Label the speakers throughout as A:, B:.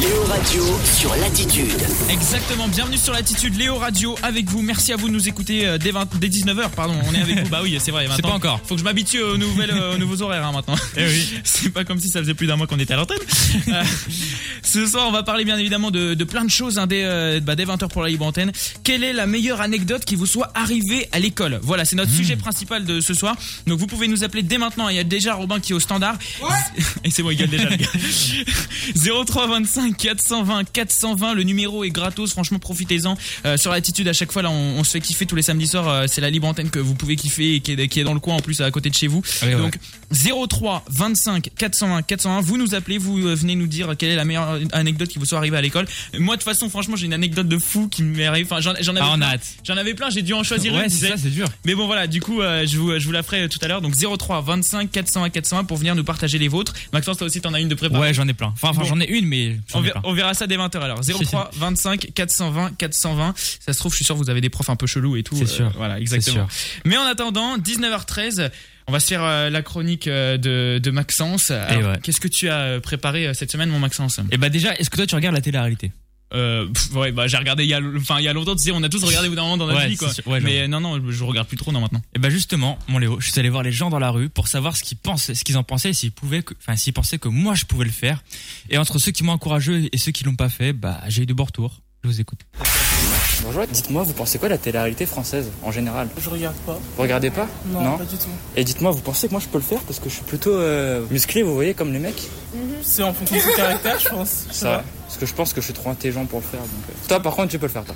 A: Léo Radio sur l'attitude.
B: Exactement, bienvenue sur l'attitude Léo Radio avec vous. Merci à vous de nous écouter euh, dès, 20 dès 19h, pardon. On est avec vous. Bah oui, c'est vrai, il y a 20
C: C'est pas
B: ans.
C: encore. Eh
B: Faut que je m'habitue aux, nouvelles, euh, aux nouveaux horaires hein, maintenant. C'est pas comme si ça faisait plus d'un mois qu'on était à l'antenne. Euh, ce soir, on va parler bien évidemment de, de plein de choses hein, dès, euh, bah, dès 20h pour la libre antenne. Quelle est la meilleure anecdote qui vous soit arrivée à l'école Voilà, c'est
C: Hmm.
B: notre sujet principal de ce soir. Donc vous pouvez nous appeler dès maintenant. Il y a déjà Robin qui est au standard. Et c'est moi, il gueule déjà le gars. 03 25 420 420 le numéro est gratos franchement profitez-en Euh, sur l'attitude à chaque fois là on, on se fait kiffer tous les samedis soirs euh, c'est la libre antenne que vous pouvez kiffer et qui est, qui est dans le coin en plus à côté de chez vous
C: Ah Ouais, ouais.
B: donc 03 25 420 420 vous nous appelez vous euh, venez nous dire quelle est la meilleure anecdote qui vous soit arrivée à l'école moi de toute façon franchement j'ai une anecdote de fou qui m'est arrivée enfin j'en j'en avais
C: Ah, on a
B: plein.
C: hâte.
B: j'en avais plein j'ai dû en choisir une
C: Ouais,
B: je disais.
C: c'est ça, c'est dur.
B: Mais bon voilà, du coup, euh, je, vous, je vous la ferai euh, tout à l'heure. Donc 03 25 401 401 pour venir nous partager les vôtres. Maxence, toi aussi, t'en as une de préparée.
C: Ouais, j'en ai plein. Enfin, enfin,
B: Bon.
C: j'en ai une, mais j'en
B: On
C: ai
B: verra,
C: plein.
B: on verra ça dès 20h alors. 03 25 420 420. Ça se trouve, je suis sûr, vous avez des profs un peu chelous et tout.
C: C'est
B: Euh,
C: sûr.
B: Voilà, exactement. Mais en attendant, 19h13, on va se faire euh, la chronique euh, de, de Maxence. Alors,
C: ouais.
B: Qu'est-ce que tu as euh, préparé euh, cette semaine, mon Maxence
C: Et bah déjà, est-ce que toi tu regardes la télé-réalité
B: euh, pff, Ouais, bah j'ai regardé il y a, enfin, il y a longtemps, tu sais, on a tous regardé au bout d'un moment dans notre
C: Ouais,
B: vie,
C: c'est
B: quoi.
C: sûr. Ouais,
B: Mais euh, non, non, je, je regarde plus trop, non, maintenant.
C: Et bah justement, mon Léo, je suis allé voir les gens dans la rue pour savoir ce qu'ils pensent, ce qu'ils en pensaient, et s'ils pouvaient, que- enfin s'ils pensaient que moi je pouvais le faire. Et entre ceux qui m'ont encouragé et ceux qui l'ont pas fait, bah j'ai eu de bons retours. Je vous écoute.
D: Bonjour, dites-moi, vous pensez quoi de la télé-réalité française en général
E: Je regarde pas.
D: Vous regardez pas
E: Non, pas du tout.
D: Et dites-moi, vous pensez que moi je peux le faire parce que je suis plutôt euh, musclé, vous voyez, comme les mecs
E: C'est en fonction de son caractère, je pense.
D: Ça va. Parce que je pense que je suis trop intelligent pour le faire. Donc, euh. Toi, par contre, tu peux le faire, toi.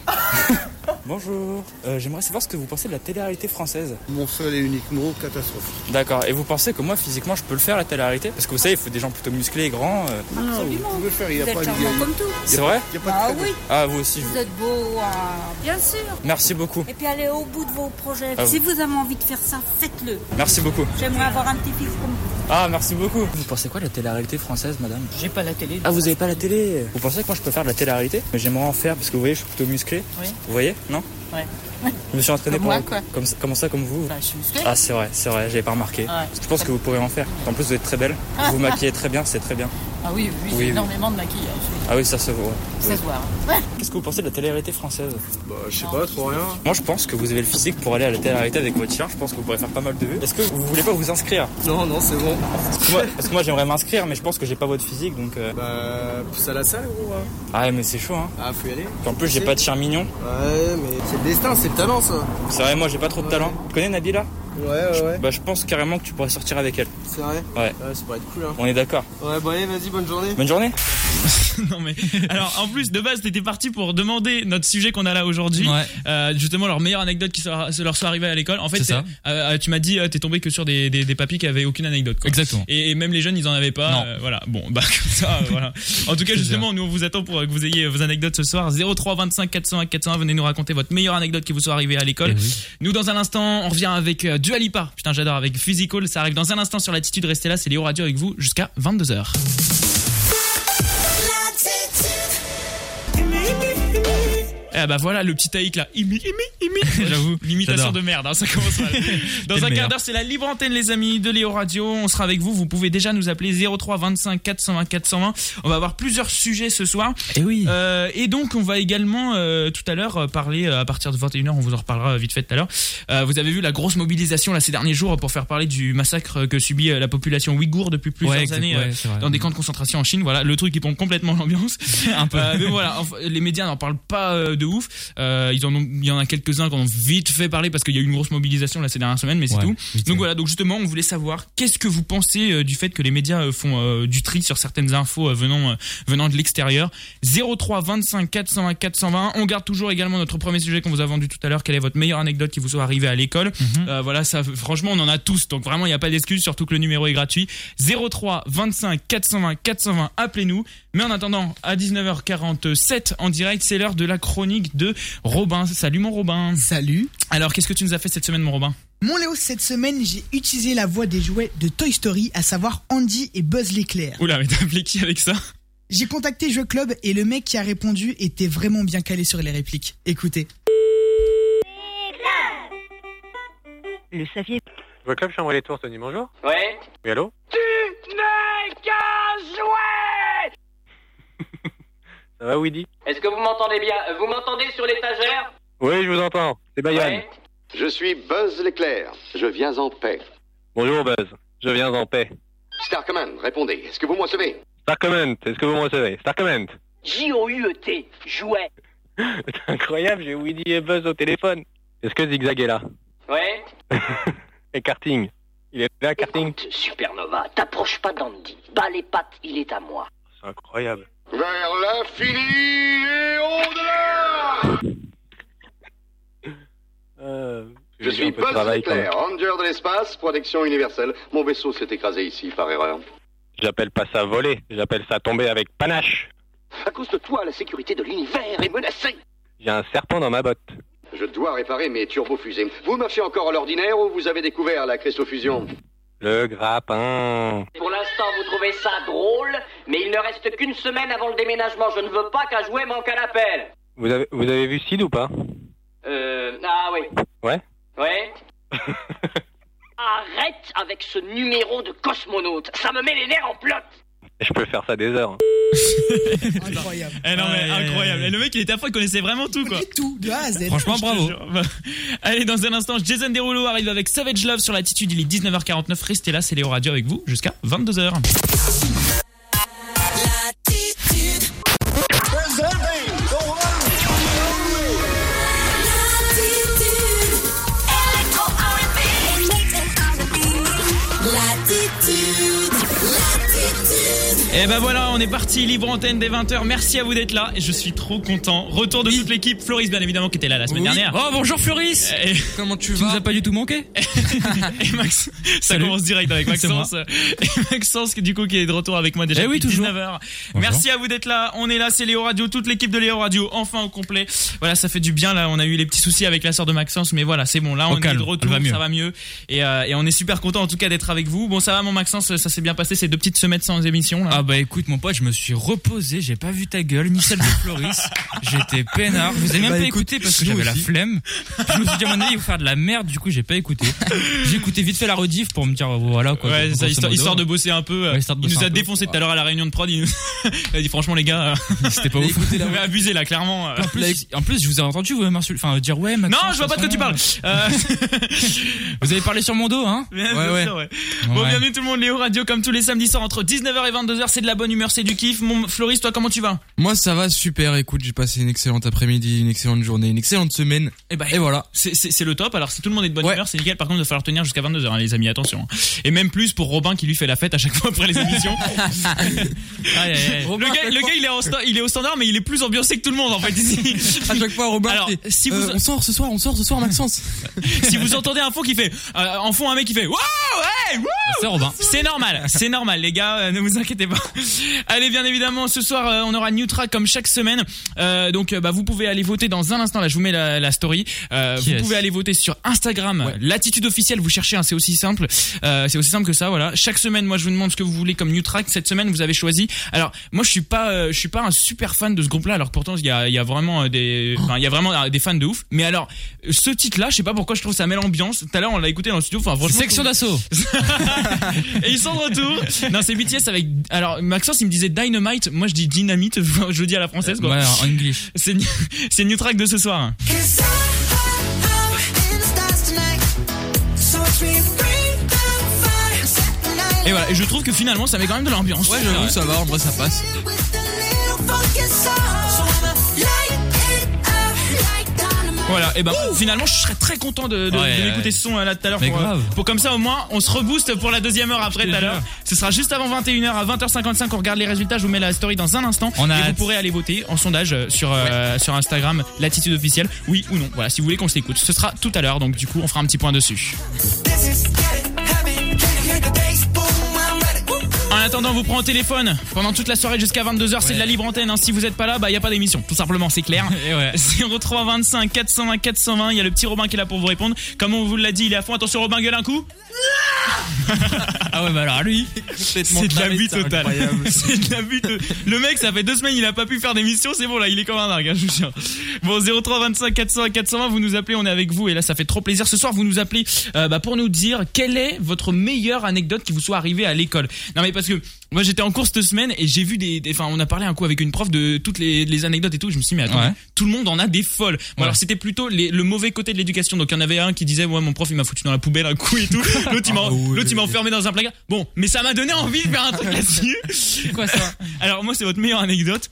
D: Bonjour, Euh, j'aimerais savoir ce que vous pensez de la télé-réalité française.
F: Mon seul et unique mot, catastrophe.
D: D'accord, et vous pensez que moi physiquement je peux le faire la télé-réalité Parce que vous savez, il faut des gens plutôt musclés et grands. euh.
F: Vous pouvez le faire, il n'y a
G: Vous
F: pas
G: êtes
F: de
G: charmant comme tout.
D: C'est vrai
F: il y a pas de
G: Ah
F: cadeau.
G: oui,
D: Ah, vous aussi. vous.
G: vous êtes beau, ah, bien sûr.
D: Merci beaucoup,
G: Et puis allez au bout de vos projets.
D: Ah
G: si vous avez envie de faire ça, faites-le.
D: merci beaucoup.
G: J'aimerais avoir un petit fils comme vous.
D: Ah, merci beaucoup. Vous pensez quoi de la télé-réalité française, madame
E: J'ai pas la télé.
D: Ah, vous avez pas la télé Vous pensez que moi je peux faire de la télé-réalité Mais j'aimerais en faire parce que vous voyez, je suis plutôt musclé.
E: Oui.
D: Vous voyez Non
E: Ouais.
D: Je me suis entraîné
E: Comme
D: pour.
E: moi, quoi.
D: Comme, ça- comment ça, comme vous
E: Bah, je suis musclé.
D: Ah, c'est vrai, c'est vrai, j'avais pas remarqué.
E: Ouais.
D: Je pense que vous pourrez en faire. En plus, vous êtes très belle. Vous vous maquillez très bien, c'est très bien.
E: Ah oui, oui, j'ai
D: Oui, oui.
E: énormément de maquillage. oui.
D: Ah oui, ça se voit.
E: Ça se voit. hein.
D: Qu'est-ce que vous pensez de la télé-réalité française
F: Bah, je sais pas, trop rien.
D: Moi, je pense que vous avez le physique pour aller à la télé-réalité avec votre chien. Je pense que vous pourrez faire pas mal de vues. Est-ce que vous voulez pas vous inscrire
F: Non, non, c'est bon.
D: Parce que moi, parce que moi, j'aimerais m'inscrire, mais je pense que j'ai pas votre physique donc. euh,
F: Bah, pousse à la salle, gros. hein.
D: Ah, ouais, mais c'est chaud, hein.
F: Ah, faut y aller.
D: En plus, j'ai pas de chien mignon.
F: Ouais, mais c'est le destin, c'est le talent, ça.
D: C'est vrai, moi, j'ai pas trop de talent. Tu connais Nabila
F: Ouais, ouais, ouais.
D: Bah, je pense carrément que tu pourrais sortir avec elle.
F: C'est vrai
D: Ouais.
F: ça pourrait être cool, hein.
D: On est d'accord.
F: Ouais, bah, allez, vas-y, bonne journée.
D: Bonne journée.
B: non mais alors en plus de base t'étais parti pour demander notre sujet qu'on a là aujourd'hui
C: Ouais.
B: Euh, justement leur meilleure anecdote qui sera- leur soit arrivée à l'école en fait
C: C'est ça.
B: c'est- euh, euh, tu m'as dit euh, t'es tombé que sur des, des, des papis qui avaient aucune anecdote quoi.
C: Exactement.
B: et, et même les jeunes ils en avaient pas
C: Non.
B: euh, voilà bon bah comme ça euh, voilà en tout cas
C: C'est
B: justement nous on vous attend pour euh, que vous ayez vos anecdotes ce soir 03 25 401 401 venez nous raconter votre meilleure anecdote qui vous soit arrivée à l'école
C: Eh oui.
B: nous dans un instant on revient avec euh, Dua Lipa putain j'adore avec Physical ça arrive dans un instant sur l'attitude restez là c'est Léo Radio avec vous jusqu'à 22h Eh bah voilà le petit taïk là. Imi, imi, imi.
C: J'avoue,
B: L'imitation
C: j'adore.
B: de merde, hein, ça commence mal. Dans
C: le
B: un quart
C: meilleur.
B: d'heure, c'est la libre antenne, les amis de Léo Radio. On sera avec vous. Vous pouvez déjà nous appeler 03 25 420 420. On va avoir plusieurs sujets ce soir.
C: Et Eh oui.
B: Euh, et donc, on va également euh, tout à l'heure euh, parler euh, à partir de 21h. On vous en reparlera euh, vite fait tout à l'heure. Euh, vous avez vu la grosse mobilisation là ces derniers jours pour faire parler du massacre que subit euh, la population ouïghour depuis plusieurs
C: exact-
B: années. euh,
C: ouais, c'est vrai.
B: dans des camps de concentration en Chine. Voilà, le truc qui pompe complètement l'ambiance.
C: un peu.
B: Euh, mais voilà, enfin, les médias n'en parlent pas euh, de ouf. Euh, ils en ont, il y en a quelques-uns qui en ont vite fait parler parce qu'il y a eu une grosse mobilisation là ces dernières semaines, mais c'est
C: Ouais,
B: tout.
C: vite fait.
B: Donc voilà, donc justement, on voulait savoir qu'est-ce que vous pensez euh, du fait que les médias euh, font euh, du tri sur certaines infos euh, venant euh, venant de l'extérieur. 03 25 420 420. On garde toujours également notre premier sujet qu'on vous a vendu tout à l'heure. Quelle est votre meilleure anecdote qui vous soit arrivée à l'école Euh, Voilà, ça, franchement, on en a tous. Donc vraiment, il n'y a pas d'excuse, surtout que le numéro est gratuit. 03 25 420 420. Appelez-nous. Mais en attendant, à 19h47 en direct, c'est l'heure de la chronique de Robin. Salut mon Robin.
H: Salut
B: Alors, qu'est-ce que tu nous as fait cette semaine, mon Robin
H: Mon Léo, cette semaine, j'ai utilisé la voix des jouets de Toy Story, à savoir Andy et Buzz l'éclair.
B: Oula, mais t'as appelé qui avec ça
H: J'ai contacté Jeux Club et le mec qui a répondu était vraiment bien calé sur les répliques. Écoutez.
I: Le saviez
J: Le club chambre les tours, Tony, bonjour.
D: Ouais.
J: Oui, allô Ça va, Woody
K: Est-ce que vous m'entendez bien Euh, Vous m'entendez sur l'étagère
J: Oui, je vous entends. C'est Bayonne.
K: Ouais.
L: Je suis Buzz l'éclair. Je viens en paix.
J: Bonjour, Buzz. Je viens en paix.
L: Star Command, répondez. Est-ce que vous me recevez
J: Star Comment, est-ce que vous me recevez Star Comment
K: J-O-U-E-T, jouet.
J: C'est incroyable, j'ai Woody et Buzz au téléphone. Est-ce que Zigzag est là
K: Ouais
J: Et Karting Il est là, Karting
K: Supernova, t'approches pas d'Andy. Bas les pattes, il est à moi.
J: C'est incroyable.
L: Vers l'infini et au-delà Euh, Je suis Buzz l'éclair, ranger de l'espace, protection universelle. Mon vaisseau s'est écrasé ici par erreur.
J: J'appelle pas ça voler, j'appelle ça tomber avec panache.
L: À cause de toi, la sécurité de l'univers est menacée
J: J'ai un serpent dans ma botte.
L: Je dois réparer mes turbofusées. Vous marchez encore à l'ordinaire ou vous avez découvert la cristallofusion
J: Le grappin.
K: Pour l'instant, vous trouvez ça drôle, mais il ne reste qu'une semaine avant le déménagement. Je ne veux pas qu'un jouet manque à l'appel.
J: Vous avez, vous avez vu Sid ou pas
K: Euh... Ah oui.
J: Ouais
K: Ouais Arrête avec ce numéro de cosmonaute. Ça me met les nerfs en plot.
J: Je peux faire ça des heures. hein.
M: Incroyable.
B: Eh non, mais incroyable. Et le mec, il était à fond, il connaissait vraiment tout, quoi.
M: Tout, de A à Z.
B: Franchement, bravo. Allez, dans un instant, Jason Derulo arrive avec Savage Love sur l'attitude. Il est 19h49. Restez là, c'est Léo Radio avec vous jusqu'à 22h. Et ben voilà, on est parti, libre antenne des 20h. Merci à vous d'être là. Je suis trop content. Retour de toute l'équipe. Floris, bien évidemment, qui était là la semaine
C: Oui.
B: dernière.
C: Oh, bonjour, Floris.
B: Et-
C: Comment tu vas Tu nous as pas du tout manqué
B: Et Max, ça
C: Salut.
B: commence direct avec
C: C'est
B: Maxence. Et Maxence, qui, du coup, qui est de retour avec moi déjà
C: Eh oui,
B: depuis
C: toujours.
B: 19h. Merci à vous d'être là. On est là, c'est Léo Radio, toute l'équipe de Léo Radio, enfin au complet. Voilà, ça fait du bien. Là, on a eu les petits soucis avec la sœur de Maxence, mais voilà, c'est bon. Là,
C: Au
B: on est
C: calme,
B: de retour,
C: elle va mieux.
B: ça va mieux. Et, euh, et on est super content en tout cas d'être avec vous. Bon, ça va, mon Maxence, ça s'est bien passé ces deux petites semaines sans émission. Là.
C: Ah bah écoute mon pote, je me suis reposé, j'ai pas vu ta gueule, ni celle de Floris. J'étais peinard, vous avez même
B: Bah,
C: pas
B: écoute,
C: écouté parce que
B: nous
C: j'avais la
B: aussi.
C: flemme. Je me suis dit à mon avis, il faut faire de la merde, du coup j'ai pas écouté. J'ai écouté vite fait la rediff pour me dire euh, voilà quoi.
B: Ouais,
C: grosso
B: ça, histoire,
C: modo.
B: histoire de bosser un peu. euh,
C: Ouais, histoire de
B: il nous
C: bosser
B: a
C: un peu.
B: défoncé tout à l'heure à la réunion de prod. Il nous il a dit franchement les gars, euh,
C: C'était pas ouf.
B: vous avez abusé là clairement. euh.
C: En plus, en plus, je vous ai entendu vous m'insulter, enfin dire ouais. Maxence,
B: Non, je vois pas de quoi tu parles. Euh,
C: Vous avez parlé sur mon dos, hein
B: Bien sûr, ouais. Bon,
C: Ouais.
B: bienvenue tout le monde, Léo Radio, comme tous les samedis soirs entre 19h et 22h, c'est de la bonne humeur, c'est du kiff. Mon Floris, toi, comment tu vas
D: Moi ça va super, écoute, j'ai passé une excellente après-midi, une excellente journée, une excellente semaine.
B: Eh ben,
D: Et voilà.
B: C'est- C'est c'est le top. Alors, si tout le monde est de bonne humeur, c'est nickel. Par contre, il va falloir tenir jusqu'à 22h, hein, les amis. Attention. hein. Et même plus pour Robin qui lui fait la fête à chaque fois après les émissions. Aïe, aïe, aïe.
D: Robin,
B: le
D: à
B: gars,
D: chaque
B: le
D: fois-
B: gars, il est, en sta- il est au standard, mais il est plus ambiancé que tout le monde en fait ici.
D: À chaque fois Robin,
B: Alors,
D: c'est,
B: si vous-
D: euh, on sort ce soir, on sort ce soir Maxence.
B: si vous entendez un fond qui fait, euh, en fond un mec qui fait, waouh, hey, wouh
C: C'est Robin.
B: C'est normal, c'est normal les gars, euh, ne vous inquiétez pas. Allez, bien évidemment, ce soir euh, on aura Nutra comme chaque semaine. Euh, donc euh, bah, vous pouvez aller voter dans un instant, là je vous mets la, la story. Euh,
C: Qui
B: vous
C: est-ce
B: pouvez aller voter sur Instagram, l'attitude officielle, vous cherchez, hein, c'est aussi simple. Euh, c'est aussi simple que ça, voilà. Chaque semaine, moi je vous demande ce que vous voulez comme Nutra. Cette semaine, vous avez choisi. Alors, moi je suis pas euh, je suis pas un super fan de ce groupe-là, alors pourtant il y a, il y a vraiment euh, des enfin, il y a vraiment euh, des fans de ouf. Mais alors, ce titre-là, Ah, je sais pas pourquoi je trouve ça met l'ambiance. Tout à l'heure on l'a écouté dans le studio, enfin franchement...
C: Section d'assaut.
B: Et ils sont de retour. Non, c'est BTS avec. Alors, Maxence, il me disait Dynamite. Moi, je dis Dynamite. Je le dis à la française, quoi.
C: Ouais, en English.
B: C'est c'est new track de ce soir. Et voilà. Et je trouve que finalement, ça met quand même de l'ambiance.
D: Ouais j'avoue ça va, en vrai ça passe.
B: Voilà. Et ben, finalement, je serais très content de, de,
C: Ouais,
B: de
C: ouais.
B: m'écouter ce son euh, là tout à l'heure.
C: Mais
B: Pour, euh,
C: grave.
B: pour comme ça, au moins, on se rebooste pour la deuxième heure après tout à l'heure. Ce sera juste avant 21h à 20h55. On regarde les résultats. Je vous mets la story dans un instant.
C: On a
B: et vous
C: hâte.
B: pourrez aller voter en sondage euh, sur, euh, sur Instagram, l'attitude officielle. Oui ou non. Voilà. Si vous voulez qu'on se l'écoute, ce sera tout à l'heure. Donc, du coup, on fera un petit point dessus. En attendant, on vous prend au téléphone pendant toute la soirée jusqu'à 22h. C'est de la libre antenne. hein. Si vous n'êtes pas là, bah, il n'y a pas d'émission. Tout simplement, c'est clair.
C: Et ouais.
B: 03 25 420 420. Il y a le petit Robin qui est là pour vous répondre. Comme on vous l'a dit, il est à fond. Attention, Robin, gueule un coup.
C: Ah ouais, bah alors lui,
B: C'est de la
C: vie
B: vie totale. C'est de la vie. to- Le mec, ça fait deux semaines, il a pas pu faire d'émission. C'est bon, là, il est comme un dingue, hein, je vous jure. Bon, 03 25 400 420, vous nous appelez, on est avec vous. Et là, ça fait trop plaisir. Ce soir, vous nous appelez euh, bah, pour nous dire quelle est votre meilleure anecdote qui vous soit arrivée à l'école. Non, mais parce que Moi j'étais en cours cette semaine et j'ai vu des, des- enfin on a parlé un coup avec une prof de toutes les, les anecdotes et tout. Je me suis dit mais attends,
C: Ouais.
B: tout le monde en a des folles. Bon,
C: Ouais.
B: alors c'était plutôt les- le mauvais côté de l'éducation. Donc il y en avait un qui disait ouais mon prof il m'a foutu dans la poubelle un coup et tout. L'autre
C: Ah
B: il m'a, l'autre il m'a enfermé dans un placard. Bon, mais ça m'a donné envie de faire un truc là-dessus. C'est quoi ça Alors moi c'est votre meilleure anecdote.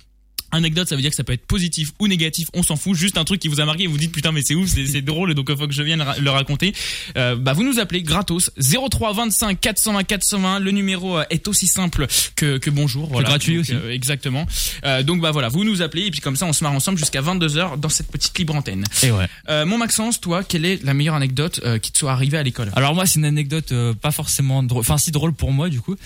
B: Anecdote, ça veut dire que ça peut être positif ou négatif, on s'en fout. Juste un truc qui vous a marqué et vous dites putain mais c'est ouf, c'est c'est drôle, donc faut que je vienne ra- le raconter. Euh, bah vous nous appelez gratos 03 25 420 420. Le numéro euh, est aussi simple que, que bonjour. Voilà.
C: gratuit
B: Donc,
C: aussi.
B: euh, exactement. Euh, donc bah voilà, vous nous appelez et puis comme ça on se marre ensemble jusqu'à 22 h dans cette petite libre antenne.
C: Et ouais.
B: Euh, mon Maxence, toi, quelle est la meilleure anecdote euh, qui te soit arrivée à l'école
C: Alors moi, c'est une anecdote euh, pas forcément drôle, enfin si drôle pour moi du coup.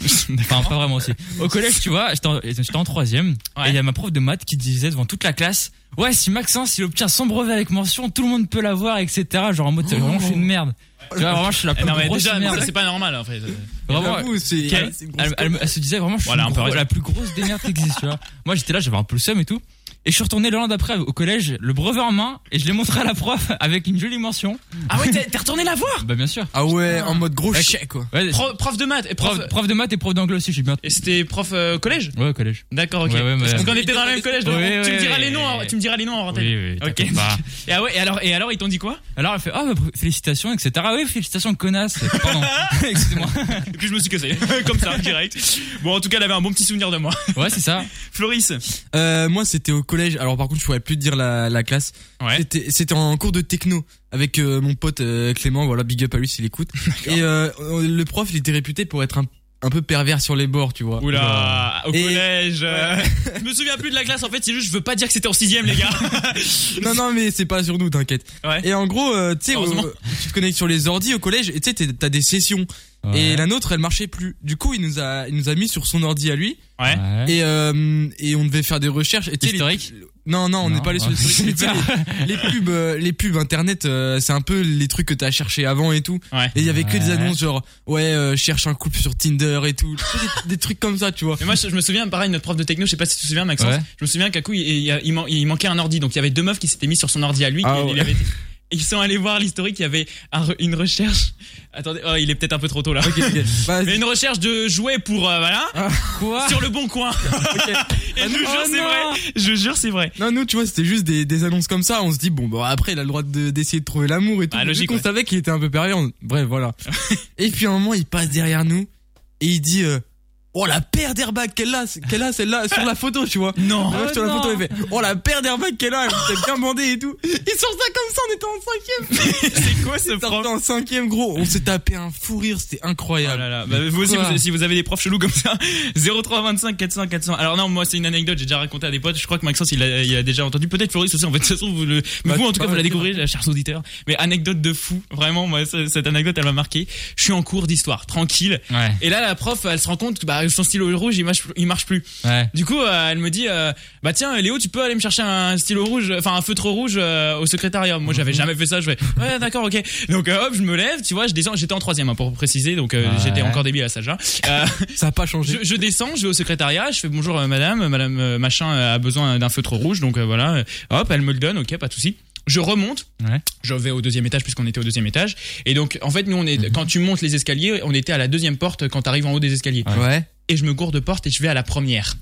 C: enfin pas vraiment aussi. Au collège, tu vois, j'étais en- j'étais en troisième et il y a ma prof de maths qui disait devant toute la classe, ouais, si Maxence il obtient son brevet avec mention, tout le monde peut l'avoir, etc. Genre en mode, c'est vraiment, je suis une merde. Tu vois, vraiment, je suis la plus
B: Eh non, mais
C: grosse
B: déjà,
C: merde.
B: ça, c'est pas normal en fait.
C: Vraiment,
B: J'avoue, c'est-
C: elle,
D: ah,
B: c'est
C: elle-
B: une grosse
C: elle- elle- elle se disait vraiment, je suis
B: Voilà,
C: une
B: un peu
C: gro-
B: raison.
C: la plus grosse des merdes qui existe, tu vois. Moi, j'étais là, j'avais un peu le seum et tout. Et je suis retourné le lendemain d'après au collège, le brevet en main, et je l'ai montré à la prof avec une jolie mention.
B: Ah ouais, t'es- t'es retourné la voir
C: Bah, bien sûr.
D: Ah ouais, en mode gros
C: Ouais,
D: chèque, quoi.
C: ouais,
B: Pro- prof de maths et prof.
C: prof, prof de maths et prof d'anglais aussi, j'ai bien.
B: Et c'était prof euh, collège
C: Ouais, collège.
B: D'accord, ok.
C: Ouais, ouais, mais-
B: Parce qu'on était dans le même collège. donc
C: Oui,
B: tu
C: oui,
B: me diras
C: oui.
B: les noms, en- tu me diras les noms en antenne.
C: Oui, oui,
B: Ok.
C: t'inquiète pas.
B: Et ah ouais, et alors, et alors ils t'ont dit quoi
C: Alors elle fait ah bah, félicitations etc. Ah oui félicitations connasse. Pardon. Excusez-moi.
B: Et puis je me suis cassé, comme ça, direct. Bon, en tout cas, elle avait un bon petit souvenir de moi.
C: Ouais, c'est ça.
B: Floris.
D: Euh, moi, c'était au collège. Alors, par contre, je pourrais plus te dire la, la classe. C'était- C'était en cours de techno avec euh, mon pote euh, Clément. Voilà, big up à lui s'il écoute. Et euh, le prof, il était réputé pour être un, un peu pervers sur les bords, tu vois.
B: Oula, au
D: Et-
B: collège. euh, je me souviens plus de la classe en fait, c'est juste, je veux pas dire que c'était en sixième, les gars.
D: Non, non, mais c'est pas sur nous, t'inquiète. Et en gros, euh, tu sais,
B: Heureusement.
D: euh, tu te connectes sur les ordi au collège et tu sais, t'es- t'as des sessions.
C: Ouais.
D: Et la nôtre, elle marchait plus. Du coup, il nous a, il nous a mis sur son ordi à lui.
B: Ouais.
D: Et, euh, et on devait faire des recherches. Et tu sais, les-
C: Historique
D: Non, non, on
C: Non.
D: n'est pas allé sur
C: Ah.
D: l'historique. Mais tu sais, les, les pubs, euh, les pubs internet, euh, c'est un peu les trucs que t'as cherché avant et tout. Et il y avait que des
B: Ouais.
D: annonces genre, ouais, euh, cherche un couple sur Tinder et tout. des, des trucs comme ça, tu vois.
B: Mais moi, je, je me souviens, pareil, notre prof de techno, je sais pas si tu te souviens, Maxence.
D: Ouais.
B: Je me souviens qu'à coup, il, il y a- il man- il manquait un ordi. Donc, il y avait deux meufs qui s'étaient mis sur son ordi à lui.
D: Ah
B: et il
D: ouais.
B: avait- et ils sont allés voir l'historique. Il y avait un re- une recherche. Attendez, oh, il est peut-être un peu trop tôt là.
D: bah,
B: Mais une recherche de jouets pour euh, voilà.
D: Quoi
B: sur le bon coin. Et je vous jure,
D: Oh
B: c'est vrai. Je jure, c'est vrai.
D: Non, nous, tu vois, c'était juste des, des annonces comme ça. On se dit, bon, bah, après, il a le droit de- d'essayer de, trouver l'amour et tout.
B: Ah,
D: Vu
B: logique,
D: qu'on
B: ouais.
D: savait qu'il était un peu pervers. on- Bref, voilà. et puis, à un moment, il passe derrière nous et il dit, euh, oh, la paire d'airbags qu'elle a, qu'elle a, celle-là, sur la photo, tu vois.
B: Non.
D: La meuf
B: Ah,
D: sur la
B: non.
D: photo, elle fait, oh, la paire d'airbags qu'elle a, elle s'est bien bandée et tout. Il sort ça comme ça, on était en cinquième.
B: c'est quoi ce
D: prof? en cinquième, gros. On s'est tapé un fou rire, c'était incroyable.
B: Bah, vous aussi,
D: Quoi
B: vous- si vous avez des profs chelous comme ça, 0325 400 400. Alors non, moi c'est une anecdote, j'ai déjà raconté à des potes. Je crois que Maxence il a, il a déjà entendu. Peut-être Floris aussi. En fait, de toute façon, vous le, mais
D: Bah,
B: vous en tout
D: bah,
B: cas vous la
D: ouais.
B: découvrez, chers auditeurs. Mais anecdote de fou, vraiment. Moi, ce- cette anecdote elle m'a marqué. Je suis en cours d'histoire, tranquille.
C: Ouais.
B: Et là, la prof, elle se rend compte que bah, son stylo rouge, il marche, il marche plus.
C: Ouais.
B: Du coup, euh, elle me dit, euh, bah tiens, Léo, tu peux aller me chercher un stylo rouge, enfin un feutre rouge euh, au secrétariat. Moi,
D: Mhm.
B: j'avais jamais fait ça. Je fais, ouais, d'accord, ok. Donc euh, hop, je me lève, tu vois, je descends. J'étais en troisième, hein, pour préciser, donc euh,
D: Ouais.
B: j'étais encore débile à ça déjà. Euh,
D: Ça a pas changé.
B: je, je descends, je vais au secrétariat, je fais bonjour euh, madame, euh, madame euh, machin euh, a besoin d'un feutre rouge, donc euh, voilà, euh, hop, elle me le donne, ok, pas de souci. Je remonte, je vais au deuxième étage puisqu'on était au deuxième étage, et donc en fait nous on est,
D: Mhm.
B: quand tu montes les escaliers, on était à la deuxième porte quand t'arrives en haut des escaliers.
D: Ouais.
B: Et je me gourde de porte et je vais à la première.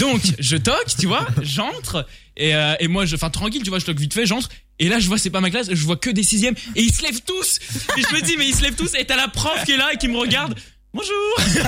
B: Donc je toque, tu vois, j'entre et, euh, et moi je, enfin tranquille, tu vois, je toque vite fait, j'entre. Et là, je vois, c'est pas ma classe, je vois que des sixièmes, et ils se lèvent tous! Et je me dis, mais ils se lèvent tous, et t'as la prof qui est là et qui me regarde, bonjour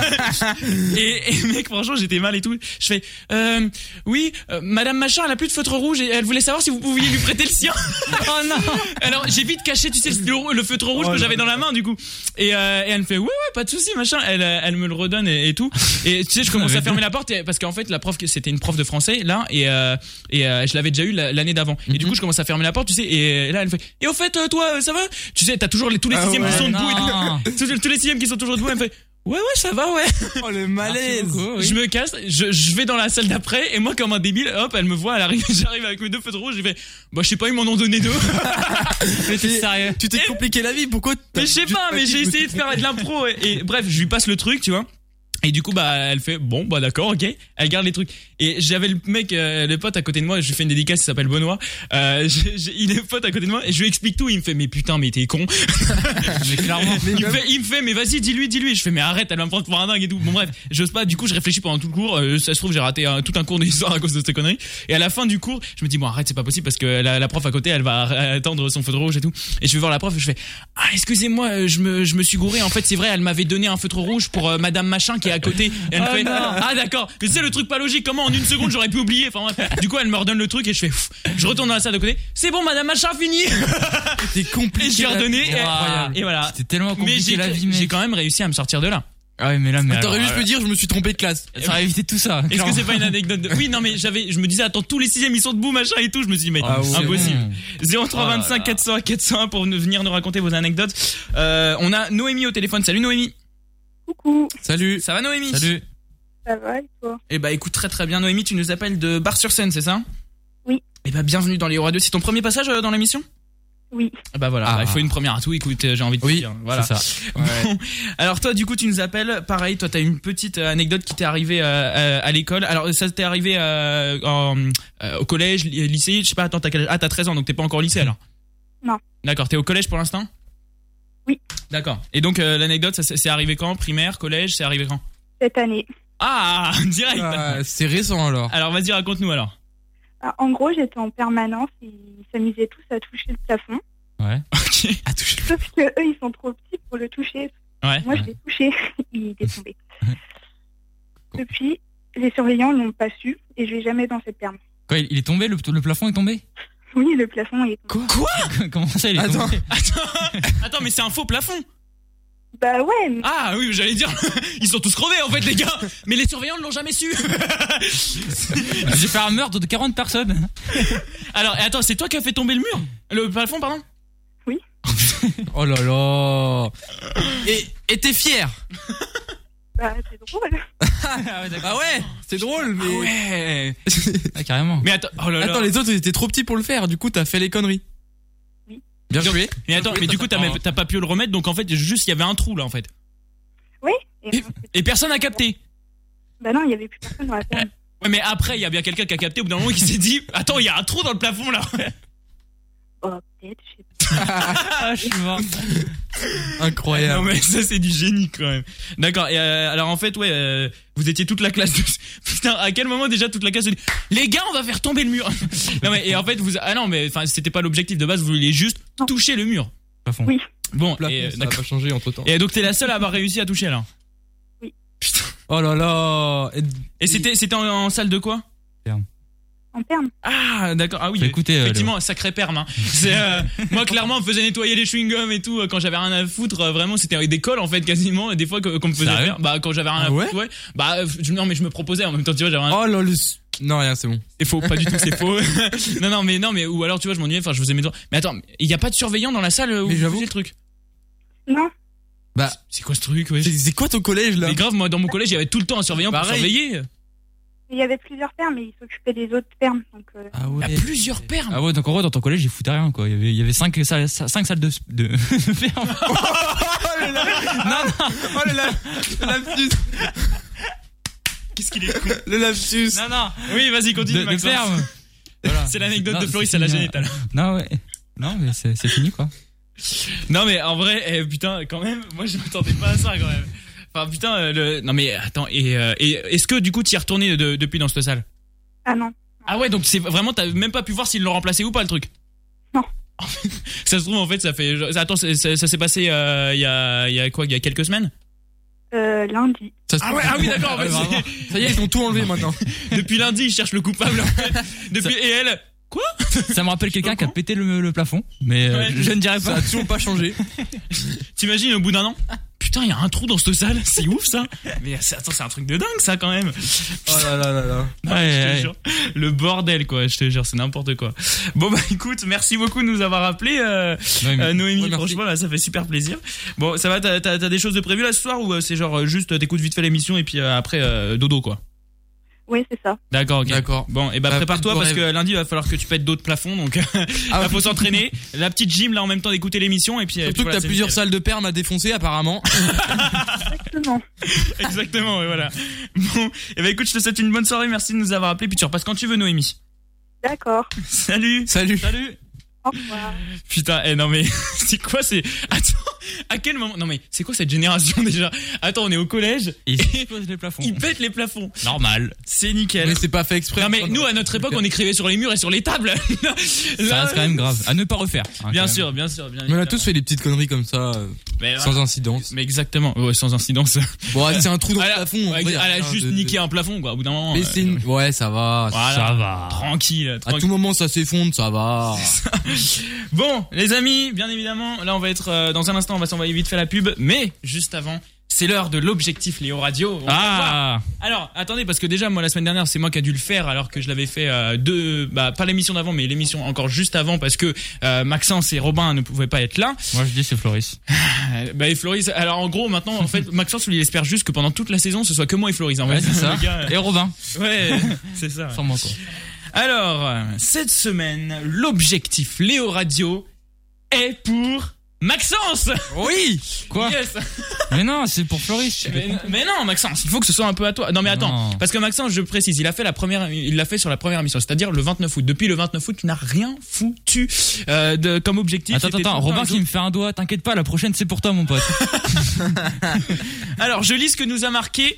B: et, et mec franchement j'étais mal et tout je fais euh, oui euh, madame machin elle a plus de feutre rouge et elle voulait savoir si vous pouviez lui prêter le sien oh non Oh alors j'ai vite caché tu sais le, stylo- le feutre rouge que j'avais dans la main du coup et, euh, et elle me fait ouais ouais pas de souci machin elle, euh, elle me le redonne et, et tout et tu sais je commence à fermer la porte et- parce qu'en fait la prof c'était une prof de français là et, euh, et euh, je l'avais déjà eu la- l'année d'avant et du coup je commence à fermer la porte tu sais et là elle me fait et au fait euh, toi euh, ça va tu sais t'as toujours les, tous les
D: Ah
B: sixièmes
D: ouais,
B: qui sont debout
D: non.
B: et tout. Tous- tous les sixièmes qui sont toujours debout elle me fait Ouais, ouais, ça va, ouais.
D: Oh, le malaise.
B: Je me casse, je, je vais dans la salle d'après, et moi, comme un débile, hop, elle me voit, elle arrive, j'arrive avec mes deux feutres rouges, j'ai fait, bah, je sais pas, ils m'en ont donné deux. mais t'es sérieux.
D: Tu t'es compliqué la vie, pourquoi
B: Mais je sais pas, mais j'ai essayé de faire de l'impro, et, et bref, je lui passe le truc, tu vois. Et du coup, bah, elle fait bon, bah d'accord, ok. Elle garde les trucs. Et j'avais le mec, euh, le pote à côté de moi. Je lui fais une dédicace. Il s'appelle Benoît. Euh, j'ai- j'ai- il est pote à côté de moi. Et je lui explique tout. Il me fait mais putain, mais t'es con. Ah, mais clairement. il, me fait, il me fait, mais vas-y, dis-lui, dis-lui. Je fais mais arrête, elle va me prendre pour un dingue et tout. Bon bref, j'ose pas. Du coup, je réfléchis pendant tout le cours. Euh, ça se trouve, j'ai raté un- tout un cours d'histoire à cause de cette connerie. Et à la fin du cours, je me dis bon arrête, c'est pas possible parce que la, la prof à côté, elle va attendre son feu de rouge et tout. Et je vais voir la prof. Et je fais ah excusez-moi, euh, je me je me suis gouré. En fait, c'est vrai, elle m'avait donné un feutre rouge pour euh, Madame Machin qui est à côté. Et elle me
N: Oh
B: fait,
N: non.
B: ah d'accord. Mais c'est le truc pas logique. Comment en une seconde j'aurais pu oublier Enfin bref. Du coup, elle me redonne le truc et je fais, pff, je retourne dans la salle de côté. C'est bon, Madame Machin fini.
D: T'es compliqué.
B: Et je lui ai
C: la
B: redonné.
C: vie.
B: Et,
C: Incroyable.
B: et voilà.
C: C'était tellement
B: Mais
C: compliqué
B: j'ai-
C: la vie, mec.
B: j'ai quand même réussi à me sortir de là.
C: Ah ouais, mais là, mais.
B: T'aurais
C: alors,
B: juste pu
C: euh,
D: dire, je me suis trompé de classe.
C: Ça aurait évité tout ça.
B: euh, Est-ce que c'est pas une anecdote de- Oui, non, mais j'avais, je me disais, attends, tous les sixièmes ils sont debout, machin et tout. Je me suis dit, mais
C: Ah ouais.
D: Oh
B: impossible.
C: C'est bon.
B: 0325
C: Oh là là.
B: 400 401 pour nous- venir nous raconter vos anecdotes. Euh, on a Noémie au téléphone. Salut Noémie.
O: Coucou.
B: Salut. Ça va Noémie Salut.
O: Ça va et toi
B: Eh bah écoute très très bien Noémie, tu nous appelles de Bar-sur-Seine, c'est ça
O: Oui.
B: Eh bah bienvenue dans les Aura 2, c'est ton premier passage euh, dans l'émission
O: Oui.
B: Eh bah voilà,
C: Ah.
B: bah, il faut une première à tout, écoute, euh, j'ai envie de te
C: Oui,
B: dire. Voilà.
C: c'est ça.
B: Bon. Alors toi du coup tu nous appelles, pareil, toi t'as une petite euh, anecdote qui t'est arrivée euh, euh, à l'école. Alors ça t'est arrivé euh, en, euh, au collège, li- lycée, je sais pas, attends, t'as quel âge Ah t'as 13 ans donc t'es pas encore au lycée alors
O: Non.
B: D'accord, t'es au collège pour l'instant
O: Oui.
B: D'accord. Et donc euh, l'anecdote, ça, c'est c'est arrivé quand Primaire, collège, c'est arrivé quand
O: Cette année.
B: Ah, direct.
D: c'est récent alors.
B: Alors vas-y, raconte-nous alors.
O: Ah, En gros, j'étais en permanence et ils s'amusaient tous à toucher le plafond.
C: Ouais.
O: Sauf que eux, ils sont trop petits pour le toucher.
C: Ouais.
O: Moi, je l'ai touché. Il était tombé. Depuis, les surveillants n'ont pas su et je vais jamais dans cette perme.
C: Quoi, il il est tombé, le, le plafond est tombé
O: Oui, le plafond est tombé.
C: Quoi Comment ça, il est
B: Attends.
C: tombé
B: Attends, mais c'est un faux plafond.
O: Bah ouais.
B: Ah oui, j'allais dire, ils sont tous crevés en fait les gars. Mais les surveillants ne l'ont jamais su.
C: J'ai fait un meurtre de 40 personnes.
B: Alors, et attends, c'est toi qui as fait tomber le mur Le plafond, pardon
D: Oh là là. Et et t'es fier.
O: Bah, c'est drôle.
C: ah
D: ouais, c'est drôle
O: Ah
D: mais.
B: ouais.
C: carrément.
B: Mais attends, oh là là.
D: Attends, les autres ils étaient trop petits pour le faire. Du coup, t'as fait les conneries. Bien joué.
B: Mais attends, mais du coup, t'as même- t'as pas pu le remettre, donc en fait, juste, il y avait un trou là en fait.
O: Oui. Et,
B: Et personne n'a capté.
O: bah non, il y avait plus personne dans la perme.
B: Ouais, mais après, il y a bien quelqu'un qui a capté au bout d'un moment qui s'est dit Attends, il y a un trou dans le plafond là.
O: Oh, peut-être. je sais
C: Ah, je suis mort.
D: Incroyable.
B: Non mais ça c'est du génie quand même. D'accord. Et euh, alors en fait ouais, euh, vous étiez toute la classe. de- Putain, à quel moment déjà toute la classe se dit les gars on va faire tomber le mur. non mais et en fait vous ah non mais enfin c'était pas l'objectif de base. Vous vouliez juste toucher le mur.
C: Plafond.
O: Oui.
B: Bon.
D: Plafond,
B: et, euh,
D: ça a
B: d'accord.
D: pas changé entre temps.
B: Et donc t'es la seule à avoir réussi à toucher alors.
D: Oh là là. Et,
B: Et c'était c'était en, en salle de quoi
O: pas. En perme.
B: Ah d'accord. Ah oui.
C: Faut écouter, euh,
B: effectivement sacré perme. hein. C'est euh, moi clairement on me faisait nettoyer les chewing gums et tout euh, quand j'avais rien à foutre. euh, vraiment c'était avec des cols en fait quasiment. Et des fois que- qu'on me faisait
D: Sérieux
B: faire. Bah quand j'avais rien à
D: Ah ouais
B: foutre. Ouais. Bah euh, je- non mais je me proposais en même temps tu vois j'avais rien.
D: Oh là le. Non rien, Oh, c'est bon.
B: C'est faux, pas du tout, c'est faux. non, non, mais non, mais ou alors tu vois, je m'ennuyais, enfin, je faisais mes doigts. Mais attends, il y a pas de surveillant dans la salle euh, où vous faisiez le truc
O: Non.
D: Bah,
B: c'est quoi ce truc ouais
D: C'est quoi ton collège là
B: Mais grave, moi, dans mon collège, il y avait tout le temps un surveillant pour
D: Pareil.
B: surveiller.
O: Il y avait plusieurs permes et ils s'occupaient des autres permes. Donc, euh,
D: Ah ouais.
B: Il y a plusieurs permes.
C: Ah ouais, donc en gros, dans ton collège, il foutait rien, quoi. Il y avait, il y avait cinq salles, cinq salles de, de, de ferme.
D: non, non. Oh le la- le lapsus.
B: Qu'est-ce qu'il est
D: Le lapsus.
B: Non, non. Oui, vas-y, continue,
C: de, de
B: Maxence.
C: ferme. Voilà.
B: C'est l'anecdote
C: Non,
B: de Floris
C: c'est
B: à la
C: fini,
B: génitale.
C: hein. Non, ouais. Non, mais c'est c'est fini, quoi.
B: Non, mais en vrai, eh, putain, quand même, moi, je m'attendais pas à ça quand même. Enfin, putain, euh, le... non, mais attends, et, euh, et est-ce que du coup, tu y es retourné de- depuis dans cette salle
O: Ah non.
B: Ah ouais, donc c'est vraiment, t'as même pas pu voir s'ils l'ont remplacé ou pas le truc
O: Non.
B: ça se trouve, en fait, ça fait. genre- Attends, ça, ça- ça s'est passé euh, il y, a, il y a quoi Il y a quelques semaines
O: euh, lundi.
B: Ah ouais, ah oui, d'accord. bah,
D: vraiment.
B: c'est-
D: Ça y est, ils ont tout enlevé maintenant.
B: Depuis lundi, ils cherchent le coupable. en fait. Depuis, et elle. Quoi
C: Ça me rappelle quelqu'un qui a pété le, le plafond, mais euh,
B: Ouais.
C: je, je ne dirais
D: Ça
C: pas.
D: a toujours pas changé.
B: T'imagines au bout d'un an Putain, il y a un trou dans cette salle, c'est ouf ça! Mais c'est- attends, c'est un truc de dingue ça quand même!
D: Oh là là là là.
B: Non,
C: Ouais,
B: je te
C: ouais.
B: jure. Le bordel, quoi. Je te jure, c'est n'importe quoi. Bon, bah écoute, merci beaucoup de nous avoir appelé, euh,
D: Mm.
C: Noémie.
B: euh, Noémie.
C: Ouais, merci.
B: franchement, là, ça fait super plaisir. Bon, ça va, t'as t'as- t'as des choses de prévues là ce soir ou euh, c'est genre euh, juste euh, t'écoutes vite fait l'émission et puis euh, après euh, dodo, quoi?
O: Oui, c'est ça.
B: D'accord, ok.
D: D'accord.
B: Bon, et bah,
D: Bah,
B: prépare-toi
D: bon
B: parce
D: rêve. Ah,
B: que lundi il va falloir que tu pètes d'autres plafonds donc il faut s'entraîner. La petite gym là en même temps d'écouter l'émission et puis et puis
D: Surtout que
B: voilà,
D: t'as
B: c'est
D: plusieurs
B: nickel.
D: salles de perme à défoncer apparemment.
B: Exactement, ouais, voilà. Bon, et bah écoute, je te souhaite une bonne soirée, merci de nous avoir appelé puis tu repasses quand tu veux Noémie.
O: D'accord.
B: Salut.
D: Salut.
B: Salut. Putain, eh non mais c'est quoi c'est Attends, à quel moment Non mais c'est quoi cette génération déjà Attends, on est au collège
C: Ils
B: et
C: explosent les plafonds.
B: ils pètent les plafonds.
C: Normal.
B: C'est nickel.
D: Mais c'est pas fait exprès.
B: Non mais nous à notre époque on écrivait sur les murs et sur les tables. Là,
D: euh,
C: Ça reste quand même grave. À ne pas refaire. hein,
B: Bien
C: quand
B: sûr, bien sûr, bien.
D: Mais on a
B: évidemment.
D: tous fait des petites conneries comme ça, euh,
B: Mais
D: sans
B: voilà.
D: incidence.
B: Mais exactement, ouais, sans incidence.
D: Bon, ouais, c'est un trou dans le plafond. on va
B: Ouais,
D: dire.
B: elle a
D: Hein,
B: juste
D: de- de-
B: niqué un plafond quoi. Au bout d'un moment.
D: Mais
B: euh,
D: c'est une- Ouais, ça va.
B: Voilà.
D: Ça va.
B: Tranquille,
D: À
B: tranquille.
D: tout moment, ça s'effondre, ça va.
B: Bon, les amis, bien évidemment, là on va être euh, dans un instant, on va s'envoyer vite fait la pub, mais juste avant, c'est l'heure de l'objectif Léo Radio. On va
C: Ah.
B: voir. Alors, attendez parce que déjà moi la semaine dernière, c'est moi qui a dû le faire alors que je l'avais fait euh, deux bah pas l'émission d'avant mais l'émission encore juste avant parce que euh, Maxence et Robin ne pouvaient pas être là.
C: Moi, je dis c'est Floris.
B: Euh, Bah et Floris, alors en gros maintenant en fait Maxence lui il espère juste que pendant toute la saison, ce soit que moi et Floris en
C: Ouais,
B: fait.
C: c'est ça.
B: Le gars, euh,
C: Et Robin.
B: Ouais, c'est ça. ouais.
C: Sans moi, quoi.
B: Alors, euh, cette semaine, l'objectif Léo Radio est pour Maxence
C: Oui Quoi
B: Yes
C: Mais non, c'est pour Floris.
B: mais, mais non, Maxence, il faut que ce soit un peu à toi. Non, mais attends, parce que Maxence, je précise, il a fait la première, il l'a fait sur la première mission, c'est-à-dire le 29 août. Depuis le 29 août, tu n'as rien foutu euh, de, comme objectif.
C: Attends, attends,
B: C'était tout
C: attends,
B: le temps
C: Robin
B: les
C: qui me fait un doigt, t'inquiète pas, la prochaine c'est pour toi, mon pote.
B: Alors, je lis ce que nous a marqué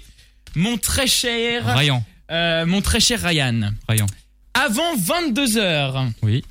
B: mon très cher
C: Ryan.
B: Euh, mon très cher Ryan.
C: Ryan.
B: Avant 22 heures,
C: Oui.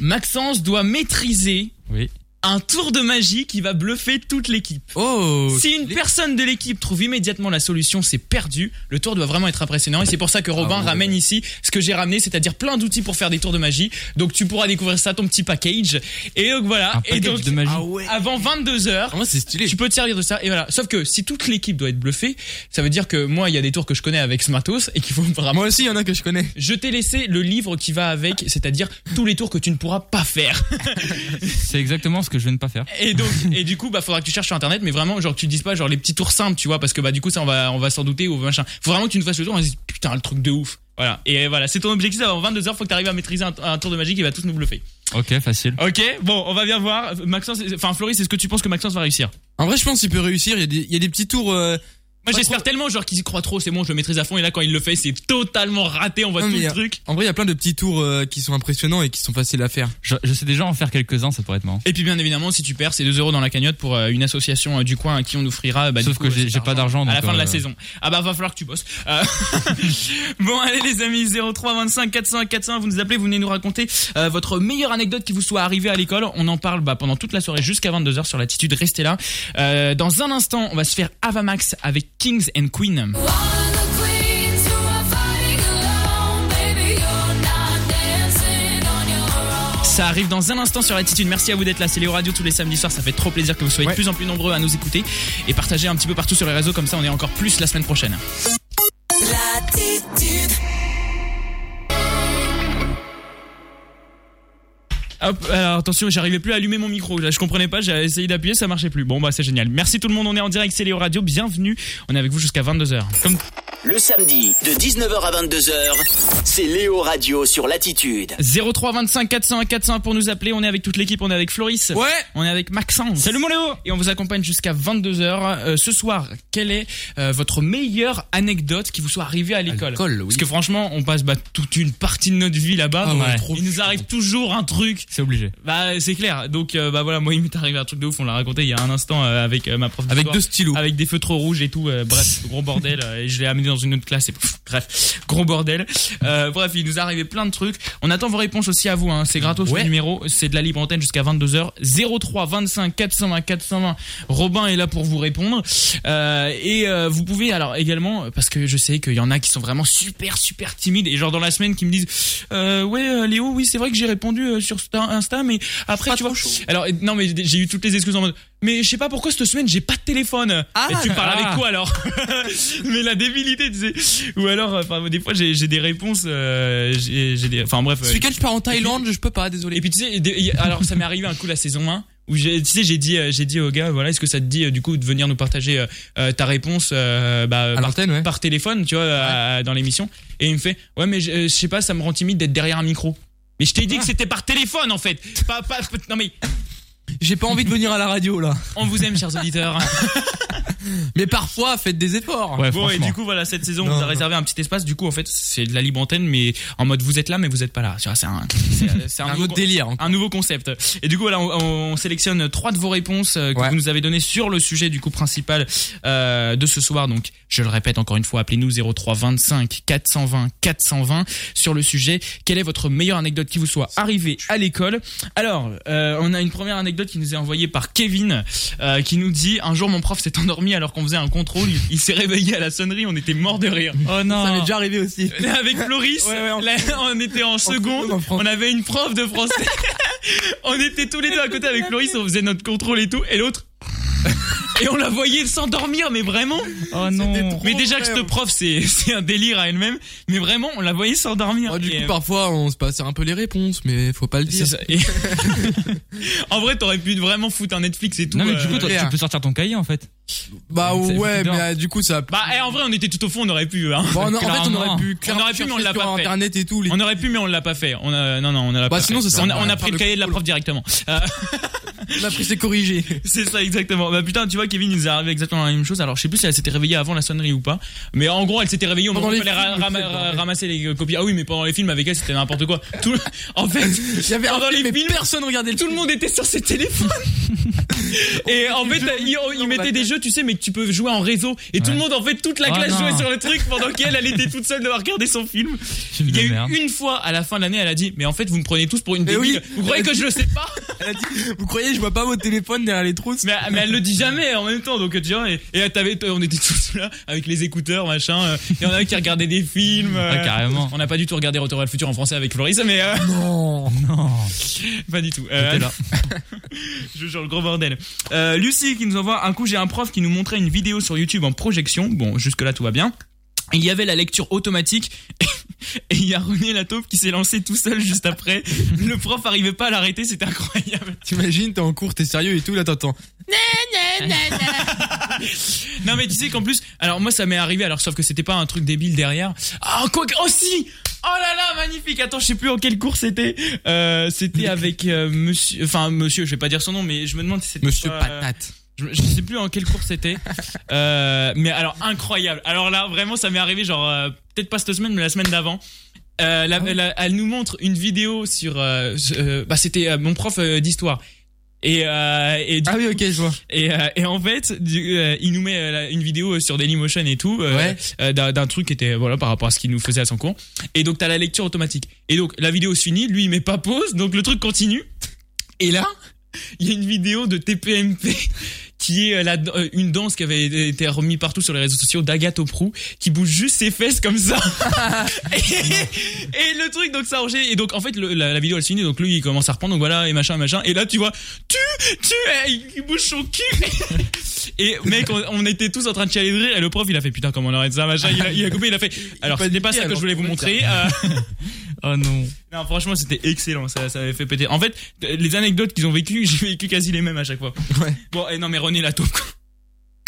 B: Maxence doit maîtriser
C: Oui.
B: un tour de magie qui va bluffer toute l'équipe.
D: Oh
B: Si une personne de l'équipe trouve immédiatement la solution, c'est perdu. Le tour doit vraiment être impressionnant et c'est pour ça que
C: Ah
B: Robin
D: ouais.
B: ramène ici ce que j'ai ramené, c'est-à-dire plein d'outils pour faire des tours de magie. Donc tu pourras découvrir ça ton petit package. Et donc voilà.
C: Un
B: et
C: package
B: donc
C: de magie. Ah
B: avant 22 heures,
D: c'est stylé.
B: Tu peux te servir de ça et voilà. Sauf que si toute l'équipe doit être bluffée, ça veut dire que moi il y a des tours que je connais avec ce matos et qu'il faut vraiment
D: Moi aussi, il y en a que je connais.
B: je t'ai laissé le livre qui va avec, c'est-à-dire tous les tours que tu ne pourras pas faire.
C: C'est exactement ce que je viens de pas faire.
B: Et donc, et du coup, bah, faudra que tu cherches sur internet, mais vraiment, genre, que tu dises pas, genre, les petits tours simples, tu vois, parce que, bah, du coup, ça, on va, on va s'en douter ou machin. Faut vraiment que tu nous fasses le tour, on se dise, putain, le truc de ouf. Voilà. Et voilà, c'est ton objectif, avant 22h, faut que t'arrives à maîtriser un, un tour de magie qui va tous nous bluffer.
C: Ok, facile.
B: Ok, bon, on va bien voir. Maxence, enfin, Floris, est-ce que tu penses que Maxence va réussir?
D: En vrai, je pense qu'il peut réussir. Il y a des, il y a des petits tours. euh,
B: Moi, j'espère tellement, genre, qu'il y croit trop, c'est bon, je le maîtrise à fond, et là, quand il le fait, c'est totalement raté, on voit
D: non,
B: tout
D: mais euh, il y
B: le
D: a-
B: truc.
D: En vrai, il y a plein de petits tours euh, qui sont impressionnants et qui sont faciles à faire.
C: Je, je sais déjà en faire quelques-uns, ça pourrait être marrant.
B: Et puis bien évidemment, si tu perds, c'est 2 euros dans la cagnotte pour euh, une association euh, du coin à qui on offrira. Bah,
C: Sauf
B: du coup,
C: que
B: euh,
C: j'ai-
B: cet
C: j'ai pas d'argent,
B: à la
C: donc,
B: fin de la
C: euh,
B: saison. Ah bah va falloir que tu bosses. Euh, bon allez les amis, 03 25 400 400, vous nous appelez, vous venez nous raconter euh, votre meilleure anecdote qui vous soit arrivée à l'école. On en parle bah, pendant toute la soirée jusqu'à 22 h sur l'attitude. Restez là. Euh, dans un instant, on va se faire Avamax avec Kings and Queen. Ça arrive dans un instant sur l'attitude. Merci à vous d'être là. C'est Léo Radio tous les samedis soirs. Ça fait trop plaisir que vous soyez de plus en plus nombreux à nous écouter et partagez un petit peu partout sur les réseaux. Comme ça, on est encore plus la semaine prochaine. Hop, alors attention, j'arrivais plus à allumer mon micro. Là, je comprenais pas, j'ai essayé d'appuyer, ça marchait plus. Bon, bah c'est génial. Merci tout le monde, on est en direct, c'est Léo Radio. Bienvenue, on est avec vous jusqu'à 22h. Comme
A: Le samedi, de 19h à 22h, c'est Léo Radio sur Latitude.
B: 03 25 400 400 pour nous appeler. On est avec toute l'équipe. On est avec Floris.
D: Ouais.
B: On est avec Maxence. Salut mon Léo. Et on vous accompagne jusqu'à 22h. ce soir, quelle est euh, votre meilleure anecdote qui vous soit arrivée à l'école Parce que franchement, on passe bah, toute une partie de notre vie là-bas.
C: Ah
B: donc
C: ouais.
B: Il nous arrive toujours un truc.
C: C'est obligé.
B: Bah c'est clair. Donc euh, bah voilà, moi il m'est arrivé un truc de ouf. On l'a raconté il y a un instant euh, avec euh, ma prof.
D: Avec
B: d'histoire.
D: deux stylos.
B: Avec des feutres rouges et tout. euh, bref, gros bordel. euh, et je l'ai amené dans une autre classe. Et, pff, bref, gros bordel. Euh, bref, il nous est arrivé plein de trucs. On attend vos réponses aussi à vous. Hein. C'est gratos
D: Ouais.
B: le numéro. C'est de la libre antenne jusqu'à 22 h 03 25 420 420. Robin est là pour vous répondre. Euh, et euh, vous pouvez alors également parce que je sais qu'il y en a qui sont vraiment super super timides et genre dans la semaine qui me disent euh, ouais euh, Léo oui c'est vrai que j'ai répondu euh, sur Sta- Insta mais après tu vois alors euh, non mais j'ai j'ai eu toutes les excuses en mode mais je sais pas pourquoi cette semaine j'ai pas de téléphone
D: Ah.
B: et tu parles
D: Ah.
B: avec quoi alors mais la débilité tu sais ou alors euh, enfin des fois j'ai j'ai des réponses euh, j'ai j'ai des enfin bref euh,
D: Ce week-end, je pars en Thaïlande, je peux pas, désolé.
B: et puis tu sais, des- y- alors ça m'est arrivé un coup la saison 1 où j'ai- tu sais j'ai dit euh, j'ai dit au gars voilà est-ce que ça te dit euh, du coup de venir nous partager euh, euh, ta réponse euh, bah, par, par téléphone tu vois à- à- dans l'émission et il me fait ouais mais je euh, je sais pas ça me rend timide d'être derrière un micro mais je t'ai
D: Ah.
B: dit que c'était par téléphone en fait pas, pas non mais
D: J'ai pas envie de venir à la radio là.
B: on vous aime chers auditeurs
D: Mais parfois, faites des efforts.
B: bon, et du coup, voilà, cette saison,
D: Non,
B: on vous a
D: non.
B: réservé un petit espace. Du coup, en fait, c'est de la libre antenne, mais en mode vous êtes là, mais vous êtes pas là. Tu vois, C'est un, c'est, euh, c'est
D: Un
B: nouveau
D: autre
B: con-
D: délire, hein.
B: Un nouveau concept. Et du coup, voilà, on, on sélectionne trois de vos réponses euh, que vous nous avez données sur le sujet, du coup, principal euh, de ce soir. Donc, je le répète encore une fois, appelez-nous 03 25 420 420 sur le sujet. Quelle est votre meilleure anecdote qui vous soit arrivée à l'école Alors, euh, on a une première anecdote qui nous est envoyée par Kevin, euh, qui nous dit un jour mon prof s'est endormi alors qu'on faisait un contrôle. Il- Il s'est réveillé à la sonnerie, on était mort de rire.
D: Oh non. Ça m'est déjà arrivé aussi.
B: Là, avec Floris, là, on était en seconde, on avait une prof de français. on était tous les deux à côté avec Floris, on faisait notre contrôle et tout, et l'autre. Et on la voyait s'endormir, mais vraiment. Oh non. Mais déjà que cette prof, c'est c'est un délire à elle-même, mais vraiment, on la voyait s'endormir.
D: du
B: Et,
D: coup,
B: euh,
D: parfois, on se passe un peu les réponses, mais faut pas le dire.
B: C'est ça. Et- en vrai, t'aurais pu vraiment foutre un Netflix et tout. euh.
D: Non, mais du coup, toi, tu peux
B: sortir ton cahier en fait.
D: Bah
B: C'est-
D: ouais,
B: c'est
D: mais
B: bien.
D: euh, du coup, ça.
B: Bah, eh, en vrai, on était tout au fond, on aurait pu. hein.
D: Bon, non, en fait, on
B: Clairement.
D: aurait pu
B: On aurait pu, mais on l'a pas fait.
D: Internet et tout.
B: On aurait pu, mais on l'a pas fait. On a- non, non, on a
D: Bah,
B: pas
D: sinon,
B: fait.
D: ça sert
B: on,
D: à
B: a-
D: rien
B: on
D: de
B: a
D: faire
B: pris
D: le
B: le cahier de la prof directement.
D: on a pris ses corrigés.
B: C'est ça, exactement. Bah, putain, tu vois, Kevin, il nous est arrivé exactement la même chose. Alors, je sais plus si elle s'était réveillée avant la sonnerie ou pas. Mais en gros, elle s'était réveillée au moment
D: Pendant
B: où il
D: les
B: fallait ra-
D: films,
B: rama-
D: peut-être,
B: ra- ramasser les euh, copies. Ah oui, mais pendant les films, avec elle, c'était n'importe quoi. Tout, le- en fait, pendant les films, personne regardait Tout le monde était sur ses téléphones. Et en fait, ils il mettaient des jeux, tu sais, mais que tu peux jouer en réseau. Et tout le monde, en fait, toute la
C: Oh
B: classe
C: non.
B: jouait sur le truc pendant qu'elle, elle était toute seule de regarder son film. Il y a eu une fois à la fin de l'année, elle a dit, mais en fait, vous me prenez tous pour une
D: Eh
B: débile.
D: oui.
B: Vous croyez que je le sais pas?
D: Elle a dit, vous croyez, je vois pas votre téléphone derrière les trousses
B: Mais, mais elle le dit jamais en même temps, donc tu vois, et, et t'avais- on était tous là avec les écouteurs, machin. euh, Il y en a qui regardaient des films. euh,
C: Ah, carrément.
B: On n'a pas du tout regardé Retour vers le futur en français avec Floris, mais. euh, Non,
C: non.
B: Pas du tout. Euh,
C: J'étais là.
B: je jure le gros bordel. Euh, Lucie qui nous envoie un coup, j'ai un prof qui nous montrait une vidéo sur YouTube en projection. Bon, jusque-là tout va bien. Il y avait la lecture automatique et il y a René Lataupe qui s'est lancé tout seul juste après. Le prof arrivait pas à l'arrêter, c'était incroyable.
D: T'imagines, t'es en cours, t'es sérieux et tout, là, t'entends.
B: non mais tu sais qu'en plus, alors moi ça m'est arrivé, alors sauf que c'était pas un truc débile derrière. Ah quoi que- oh si Oh là là, magnifique. Attends, je sais plus en quel cours c'était. Euh, c'était avec euh, monsieur, enfin monsieur, je vais pas dire son nom, mais je me demande si c'était
D: Monsieur
B: pas, euh,
D: Patate.
B: je, je sais plus en quel cours c'était. Euh, mais alors incroyable. Alors là, vraiment, ça m'est arrivé genre euh, peut-être pas cette semaine, mais la semaine d'avant. Euh, la- la- elle nous montre une vidéo sur. euh, euh, bah c'était euh, mon prof euh, d'histoire. Et, euh, et ah oui ok je vois et, euh, et en fait du- euh, il nous met euh, la- une vidéo sur Dailymotion et tout euh, euh, d'un d'un truc qui était voilà par rapport à ce qu'il nous faisait à son cours et donc t'as la lecture automatique et donc la vidéo se finit lui il met pas pause donc le truc continue et là, il y a une vidéo de TPMP qui est euh, la- euh, une danse qui avait été remise partout sur les réseaux sociaux d'Agathe Oprou qui bouge juste ses fesses comme ça. et, et le truc, donc ça enregistre. Et donc en fait, le- la, la vidéo elle se finit, donc lui il commence à reprendre, donc voilà, et machin, machin. Et là, tu vois, tu, tu, eh, il bouge son cul. et mec, on, on était tous en train de chialer de rire, et le prof il a fait putain, comment on arrête ça, machin. Il a, il a coupé, il a fait. Alors, c'était pas ça que je voulais vous montrer. euh,
C: Oh non.
B: non, franchement, c'était excellent. Ça, ça avait fait péter. En fait, euh, les anecdotes qu'ils ont vécues, j'ai vécu quasi les mêmes à chaque fois. Bon, et non, mais René Lataupe. quoi.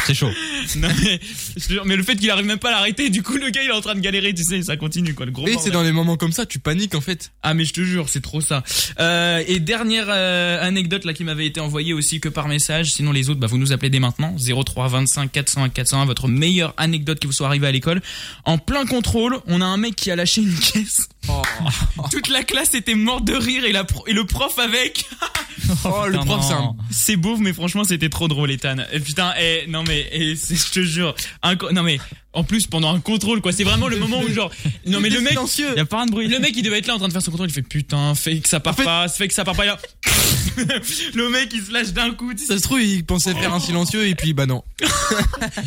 C: C'est chaud.
B: Non, mais, je te jure, mais le fait qu'il arrive même pas à l'arrêter, du coup, le gars, il est en train de galérer, tu sais, ça continue, quoi. Le gros
D: Et c'est
B: bordel.
D: dans les moments comme ça, tu paniques en fait.
B: Ah mais je te jure, c'est trop ça. Euh, et dernière euh, anecdote là qui m'avait été envoyée aussi que par message. Sinon les autres, bah, vous nous appelez dès maintenant 03 25 401 401. Votre meilleure anecdote qui vous soit arrivée à l'école. En plein contrôle, on a un mec qui a lâché une caisse. Toute la classe était morte de rire et, la pro- et le prof avec.
D: Oh, le prof, c'est un-
B: c'est beauf, mais franchement, c'était trop drôle, Ethan. Et putain, eh, non, mais, eh, c'est- je te jure. Un co- non, mais, en plus, pendant un contrôle, quoi, c'est vraiment le moment où, genre, non, mais le mec,
D: Silencieux.
B: y a pas un bruit. Le mec, il devait être là en train de faire son contrôle, il fait putain, fais que ça part pas, fais que ça part pas, là. le mec, il se lâche d'un coup, tu sais.
D: Ça se trouve, il pensait faire un silencieux et puis bah non.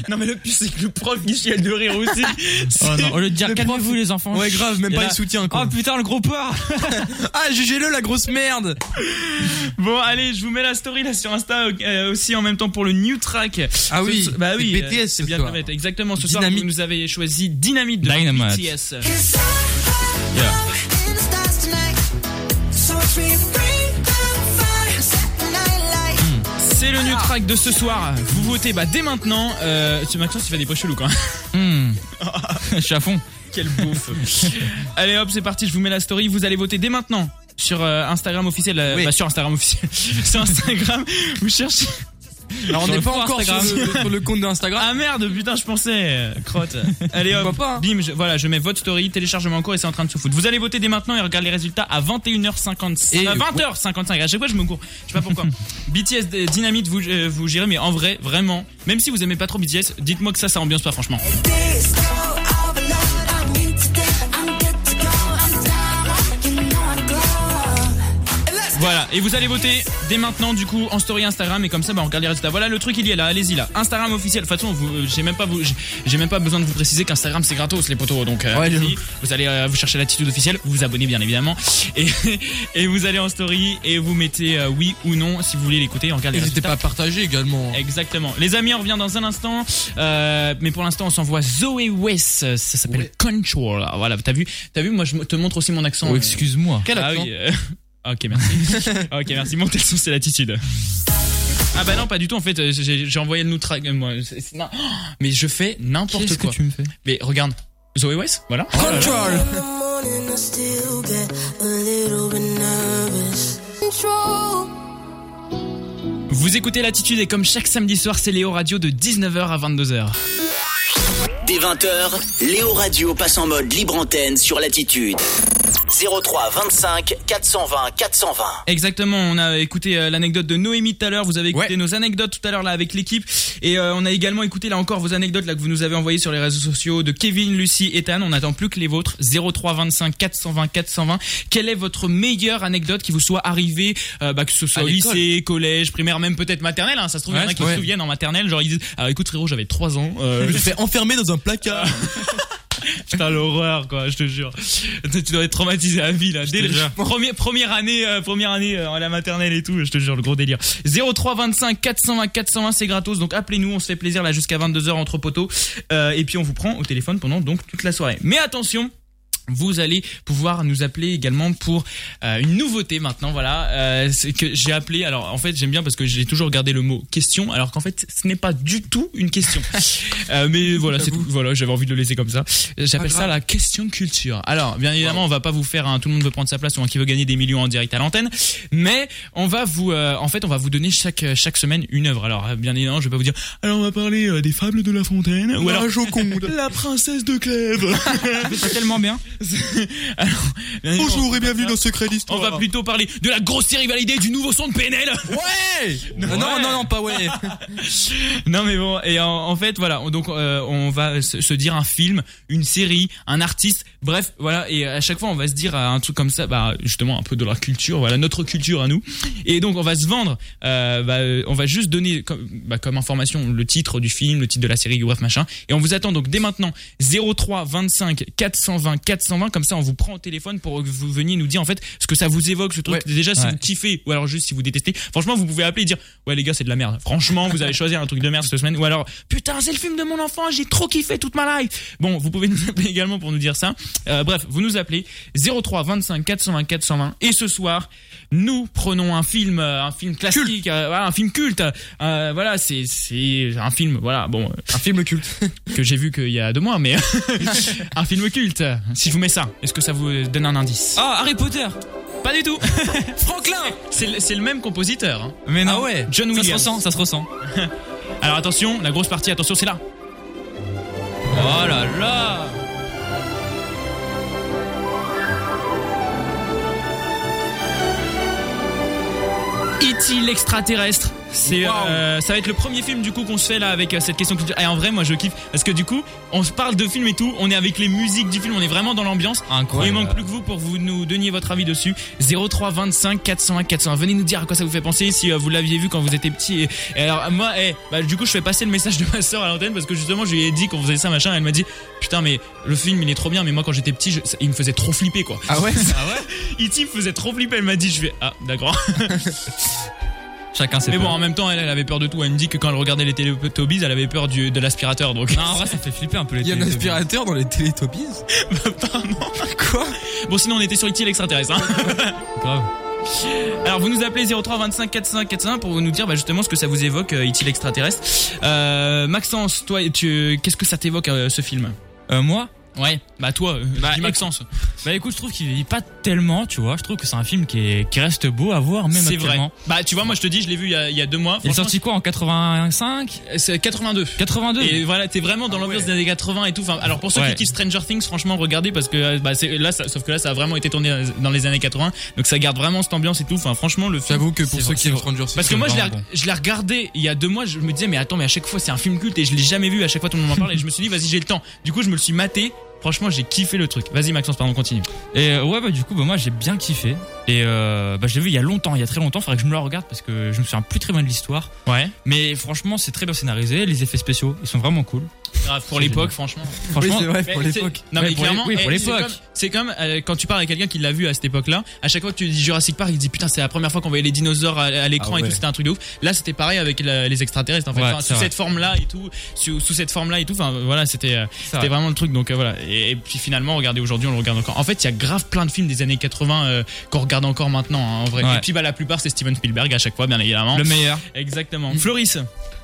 B: Non, mais le plus, c'est que le prof, il chiale de rire aussi.
C: Oh non, au lieu de dire
B: C'est-
C: calmez-vous les enfants.
D: Ouais, grave, même
C: Il y
D: pas
C: a
D: le
C: là-
D: soutien, quoi.
C: Oh putain, le gros porc.
D: Ah, jugez-le, la grosse merde.
B: Bon, allez, je vous mets la story là sur Insta euh, aussi en même temps pour le new track.
D: Ah oui,
B: Ce- bah oui,
D: c'est
B: euh,
D: BTS
B: c'est
D: ce
B: bien
D: soir.
B: bête. Exactement, ce soir
D: Dynamite.
B: vous nous avez choisi Dynamite de
C: Dynamite.
B: BTS.
N: So it's free, free, fire, set the night light.
B: le track de ce soir. Vous votez bah, dès maintenant. Euh, ce Maxence, il fait des poches chelous quand Je suis à fond. Quel bouffe. Allez hop, c'est parti, je vous mets la story. Vous allez voter dès maintenant sur euh, Instagram officiel. euh, bah, sur Instagram officiel. sur Instagram, vous cherchez.
D: Alors, on
B: Sur
D: n'est
B: le
D: pas
B: fond
D: encore sur
B: Instagram.
D: le- sur le compte d'Instagram.
B: Ah merde, putain, je pensais. euh, Crotte. Allez
D: On
B: hop,
D: voit pas, hein.
B: bim, je- voilà, je mets votre story, téléchargement en cours et c'est en train de se foutre. Vous allez voter dès maintenant et regarde les résultats à 21h55.
D: Et-
B: euh, 20h55, à chaque fois je me cours, je sais pas pourquoi. BTS de- Dynamite, vous, euh, vous gérez, mais en vrai, vraiment, même si vous aimez pas trop BTS, dites-moi que ça, ça ambiance pas franchement. Voilà, et vous allez voter dès maintenant du coup en story Instagram et comme ça bah, on regarde les résultats. Voilà le truc il y est là, allez-y là. Instagram officiel, de toute façon vous- euh, j'ai même pas vous- j'ai- j'ai même pas besoin de vous préciser qu'Instagram c'est gratos les potos donc euh,
D: Ouais,
B: allez-y.
D: de
B: vous allez euh, vous chercher l'attitude officielle, vous vous abonnez bien évidemment et, et vous allez en story et vous mettez euh, oui ou non si vous voulez l'écouter, on regarde les
D: N'hésitez
B: résultats.
D: pas à partager également.
B: Exactement. Les amis, on revient dans un instant. Euh, mais pour l'instant, on s'envoie Zoé West. euh, Ça s'appelle Control. Ah, Voilà, t'as vu, t'as vu, moi je me- te montre aussi mon accent.
C: Oh,
B: euh.
C: excuse-moi. Quel
B: Ah
C: accent
B: oui, euh, Ok, merci. ok, merci. Mon texte, c'est l'attitude. Ah bah non, pas du tout. En fait, euh, j'ai j'ai envoyé le nous track. euh, moi, c'est- c'est- non. Mais je fais n'importe
C: Qu'est-ce que
B: quoi.
C: tu me fais
B: Mais regarde, Zoé West, voilà.
N: morning, I still get a little bit nervous. Control.
B: Vous écoutez l'attitude et comme chaque samedi soir, c'est Léo Radio de 19h à 22h.
A: Dès 20h, Léo Radio passe en mode libre antenne sur Latitude. 03 25 420 420.
B: Exactement, on a écouté euh, l'anecdote de Noémie tout à l'heure, vous avez écouté nos anecdotes tout à l'heure là avec l'équipe et euh, on a également écouté là encore vos anecdotes là que vous nous avez envoyées sur les réseaux sociaux de Kevin, Lucie, Ethan, on n'attend plus que les vôtres 03 25 420 420. Quelle est votre meilleure anecdote qui vous soit arrivée euh, bah, que ce soit
C: À
B: au
C: l'école.
B: lycée, collège, primaire, même peut-être maternelle hein, ça se trouve il y en
C: Ouais,
B: a qui
C: ouais.
B: se souviennent en maternelle, genre ils disent ah écoute frérot, j'avais 3 ans, euh,
D: Je me suis fait enfermer dans un placard.
B: Ah, Putain l'horreur quoi, je te jure. Tu tu dois être traumatisé à vie là. Dès
D: te
B: le-
D: jure.
B: premier- première année, euh, première année euh, à la maternelle et tout, je te jure le gros délire. 03 25 420 420 c'est gratos donc appelez-nous, on se fait plaisir là jusqu'à 22h entre poteaux Euh, et puis on vous prend au téléphone pendant donc toute la soirée. Mais attention, vous allez pouvoir nous appeler également pour euh, une nouveauté maintenant voilà euh, c'est que j'ai appelé alors en fait j'aime bien parce que j'ai toujours gardé le mot question alors qu'en fait ce n'est pas du tout une question Euh, mais voilà c'est tout. voilà j'avais envie de le laisser comme ça j'appelle ça la question culture alors bien évidemment on va pas vous faire un tout le monde veut prendre sa place ou un qui veut gagner des millions en direct à l'antenne mais on va vous euh, en fait on va vous donner chaque euh, chaque semaine une œuvre alors euh, bien évidemment je vais pas vous dire alors on va parler euh, des fables de la fontaine ou alors
D: La
B: princesse de Clèves. c'est tellement bien.
D: Bonjour et bienvenue dans Secret d'Histoire.
B: On va plutôt parler de la grosse rivalité et du nouveau son de PNL.
D: Ouais Non, non, non, pas ouais.
B: non mais bon et en, en fait voilà on- donc euh, on va se, se dire un film, une série, un artiste, bref voilà et à chaque fois on va se dire euh, un truc comme ça bah justement un peu de la culture voilà notre culture à nous et donc on va se vendre euh, bah, euh, on va juste donner comme, bah, comme information le titre du film, le titre de la série bref machin et on vous attend donc dès maintenant 03 25 420 420 comme ça on vous prend au téléphone pour que vous veniez nous dire en fait ce que ça vous évoque ce truc déjà si
C: Ouais.
B: vous kiffez ou alors juste si vous détestez franchement vous pouvez appeler et dire ouais les gars c'est de la merde franchement vous avez choisi un truc de merde cette semaine ou alors putain c'est le film de mon enfant j'ai trop kiffé toute ma life bon vous pouvez nous appeler également pour nous dire ça Euh, bref vous nous appelez 03 25 420 420 et ce soir nous prenons un film euh, un film classique euh, voilà, un film culte Euh, voilà c'est c'est un film voilà bon un film culte que j'ai vu qu'il y a deux mois mais un film culte si je vous mets ça est-ce que ça vous donne un indice
C: Ah, Harry Potter
B: pas du tout. Franklin C'est le, c'est le même compositeur. hein.
C: Mais non. ouais.
B: John
C: Ça se
B: Williams.
C: ressent, ça se ressent.
B: Alors attention, la grosse partie, attention, c'est là.
C: Oh là là
B: E.T. l'extraterrestre. C'est euh, ça va être le premier film du coup qu'on se fait là avec euh, cette question culture. Et en vrai, moi je kiffe parce que du coup, on se parle de film et tout, on est avec les musiques du film, on est vraiment dans l'ambiance.
C: Incroyable.
B: Il manque plus que vous pour vous nous donniez votre avis dessus. 03 25 401 401. Venez nous dire à quoi ça vous fait penser si euh, vous l'aviez vu quand vous étiez petit. Et, et alors moi, eh, bah, du coup, je fais passer le message de ma soeur à l'antenne parce que justement, je lui ai dit qu'on faisait ça machin. Et elle m'a dit putain mais le film il est trop bien, mais moi quand j'étais petit, je- ça- il me faisait trop flipper quoi.
D: Ah ouais
B: ouais. E.T. me faisait trop flipper. Elle m'a dit je vais ah d'accord.
C: Chacun ses
B: Mais bon,
C: peurs.
B: en même temps, elle, elle avait peur de tout. Elle me dit que quand elle regardait les Télétobies, elle avait peur du, de l'aspirateur. Donc.
C: Non, en vrai, ça fait flipper un peu les
B: Il y a un
C: Teletubbies.
D: Aspirateur dans les Télétobies
B: E Bon, sinon, on était sur E.T. l'extraterrestre. Hein.
C: Grave.
B: Alors vous nous appelez 03 25 45 41 pour nous dire bah, justement ce que ça vous évoque, euh, est-il extraterrestre Euh, Maxence, toi, tu, qu'est-ce que ça t'évoque euh, ce film
C: Moi
B: Ouais, bah toi, euh,
C: Bah,
B: dis Maxence.
C: Bah écoute, je trouve qu'il vieillit pas tellement, tu vois. Je trouve que c'est un film qui, est- qui reste beau à voir, même
B: C'est vrai.
C: actuellement.
B: Bah tu vois, moi je te dis, je l'ai vu il y a, il y a deux mois.
C: Il est
B: Franchement,
C: sorti quoi en 85
B: C'est 82.
C: 82.
B: Et voilà, t'es vraiment dans l'ambiance des années 80 et tout. Enfin, alors pour ceux
C: Ouais.
B: qui kiffent Stranger Things, franchement, regardez parce que euh, bah, c'est là, ça- sauf que là, ça a vraiment été tourné euh, dans les années 80, donc ça garde vraiment cette ambiance et tout. Enfin, franchement, le film.
D: J'avoue que pour
B: C'est
D: ceux
B: vrai,
D: qui
B: c'est
D: aiment
B: vrai.
D: Stranger Things,
B: parce que
D: c'est
B: moi, je l'ai,
D: vraiment bon.
B: je l'ai regardé il y a deux mois, je me disais mais attends, mais à chaque fois c'est un film culte et je l'ai jamais vu. À chaque fois, tout le monde m'en parle et je me suis dit vas-y, j'ai le temps. Du coup, je me le suis maté. Franchement, j'ai kiffé le truc. Vas-y, Maxence, pardon, continue.
C: Et euh, ouais, bah du coup, bah, moi j'ai bien kiffé. Et euh, bah, je l'ai vu il y a longtemps, il y a très longtemps. Faudrait que je me la regarde parce que je me souviens plus très bien de l'histoire.
B: Ouais.
C: Mais franchement, c'est très bien scénarisé. Les effets spéciaux, ils sont vraiment cool.
B: Grave, pour
C: C'est
B: l'époque,
C: génial.
B: franchement.
C: Franchement, Oui, c'est vrai,
B: Mais
C: pour
B: c'est-
C: l'époque.
B: Non,
C: Ouais,
B: mais
C: pour
B: clairement,
C: les- oui, pour
B: eh, c'est
C: l'époque.
B: comme- C'est comme euh, quand tu parles à quelqu'un qui l'a vu à cette époque-là, à chaque fois que tu dis Jurassic Park, il dit putain, c'est la première fois qu'on voyait les dinosaures à, à l'écran
C: Ah
B: et
C: ouais.
B: tout, c'était un truc de ouf. Là, c'était pareil avec la- les extraterrestres, en fait.
C: Ouais,
B: Enfin,
C: c'est
B: sous
C: vrai.
B: cette forme-là et tout, sous, sous cette forme-là et tout, enfin voilà, c'était euh, c'était
C: vrai.
B: vraiment le truc. Donc euh, voilà. Et, et puis finalement, regardez aujourd'hui, on le regarde encore. En fait, il y a grave plein de films des années 80 euh, qu'on regarde encore maintenant, hein, en vrai.
D: Ouais.
B: Et puis bah, la plupart, c'est Steven Spielberg à chaque fois, bien évidemment.
D: Le meilleur.
B: Exactement. Floris.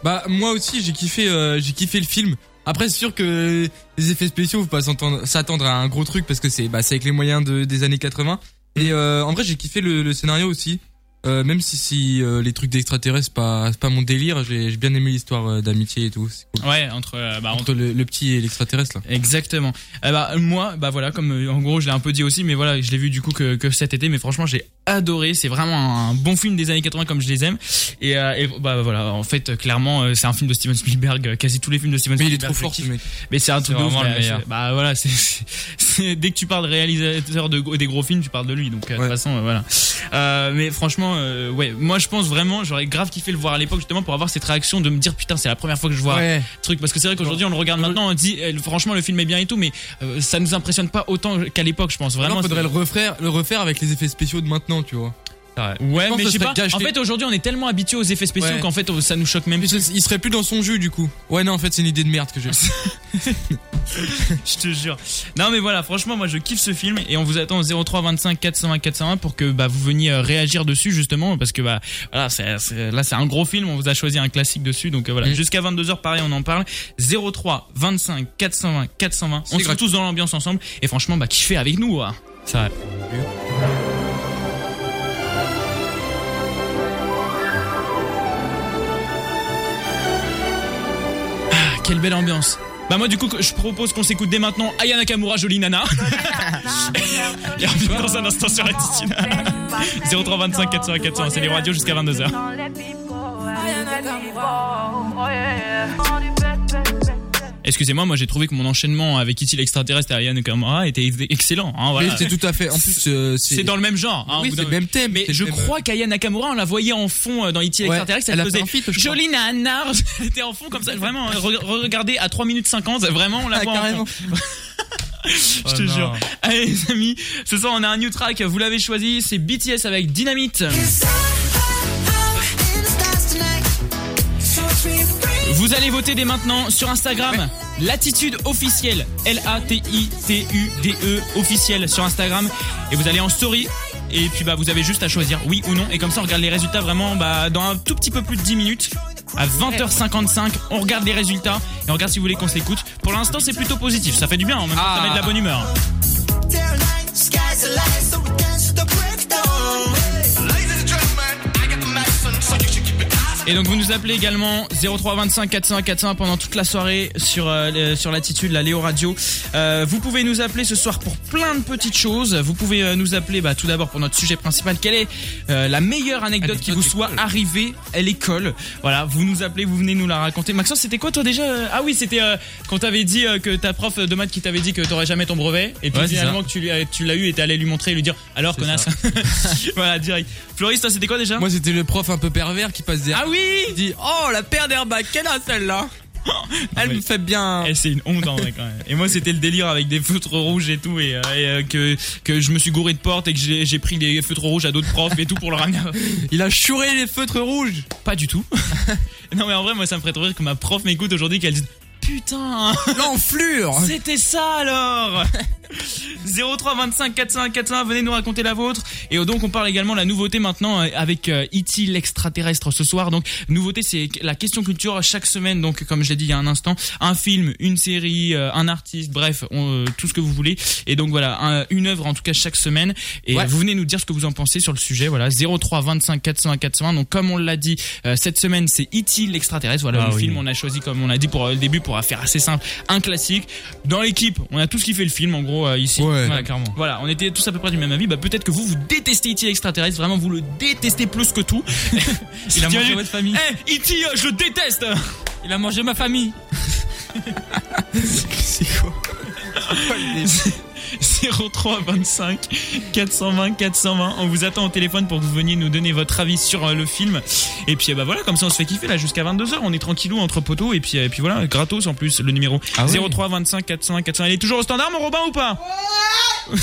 D: Bah moi aussi j'ai kiffé euh, j'ai kiffé le film. Après c'est sûr que les effets spéciaux faut pas s'entendre- s'attendre à un gros truc parce que c'est bah c'est avec les moyens de- des années 80 et euh, en vrai j'ai kiffé le, le scénario aussi. Euh, même si si euh, les trucs d'extraterrestres c'est pas c'est pas mon délire, j'ai j'ai bien aimé l'histoire euh, d'amitié et tout. c'est cool.
B: Ouais, entre, euh, bah,
D: Entre le, le petit et l'extraterrestre là.
B: Exactement. Eh ben, moi, bah voilà, comme euh, en gros je l'ai un peu dit aussi, mais voilà, je l'ai vu du coup que, que cet été, mais franchement j'ai adoré. C'est vraiment un, un bon film des années 80 comme je les aime. Et, euh, et, bah voilà, en fait euh, clairement euh, c'est un film de Steven Spielberg, euh, quasi tous les films de Steven
D: Mais il est
B: Spielberg.
D: trop fort
B: je
D: ce
B: kiffe.
D: mec.
B: Mais c'est un
C: C'est
B: truc de ouf,
C: vraiment le
B: euh,
C: meilleur.
B: c'est- Bah voilà, c'est- c'est- c'est- dès que tu parles de réalisateur de, gros- des gros films, tu parles de lui. Donc euh, de toute façon, euh, voilà. Euh, mais franchement, euh, ouais, moi je pense vraiment, j'aurais grave kiffé le voir à l'époque justement pour avoir cette réaction de me dire putain, c'est la première fois que je vois
D: Ouais.
B: un truc. Parce que c'est vrai qu'aujourd'hui on le regarde maintenant, on dit euh, franchement le film est bien et tout, mais euh, ça nous impressionne pas autant qu'à l'époque, je pense vraiment.
D: Vraiment, Ah faudrait
B: c'est-
D: le refaire le refaire avec les effets spéciaux de maintenant, tu vois.
B: Ouais,
D: Je pense
B: mais
D: que
B: je
D: ça
B: sais pas.
D: serait gâché.
B: En fait, aujourd'hui, on est tellement habitué aux effets spéciaux
D: Ouais.
B: qu'en fait, on- ça nous choque même.
D: Puis
B: plus.
D: il serait plus dans son jeu du coup. Ouais non en fait c'est une idée de merde que j'ai.
B: je te jure. Non mais voilà, franchement moi je kiffe ce film et on vous attend au 03 25 420 401 pour que bah, vous veniez euh, réagir dessus justement parce que bah voilà, c'est- c'est- là c'est un gros film, on vous a choisi un classique dessus donc euh, voilà,
C: Mm.
B: jusqu'à 22h pareil on en parle. 03 25 420 420.
C: C'est
B: On sera
C: gratuit.
B: tous dans l'ambiance ensemble et franchement bah kiffez avec nous. quoi.
C: Ça.
B: Ah, quelle belle ambiance. Bah moi du coup je propose qu'on s'écoute dès maintenant Aya Nakamura Jolie Nana. et on revient dans un instant sur l'attitude. 0325 400 400, c'est les radios jusqu'à 22h.
O: oh,
B: Excusez-moi, moi j'ai trouvé que mon enchaînement avec Itil Extraterrestre et Aya Nakamura était ex- excellent. hein, voilà.
D: Mais c'est tout à fait en plus euh, c'est
B: C'est dans le même genre. Hein, au bout
D: Oui, c'est
B: d'un-
D: le même thème,
B: Mais
D: c'est
B: je
D: le même-
B: crois qu'Aya Nakamura, on la voyait en fond euh, dans E.T.
D: Ouais,
B: l'extraterrestre. Elle,
D: elle a fait
B: faisait
D: un feat, je crois.
B: Jolie nanar. Elle était en fond comme ça. Vraiment, hein, re- re- regardez à 3 minutes 50. Vraiment, on la
D: Ah,
B: voit en fond. Je
C: Oh
B: te
C: non.
B: jure. Allez, les amis, ce soir on a un new track. Vous l'avez choisi. C'est BTS avec Dynamite. Vous allez voter dès maintenant sur Instagram. Latitude officielle. L-A-T-I-T-U-D-E E officielle sur Instagram. Et vous allez en story. Et puis bah vous avez juste à choisir oui ou non. Et comme ça on regarde les résultats vraiment bah, dans un tout petit peu plus de 10 minutes. À 20h55, on regarde les résultats et on regarde si vous voulez qu'on s'écoute. Pour l'instant, c'est plutôt positif. Ça fait du bien, en même temps, ça met de la bonne humeur. Et donc vous nous appelez également 0325 400 401 pendant toute la soirée sur euh, le- sur l'attitude la Léo Radio. Euh, vous pouvez nous appeler ce soir pour plein de petites choses. Vous pouvez euh, nous appeler bah, tout d'abord pour notre sujet principal. Quelle est euh, la meilleure anecdote qui vous soit arrivée à l'école Voilà, vous nous appelez, vous venez nous la raconter. Maxence, c'était quoi toi déjà euh Ah oui, c'était euh, quand t'avais dit euh, que ta prof de maths qui t'avait dit que t'aurais jamais ton brevet et puis
C: Ouais, c'est
B: finalement que tu lui as- tu l'as eu et t'es allé lui montrer et lui dire alors connasse. voilà direct. Floris, toi c'était quoi déjà
D: Moi c'était le prof un peu pervers qui passe derrière.
B: Ah oui Ah
D: Il dit oh la paire d'airbags quelle a celle-là Elle me fait bien.
B: Eh, c'est une honte en vrai quand même. Et moi c'était le délire avec des feutres rouges et tout et, euh, et, euh, que que je me suis gouré de porte et que j'ai j'ai pris des feutres rouges à d'autres profs et tout pour leur ramener.
D: Il a chouré les feutres rouges.
B: Pas du tout. non mais en vrai moi ça me ferait trop rire que
D: Oh.
B: ma prof m'écoute aujourd'hui qu'elle dise putain
D: l'enflure
B: C'était ça alors 03 25 401 401, venez nous raconter la vôtre. Et donc on parle également de la nouveauté maintenant euh, avec euh, E.T. l'extraterrestre ce soir. Donc nouveauté c'est la question culture chaque semaine. Donc comme je l'ai dit il y a un instant, un film, une série, euh, un artiste, bref, on, euh, tout ce que vous voulez. Et donc voilà, un- une œuvre en tout cas chaque semaine. Et euh,
C: Ouais.
B: vous venez nous dire ce que vous en pensez sur le sujet. Voilà 03 25 401 401. Donc comme on l'a dit euh, cette semaine c'est E.T. l'extraterrestre. Voilà
C: Ah
B: le
C: oui.
B: film on a choisi comme on a dit pour euh, le début pour faire assez simple un classique. Dans l'équipe on a tous kiffé le film en gros euh, ici.
D: Ouais.
B: Voilà, voilà, on était tous à peu près du même avis. Bah, peut-être que vous, vous détestez E.T. l'extraterrestre. Vraiment, vous le détestez plus que tout.
C: Il a mangé
B: T'imagines-
C: votre famille.
B: Eh, E.T., euh, je le déteste
C: Il a mangé ma famille.
B: C'est quoi 03 25 420 420 on vous attend au téléphone pour que vous veniez nous donner votre avis sur euh, le film et puis eh bah voilà comme ça on se fait kiffer là jusqu'à 22h on est tranquillou entre poteaux et puis euh, et puis voilà gratos en plus le numéro
C: Ah oui.
B: 03 25 420 420 il est toujours au standard mon Robin ou pas
C: Je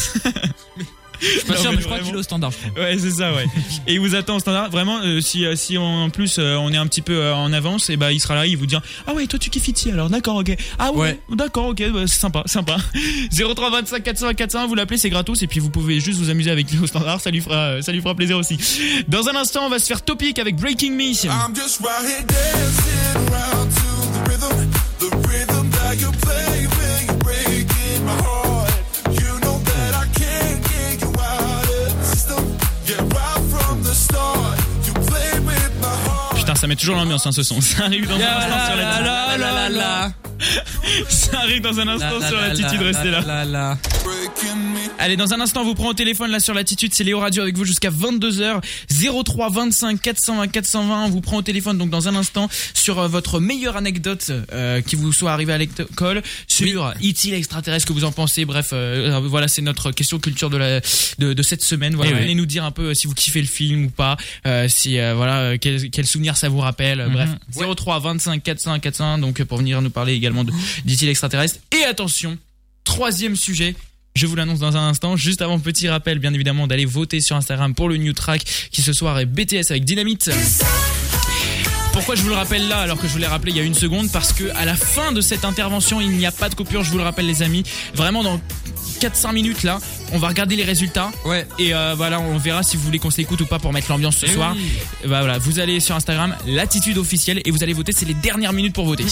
C: suis pas
B: Non,
C: sûr,
B: mais
C: mais je crois qu'il est au standard, je crois.
B: Ouais, c'est ça, ouais. et il vous attend au standard. Vraiment, euh, si, euh, si on- en plus euh, on est un petit peu euh, en avance, et bah il sera là, il vous dira Ah ouais, toi tu kiffes E.T. alors, d'accord, ok. Ah ouais, d'accord, ok, bah, c'est sympa, sympa. 03 25 400 401, vous l'appelez, c'est gratos, et puis vous pouvez juste vous amuser avec lui au standard, ça lui fera, euh, ça lui fera plaisir aussi. Dans un instant, on va se faire topic avec Breaking Me.
P: I'm just right here dancing around to the rhythm, the rhythm that you play when you're breaking my heart. You know that I can't get you out of the system. Yeah, right from the start, you play with my heart.
B: Putain, ça met toujours l'ambiance, hein, ce son. Ça arrive dans un
P: Ya
B: instant
P: la
B: sur
P: la la la la la.
B: Ça arrive dans un instant
P: la
B: sur
P: la
B: l'attitude,
P: la
B: restez
P: la
B: là. Allez, dans un instant, on vous prend au téléphone là sur l'attitude, c'est Léo Radio avec vous jusqu'à 22h 03 25 420 420, on vous prend au téléphone donc dans un instant sur euh, votre meilleure anecdote euh, qui vous soit arrivée à l'école sur E E.T. l'extraterrestre que vous en pensez. Bref, euh, euh, voilà, c'est notre question culture de la de, de cette semaine. Voilà,
C: Eh oui.
B: venez nous dire un peu euh, si vous kiffez le film ou pas, euh, si euh, voilà euh, quel, quel souvenir ça vous rappelle. euh,
C: Mhm.
B: Bref, 03 25 420 420 donc euh, pour venir nous parler également de d'E.T. l'extraterrestre et attention Troisième sujet. Je vous l'annonce dans un instant. Juste avant, petit rappel, bien évidemment, d'aller voter sur Instagram pour le new track qui ce soir est BTS avec Dynamite. Pourquoi je vous le rappelle là alors que je vous l'ai rappelé il y a une seconde Parce que à la fin de cette intervention, il n'y a pas de coupure, je vous le rappelle les amis. Vraiment dans 4-5 minutes là, on va regarder les résultats. Ouais. Et euh, voilà, on verra si vous voulez qu'on s'écoute ou pas pour mettre l'ambiance ce
C: Eh
B: soir.
C: oui.
B: Et bah voilà, vous allez sur Instagram, l'attitude officielle, et vous allez voter, c'est les dernières minutes pour voter.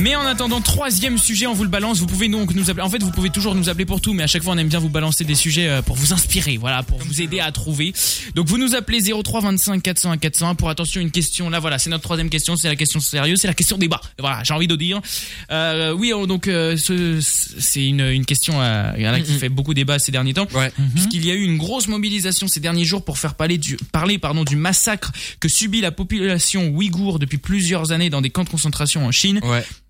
B: Mais en attendant, troisième sujet, on vous le balance. Vous pouvez donc nous appeler. En fait, vous pouvez toujours nous appeler pour tout, mais à chaque fois, on aime bien vous balancer des sujets euh, pour vous inspirer, voilà, pour vous aider à trouver. Donc, vous nous appelez 03 25 401 401 pour attention une question. Là, voilà, c'est notre troisième question. C'est la question sérieuse, c'est la question débat. Voilà, j'ai envie de dire. Euh, oui, on- donc euh, ce- c'est une, une question euh, il y en a qui fait beaucoup débat ces derniers temps, Mm-hmm. puisqu'il y a eu une grosse mobilisation ces derniers jours pour faire parler du parler pardon du massacre que subit la population ouïghour depuis plusieurs années dans des camps de concentration en Chine.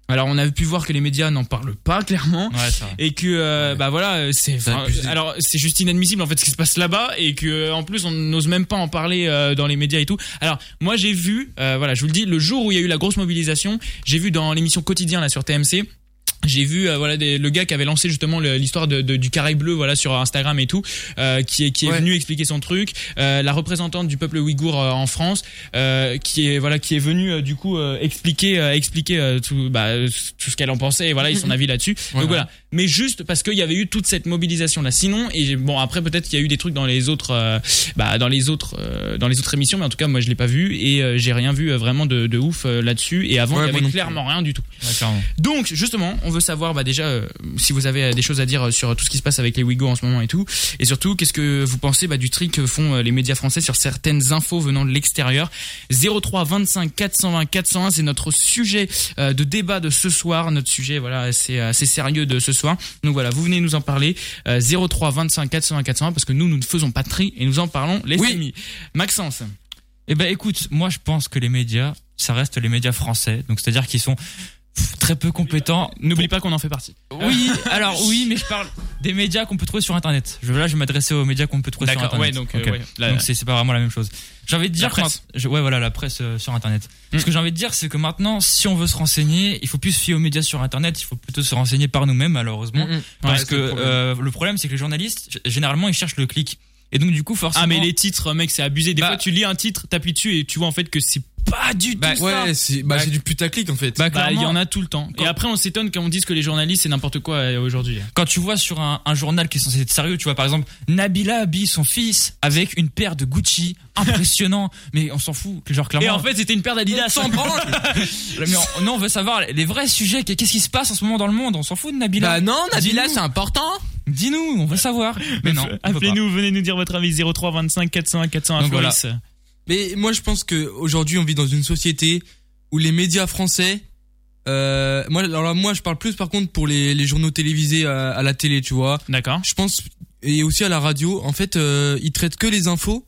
B: Alors on a pu voir que les médias n'en parlent pas clairement et que euh, bah voilà euh, c'est
C: Ça a
B: enfin,
C: pu se-
B: alors c'est juste inadmissible en fait ce qui se passe là-bas et que euh, en plus on n'ose même pas en parler euh, dans les médias et tout. Alors moi j'ai vu euh, voilà je vous le dis le jour où il y a eu la grosse mobilisation j'ai vu dans l'émission quotidien là sur TMC j'ai vu euh, voilà des- le gars qui avait lancé justement le- l'histoire de, de- du carré bleu voilà sur Instagram et tout euh, qui est qui est venu expliquer son truc euh, la représentante du peuple ouïghour euh, en France euh, qui est voilà qui est venue euh, du coup euh, expliquer euh, expliquer euh, tout bah, euh, tout ce qu'elle en pensait et voilà ils son avis là-dessus donc
C: Ouais.
B: voilà mais juste parce qu'il y avait eu toute cette mobilisation là sinon et bon après peut-être qu'il y a eu des trucs dans les autres euh, bah, dans les autres euh, dans les autres émissions mais en tout cas moi je l'ai pas vu et euh, j'ai rien vu euh, vraiment de, de ouf euh, là-dessus et avant
C: Ouais,
B: il y
C: moi
B: avait
C: non plus.
B: clairement rien du tout donc justement, on veut savoir bah, déjà euh, si vous avez euh, des choses à dire euh, sur tout ce qui se passe avec les Ouïghours en ce moment et tout, et surtout qu'est-ce que vous pensez bah, du tri que font euh, les médias français sur certaines infos venant de l'extérieur. 03 25 420 401, c'est notre sujet euh, de débat de ce soir, notre sujet voilà assez, assez sérieux de ce soir. Donc voilà, vous venez nous en parler euh, 03 25 420 401 parce que nous nous ne faisons pas de tri et nous en parlons les amis. Maxence.
C: Eh ben écoute, moi je pense que les médias, ça reste les médias français, donc c'est-à-dire qu'ils sont pff, très peu compétents.
B: N'oublie pas qu'on en fait partie.
C: Oui, alors oui, mais je parle des médias qu'on peut trouver sur internet. Je là, je vais m'adresser aux médias qu'on peut trouver sur
B: D'accord,
C: internet.
B: ouais, donc, euh,
C: Ok.
B: ouais, la-
C: Donc, c'est c'est pas vraiment la même chose. J'ai envie de dire
B: La presse. Hmm.
C: quand- je- ouais voilà, la presse euh, sur internet. Ce que j'ai envie de dire c'est que maintenant si on veut se renseigner, il faut plus se fier aux médias sur internet, il faut plutôt se renseigner par nous-mêmes malheureusement
D: Hmm.
B: Mhm. Ouais,
C: parce
B: c'est
C: que
B: le problème.
C: euh, le problème c'est que les journalistes g- généralement ils cherchent le clic. Et donc du coup forcément
B: Bah. Ah mais les titres mec c'est abusé. Des fois tu lis un titre, t'appuies dessus et tu vois en fait que c'est pas du tout ça.
D: ouais, c'est bah, c'est du putaclic en fait.
B: Bah, il y en a tout le temps. Et après, on s'étonne quand on dise que les journalistes, c'est n'importe quoi euh, aujourd'hui.
C: Quand tu vois sur un, un journal qui est censé être sérieux, tu vois par exemple Nabila habille son fils avec une paire de Gucci, Ah, impressionnant, mais on s'en fout, que genre clairement.
B: Et en fait, c'était une paire d'Adidas.
C: on s'en branle. mais on, non, on veut savoir les vrais sujets, qu'est- qu'est-ce qui se passe en ce moment dans le monde, on s'en fout de Nabila.
B: Bah non, Nabila, c'est
C: important. Dis-nous, on veut savoir. Mais non, on veut pas.
B: Appelez-nous, venez nous dire votre avis 03 25 401 401
D: Donc
B: Floris.
D: voilà. Mais moi, je pense que aujourd'hui, on vit dans une société où les médias français. euh, moi, alors là, moi, je parle plus par contre pour les, les journaux télévisés à, à la télé, tu vois.
B: D'accord.
D: Je pense et aussi à la radio. En fait, euh, ils traitent que les infos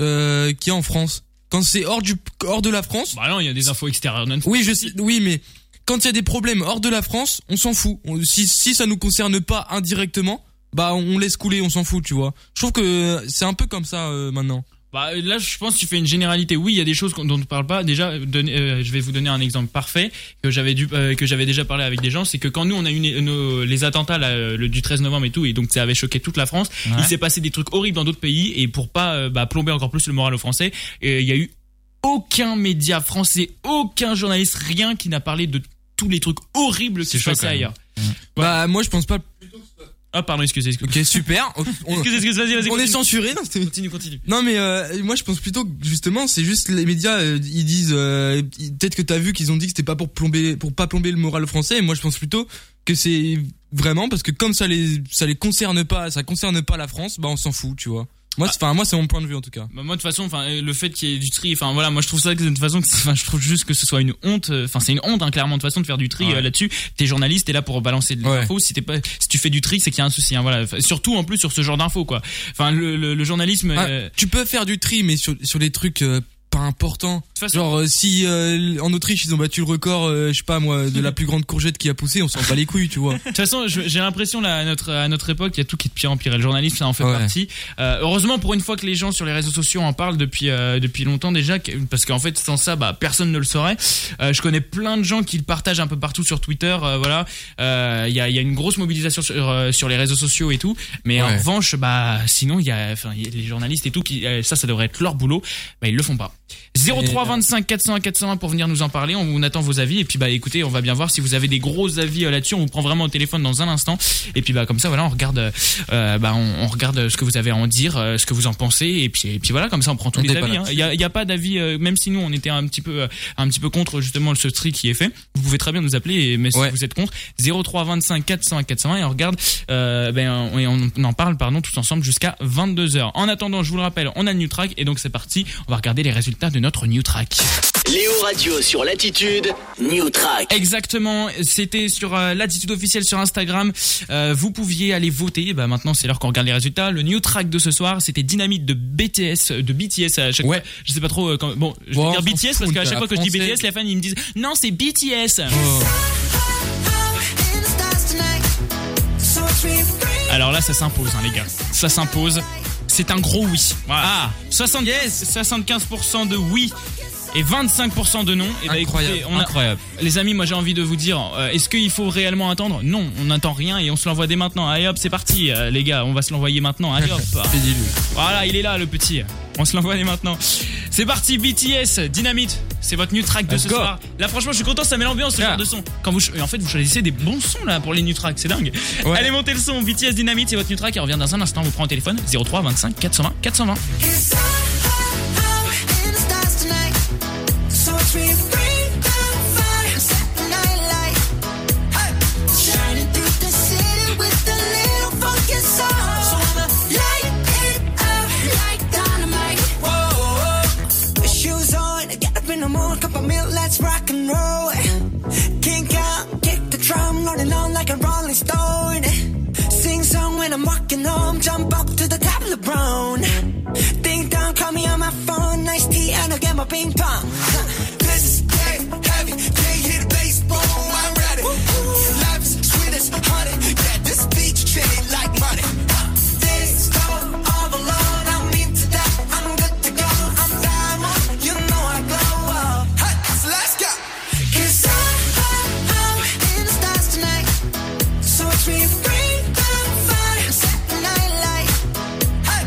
D: euh, qu'il y a en France. Quand c'est hors du hors de la France.
B: Bah non, il y a des infos extérieures. Non
D: oui, je sais. Oui, mais quand il y a des problèmes hors de la France, on s'en fout. On- si si ça nous concerne pas indirectement, bah on laisse couler, on s'en fout, tu vois. Je trouve que c'est un peu comme ça euh, maintenant.
B: Bah, là, je pense que tu fais une généralité. Oui, il y a des choses qu'on- dont on ne parle pas. Déjà, euh, donne- euh, je vais vous donner un exemple parfait que j'avais dû, euh, que j'avais déjà parlé avec des gens. C'est que quand nous, on a eu les- nos- les attentats là, euh, le, du 13 novembre et tout, et donc ça avait choqué toute la France,
C: Ouais.
B: il s'est passé des trucs horribles dans d'autres pays. Et pour pas euh, bah, plomber encore plus le moral aux Français, euh, il y a eu aucun média français, aucun journaliste, rien qui n'a parlé de tous les trucs horribles qui se
D: chaud,
B: passaient
D: quand même.
B: ailleurs.
D: Bah moi, je pense pas.
B: Ah pardon, excusez, excusez.
D: Ok, super. On-
B: Excusez, excusez, vas-y, vas-y.
D: On est
B: continue.
D: censuré dans cette
B: Continue, continue.
D: Non mais euh, moi je pense plutôt que justement c'est juste les médias euh, ils disent euh, ils- peut-être que t'as vu qu'ils ont dit que c'était pas pour plomber pour pas plomber le moral français et moi je pense plutôt que c'est vraiment parce que comme ça les ça les concerne pas ça concerne pas la France bah on s'en fout tu vois moi c'est- enfin moi c'est mon point de vue en tout cas
B: Bah, moi de toute façon, enfin euh, le fait qu'il y ait du tri, enfin voilà, moi je trouve ça que de toute façon, que c'est- enfin je trouve juste que ce soit une honte. euh, Enfin c'est une honte hein, clairement de toute façon de faire du tri
C: Ouais.
B: euh, là-dessus. T'es journaliste, t'es là pour balancer de l'info. Si t'es pas, si tu fais du tri, c'est qu'il y a un souci. Hein, voilà. Enfin, surtout en plus sur ce genre d'info quoi. Enfin le, le, le journalisme.
D: Ah,
B: euh,
D: tu peux faire du tri mais sur sur les trucs euh, pas importants genre euh, si euh, en Autriche ils ont battu le record euh, je sais pas moi de la plus grande courgette qui a poussé on s'en bat les couilles tu vois
B: De toute façon, je- j'ai l'impression là à notre à notre époque, il y a tout qui est de pire en pire. Et le journalisme, ça en fait partie. Euh, heureusement pour une fois que les gens sur les réseaux sociaux en parlent depuis euh, depuis longtemps déjà, que- parce qu'en fait sans ça, bah personne ne le saurait. Euh, je connais plein de gens qui le partagent un peu partout sur Twitter. euh, voilà, Euh, il y a il y a une grosse mobilisation sur euh, sur les réseaux sociaux et tout. Mais en
D: Ouais.
B: revanche, bah sinon il y a enfin il y a les journalistes et tout qui euh, ça ça devrait être leur boulot, bah ils le font pas. 03 25 401 401 pour venir nous en parler. On, on attend vos avis. Et puis, bah, écoutez, on va bien voir si vous avez des gros avis euh, là-dessus. On vous prend vraiment au téléphone dans un instant. Et puis, bah, comme ça, voilà, on regarde, euh, euh, bah, on, on regarde ce que vous avez à en dire, euh, ce que vous en pensez. Et puis, et puis voilà, comme ça, on prend tous
D: On
B: les
D: déballe
B: avis. hein.
D: là-dessus.
B: Il y a, il y a pas d'avis, euh, même si nous, on était un petit peu, euh, un petit peu contre, justement, ce tri qui est fait. Vous pouvez très bien nous appeler, et- mais si vous êtes contre, 03 25 401 401 et on regarde, euh, ben, on, et on- on en parle, pardon, tous ensemble jusqu'à 22h. En attendant, je vous le rappelle, on a le new track et donc c'est parti. On va regarder les résultats de notre new track.
A: Léo Radio sur l'attitude, New Track.
B: Exactement, c'était sur euh, l'attitude officielle sur Instagram. Euh, vous pouviez aller voter. Bah maintenant c'est l'heure qu'on regarde les résultats. Le new track de ce soir, c'était Dynamite de BTS, euh, de BTS à chaque fois. Je sais pas trop. euh, quand- Bon, je
D: Ouais,
B: vais
D: on
B: dire
D: s'en
B: BTS parce
D: fout,
B: qu'à chaque
D: la
B: fois que je dis
D: française. Oh.
B: BTS, les fans ils me disent non c'est BTS. Alors là ça s'impose hein, les gars, ça s'impose. C'est un gros oui. Ah, 70, 75% de oui. Et 25% de non. Et bah,
D: Incroyable,
B: écoutez, on a-
D: incroyable.
B: les amis, moi j'ai envie de vous dire, euh, est-ce qu'il faut réellement attendre Non, on n'attend rien et on se l'envoie dès maintenant. Allez hop, c'est parti, euh, les gars, on va se l'envoyer maintenant. Allez hop. voilà, il est là le petit. On se l'envoie dès maintenant. C'est parti, BTS, Dynamite. C'est votre new track de
D: Let's
B: ce
D: go.
B: soir. Là, franchement, je suis content, ça met l'ambiance ce genre de son. Quand vous, ch- et en fait, vous choisissez des bons sons là pour les new tracks, c'est dingue. Allez, montez le son, BTS, Dynamite, c'est votre new track. Et on revient dans un instant, vous prend au téléphone 03 25 420 420.
H: Shoes on, get up in the morning, cup of milk, let's rock and roll. Kink out, kick the drum, rolling on like a rolling stone. Sing song when I'm walking home, jump up to the top of the brown. Ding dong, call me on my phone, nice tea, and I'll get my ping pong. This is dead heavy, can't hit a baseball, I'm ready. Life is sweet as honey, yeah, this beach treated like money. This go all alone, I'm into that, I'm good to go, I'm diamond, you know I glow up. Hey, so let's go. 'Cause I, I, I'm in the stars tonight, so watch me bring the fire, set the night light. Hey,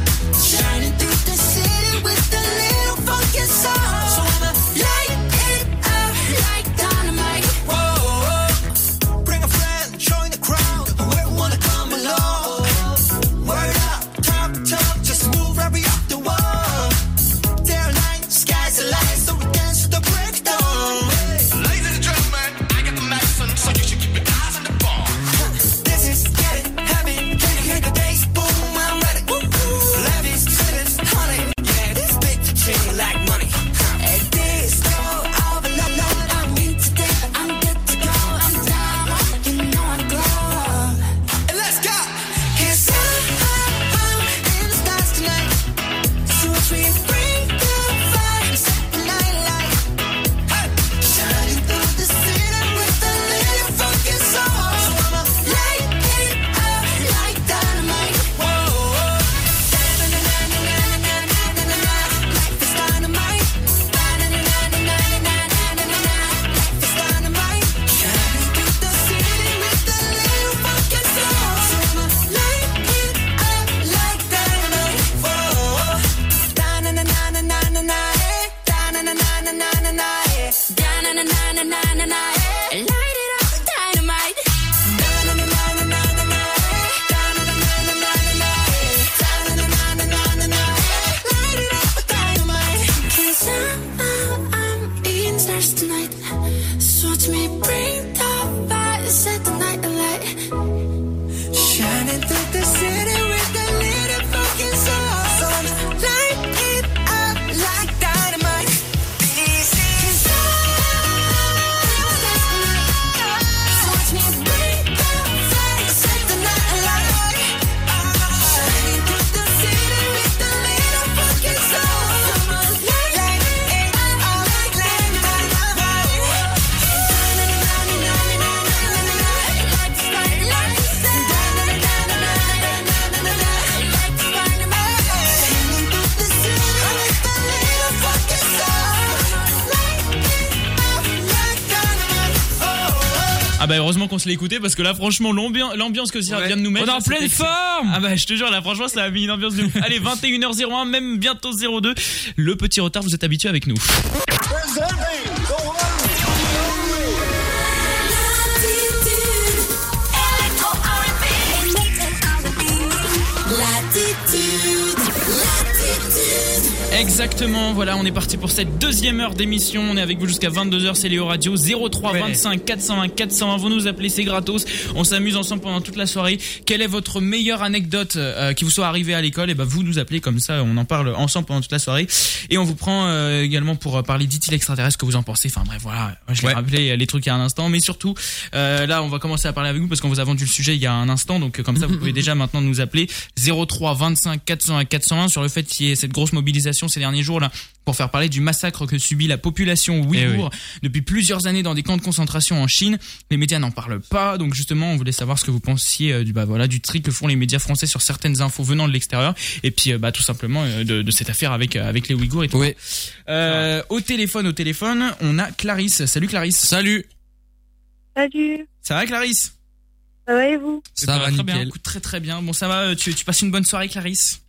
H: shining through the city with a little funky soul. So I'ma light
B: Ah bah heureusement qu'on se l'est écouté parce que là franchement l'ambiance l'ambiance que ça vient de nous mettre
L: On est en
B: là, c'était
L: pleine
B: excellent. Ah bah je te jure là franchement ça a mis une ambiance de ouf. Allez 21h01 même bientôt 02. Le petit retard vous êtes habitué avec nous. Exactement, voilà, on est parti pour cette deuxième heure d'émission. On est avec vous jusqu'à 22h, c'est Léo Radio 03
L: Ouais.
B: 25 420 420. Vous nous appelez, c'est gratos. On s'amuse ensemble pendant toute la soirée. Quelle est votre meilleure anecdote euh, qui vous soit arrivée à l'école Et ben vous nous appelez comme ça, on en parle ensemble pendant toute la soirée. Et on vous prend euh, également pour euh, parler d'IT extraterrestre, que vous en pensez. Enfin bref, voilà, moi, je l'ai rappelé euh, les trucs il y a un instant. Mais surtout, euh, là, on va commencer à parler avec vous parce qu'on vous a vendu le sujet il y a un instant. Donc euh, comme ça, vous pouvez déjà maintenant nous appeler 03 25 401 401 sur le fait qu'il y ait cette grosse mobilisation ces derniers jours là pour faire parler du massacre que subit la population ouïghour depuis plusieurs années dans des camps de concentration en Chine. Les médias n'en parlent pas, donc justement, on voulait savoir ce que vous pensiez euh, du bah voilà du tri que font les médias français sur certaines infos venant de l'extérieur, et puis euh, bah tout simplement euh, de, de cette affaire avec euh, avec les Ouïghours et tout. Euh, au téléphone, au téléphone, on a Clarisse. Salut Clarisse. Salut.
G: Salut,
B: Ça va Clarisse
G: ça va et vous
B: Ça, va, très bien. Écoute, très très bien. Bon ça va. euh, Tu, tu passes une bonne soirée Clarisse.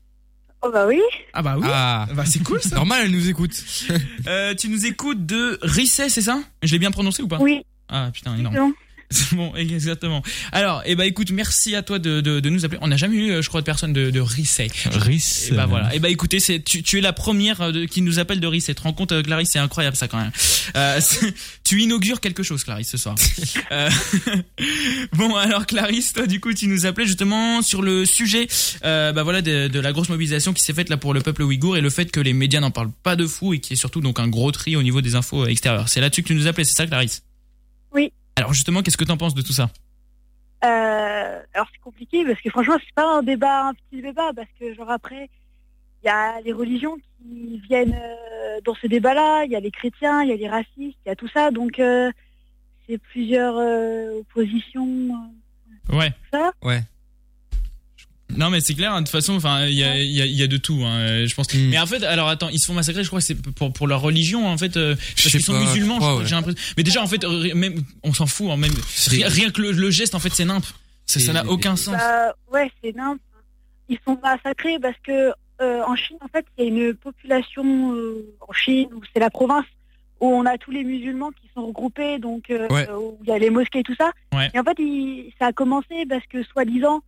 G: Oh bah oui,
B: Ah bah oui. Bah c'est cool ça.
D: Normal, elle nous écoute.
B: Euh, tu nous écoutes de Risset, c'est ça Je l'ai bien prononcé ou pas
G: Oui.
B: Ah putain, énorme. C'est bon, exactement. Alors, eh ben écoute, merci à toi de, de, de nous appeler. On n'a jamais eu, euh, je crois, de personne de, de Risset.
L: Risset.
B: Eh ben voilà. Eh ben écoutez, c'est tu, tu es la première euh, de- qui nous appelle de Risset. Te rends compte, euh, Clarisse, c'est incroyable ça quand même. Euh, c'est- tu inaugures quelque chose, Clarisse, ce soir. Euh, bon, alors Clarisse, toi, du coup, tu nous appelais justement sur le sujet, euh, bah voilà, de, de la grosse mobilisation qui s'est faite là pour le peuple ouïghour et le fait que les médias n'en parlent pas de fou et qu'il y ait surtout donc un gros tri au niveau des infos euh, extérieures. C'est là-dessus que tu nous appelais, c'est ça, Clarisse
G: oui.
B: Alors justement, qu'est-ce que t'en penses de tout ça
G: Euh, alors c'est compliqué parce que franchement c'est pas un débat, un petit débat parce que genre après il y a les religions qui viennent euh, dans ce débat-là, il y a les chrétiens, il y a les racistes, il y a tout ça donc euh, c'est plusieurs euh, oppositions. euh,
B: Ouais.
G: Ça
D: Ouais.
B: Non mais c'est clair hein, de toute façon enfin il y a, il y a- il y a de tout hein, euh, je pense
D: Mm.
B: mais en fait alors attends ils se font massacrer je crois que c'est pour pour leur religion en fait euh,
D: Je
B: parce
D: sais
B: qu'ils sont
D: pas, je
B: musulmans
D: crois,
B: je-
D: ouais.
B: j'ai l'impression mais déjà en fait euh, même on s'en fout hein, même rien, rien que le, le geste en fait c'est nimp ça ça n'a aucun sens
G: Bah, ouais c'est nimp. Ils sont massacrés parce que euh, en Chine en fait il y a une population euh, en Chine où c'est la province où on a tous les musulmans qui sont regroupés donc euh,
Q: Ouais.
G: où il y a les mosquées et tout ça.
Q: Ouais.
G: Et en fait, il- ça a commencé parce que, soi-disant,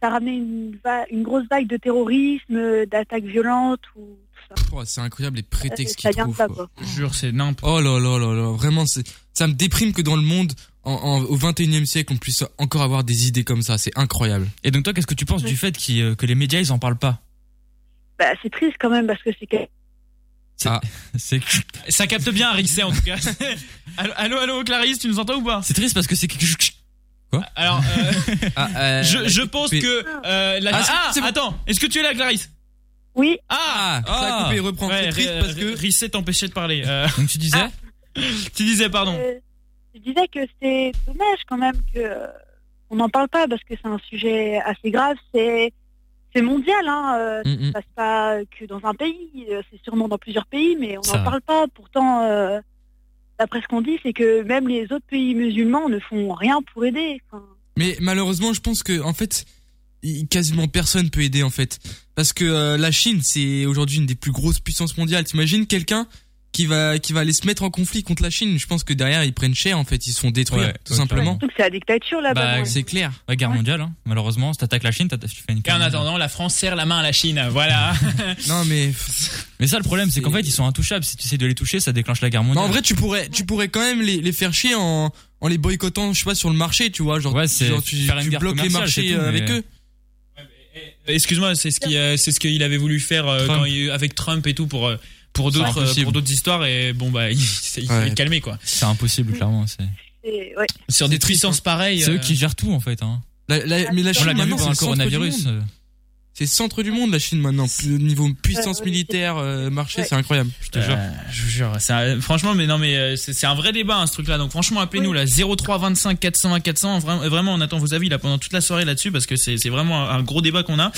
G: ça ramenait une, va- une grosse vague de terrorisme, euh, d'attaques violentes. Ou...
D: Oh, c'est incroyable les
G: euh,
D: prétextes
G: ça
D: qu'ils
G: vient de
D: trouvent.
G: là,
D: quoi.
G: quoi.
B: Jure, c'est n'importe
D: Oh là là là là, vraiment, c'est- ça me déprime que dans le monde, en, en- au 21 e siècle, on puisse encore avoir des idées comme ça. C'est incroyable.
L: Et donc toi, qu'est-ce que tu penses du fait qu'ils, euh, que les médias, ils en parlent pas
G: Bah, c'est triste quand même parce que c'est que-
L: C'est
B: ça capte bien Harry en tout cas allô, allô allô, Clarisse tu nous entends ou pas
L: c'est triste parce que c'est quelque chose
B: alors euh,
D: Ah, bah,
B: je, je pense
L: mais-
B: que euh, la...
L: Ah, c'est-
B: ah,
L: c'est bon.
B: attends est-ce que tu es là Clarisse
G: oui
B: ah,
D: Ah, ça a coupé, reprends.
B: Ouais,
D: C'est triste
B: ré-
D: parce
B: ré- Risset t'empêchait de parler donc
L: tu disais
B: tu disais pardon
G: Euh, je disais que c'est dommage quand même que euh, on n'en parle pas parce que c'est un sujet assez grave. C'est c'est mondial, hein. euh, Ça
D: Mhm.
G: se passe pas que dans un pays. euh, C'est sûrement dans plusieurs pays, mais on
D: Ça
G: n'en
D: va.
G: parle pas. Pourtant, euh, d'après ce qu'on dit, c'est que même les autres pays musulmans ne font rien pour aider. Enfin,
D: Mais malheureusement, je pense que en fait, i- quasiment personne peut aider en fait, parce que euh, la Chine, c'est aujourd'hui une des plus grosses puissances mondiales. T'imagines quelqu'un qui va qui va aller se mettre en conflit contre la Chine Je pense que derrière, ils prennent cher en fait, ils se font détruire,
L: Ouais,
D: tout
L: ouais,
D: simplement.
G: surtout que c'est la dictature là-bas.
L: Bah,
G: donc.
L: c'est
D: clair.
L: La guerre mondiale, hein. malheureusement. Si t'attaques la Chine, t'atta- tu fais une
B: Et en attendant, la France serre la main à la Chine, voilà.
D: non, mais.
L: Mais ça, le problème, c'est qu'en fait, ils sont intouchables. Si tu essaies de les toucher, ça déclenche la guerre
D: Non,
L: mondiale.
D: en vrai, tu pourrais tu pourrais quand même les, les faire chier en en les boycottant, je sais pas, sur le marché, tu vois, genre,
L: c'est
D: genre, tu,
L: faire une
D: tu
L: guerre
D: bloques les
L: commerciale,
D: marchés
L: c'est tout,
D: euh, avec
L: mais-
D: eux.
B: Excuse-moi, c'est ce qu'il euh, c'est ce qu'il avait voulu faire euh,
L: Trump.
B: quand il- avec Trump et tout pour euh, pour
L: C'est
B: d'autres euh,
L: impossible.
B: pour d'autres histoires et bon bah il, il fallait
L: Ouais.
B: le calmer quoi.
L: C'est impossible, clairement. C'est
G: C'est- ouais.
B: Sur des puissances pareilles.
L: hein. c'est eux
B: euh,
L: qui gèrent tout, en fait. Hein.
D: mais la
L: On
D: Chine
L: l'a bien vu
D: maintenant,
L: pendant
D: c'est le
L: le
D: centre du
L: coronavirus.
D: monde. C'est le centre du monde la Chine maintenant, Plus- niveau puissance
B: Ouais, ouais,
D: militaire, euh, marché,
B: Ouais.
D: c'est incroyable.
B: Je te jure. Euh, je vous jure. c'est un- franchement, mais non, mais euh, c'est c'est un vrai débat, hein, ce truc-là. Donc, franchement, appelez-nous là 03 25 euh, 401 400. Vra- Vraiment, on attend vos avis là pendant toute la soirée là-dessus parce que c'est c'est vraiment un un gros débat qu'on a.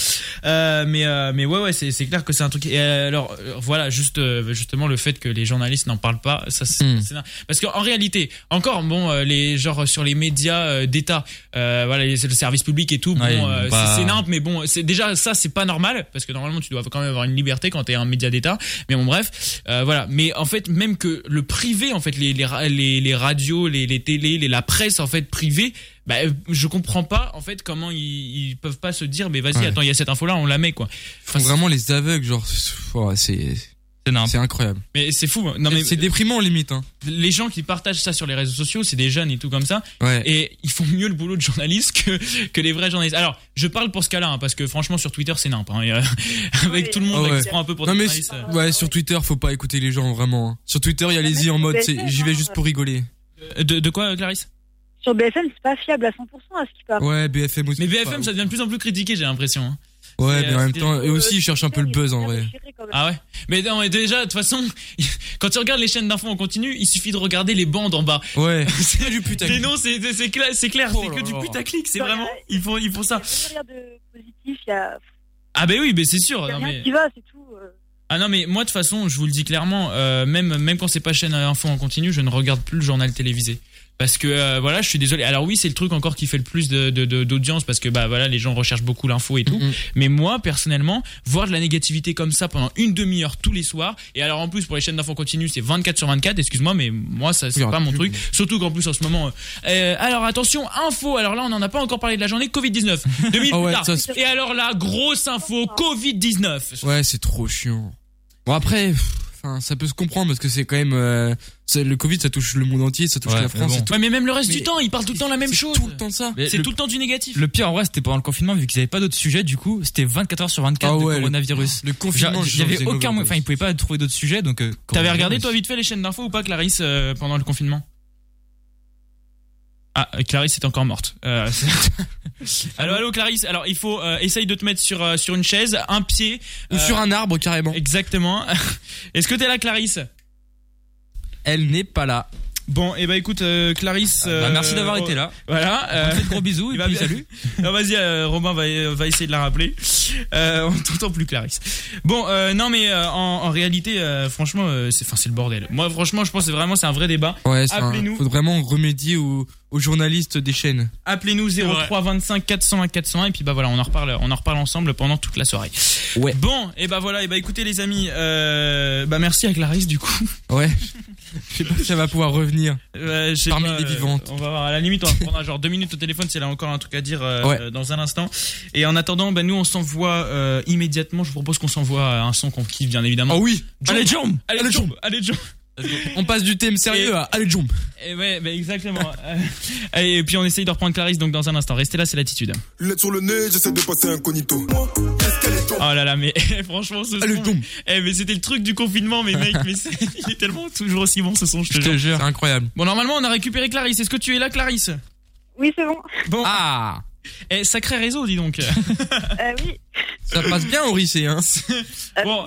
B: Euh, mais, euh, mais ouais, ouais, c'est c'est clair que c'est un truc. Et alors, euh, voilà, juste, euh, justement, le fait que les journalistes n'en parlent pas, ça, c'est. c'est dingue. Parce qu'en réalité, encore, bon, euh, les, genre, sur les médias euh, d'État, euh, voilà, les- c'est le service public et tout,
C: Ouais,
B: bon,
C: ils
B: euh,
C: vont pas-
B: c'est- c'est nimp, mais bon, c'est déjà, ça, c'est pas normal, parce que normalement, tu dois quand même avoir une liberté quand t'es un média d'État. Mais bon, bref, euh, voilà. Mais en fait, même que le privé, en fait, les, les, ra- les, les radios, les, les télés, les, la presse, en fait, privée, bah, euh, je comprends pas, en fait, comment ils, ils peuvent pas se dire, mais vas-y,
D: Ouais.
B: attends, il y a cette info-là, on la met, quoi.
D: Ils font vraiment les aveugles, genre, pff, ouais, c'est. C'est incroyable.
B: Mais c'est fou. hein. Non, mais
D: C'est déprimant limite. Hein.
B: les gens qui partagent ça sur les réseaux sociaux, c'est des jeunes et tout comme ça.
D: Ouais.
B: Et ils font mieux le boulot de journaliste que, que les vrais journalistes. Alors, je parle pour ce cas-là, hein, parce que franchement, sur Twitter, c'est nimp. hein. Et, euh, avec tout le monde
D: Ah
B: là,
D: ouais.
B: qui se prend un peu pour
D: non
B: des
D: mais
B: journalistes. euh.
D: ouais sur Twitter faut pas écouter les gens vraiment. hein. Sur Twitter il y a les i en mode c'est j'y vais juste pour rigoler.
B: euh, De, de quoi Clarisse
O: Sur BFM, c'est pas fiable à 100%
G: hein,
O: à ce qui paraît.
D: Ouais BFM aussi.
B: Mais BFM, ça devient de plus en plus critiqué, j'ai l'impression. hein.
D: Ouais
B: C'est,
D: mais
B: euh,
D: en même
B: c'est-
D: temps et aussi ils cherchent un
G: Euh,
D: peu le buzz en vrai.
B: Ah ouais Mais non, mais déjà, de toute façon, quand tu regardes les chaînes d'infos en continu, il suffit de regarder les bandes en bas.
D: Ouais.
B: C'est du putaclic. non, c'est c'est- c'est clair, c'est clair,
D: Oh
B: c'est que du putaclic, c'est vraiment. Ils font, ils font ça.
O: Rien de positif, il y a
B: Ah, ben oui, mais c'est
D: Oh,
B: sûr.
O: y a
B: non,
O: rien
B: mais-
O: qui va, c'est tout.
G: euh.
B: Ah non mais moi de toute façon je vous le dis clairement euh, même même quand c'est pas chaîne à info en continu je ne regarde plus le journal télévisé parce que euh, voilà je suis désolé alors oui c'est le truc encore qui fait le plus de- de- de- d'audience parce que bah voilà les gens recherchent beaucoup l'info et tout
D: Mhm.
B: mais moi personnellement voir de la négativité comme ça pendant une demi-heure tous les soirs et alors en plus pour les chaînes d'info en continu c'est 24 sur 24 excuse-moi mais moi ça c'est
D: Oui,
B: pas mon
D: plus,
B: truc surtout qu'en plus en ce moment euh, euh, alors attention info alors là on en a pas encore parlé de la journée Covid-19 deux minutes
D: Ah ouais,
B: plus tard.
D: ça, c'est-
B: et alors là grosse info Covid-19
D: Ouais c'est trop chiant. Bon après pff, enfin ça peut se comprendre parce que c'est quand même euh, c'est- le Covid ça touche le monde entier ça touche la France et tout.
B: Ouais, mais même le reste
D: Mais
B: du temps, ils parlent tout le temps la même chose.
D: Tout le temps ça.
B: C'est
C: le-
B: tout le temps du négatif.
C: Le pire en vrai, c'était pendant le confinement, vu qu'ils avaient pas d'autres sujets, du coup, c'était 24 heures sur 24
D: Ah ouais,
C: de
D: le-
C: coronavirus.
D: le confinement,
C: Genre,
D: je
C: il y avait
D: faisais
C: aucun,
D: mauvais
C: moyen- enfin, ils pouvaient pas trouver d'autres sujets, donc. euh,
B: T'avais
C: coronavirus.
B: regardé toi vite fait les chaînes d'infos ou pas, Clarisse, euh, pendant le confinement Ah, euh, Clarisse est encore morte. Euh, c'est- allô, allô, Clarisse. Alors, il faut euh, essaye de te mettre sur euh, sur une chaise, un pied euh,
D: Ou sur un arbre carrément.
B: Exactement. Est-ce que t'es là, Clarisse
D: Elle n'est pas là.
B: Bon, et bah écoute, euh, Clarisse.
D: Ah,
C: bah, merci
B: euh,
C: d'avoir
B: oh,
C: été là.
B: Voilà. euh, Eh ben,
C: On te fait de gros bisous et
B: il va
C: puis
B: bien-
C: salut.
B: Non, vas-y, euh, Romain va, va essayer de la rappeler. Euh, on t'entend plus, Clarisse. Bon, euh, non, mais euh, en, en réalité, euh, franchement, euh, c'est, enfin, c'est le bordel. Moi, franchement, je pense que c'est vraiment c'est un vrai débat.
D: Ouais c'est un-
B: Appelez-nous.
D: faut vraiment remédier aux, aux journalistes des chaînes.
B: Appelez-nous 03 25 401 401 et puis bah voilà on en reparle on en reparle ensemble pendant toute la soirée.
D: Ouais.
B: Bon et bah voilà et bah écoutez les amis euh, bah merci à Clarisse du coup.
D: Ouais. Je sais pas si ça va pouvoir revenir.
B: Euh, je sais
D: Parmi
B: pas,
D: les
B: euh,
D: vivantes.
B: on va voir. À la limite, on va prendre genre deux minutes au téléphone si elle a encore un truc à dire euh,
D: Ouais.
B: euh, dans un instant. Et en attendant, bah, nous, on s'envoie euh, immédiatement. Je vous propose qu'on s'envoie euh, un son qu'on kiffe, bien évidemment.
C: Ah
D: Oh oui Allez, jump
B: Allez,
D: Allez,
B: jump
D: jump
B: Allez, jump
D: On passe du thème sérieux à allez jump.
B: Et ouais, bah, exactement. Euh, et, puis, on essaye de reprendre Clarisse donc dans un instant. Restez là, c'est l'attitude.
R: Lunette sur le nez, j'essaie de passer incognito.
B: Oh là là, mais franchement, ce son. Eh, mais c'était le truc du confinement, mais mec, mais c'est- il est tellement toujours aussi bon ce son, je te jure.
D: C'est incroyable.
B: Bon, normalement, on a récupéré Clarisse. Est-ce que tu es là, Clarisse
O: Oui, c'est bon.
B: Bon.
D: Ah
B: Eh, sacré réseau, dis donc.
O: Euh, oui. Euh,
D: Ça passe bien au lycée, hein.
B: Bon,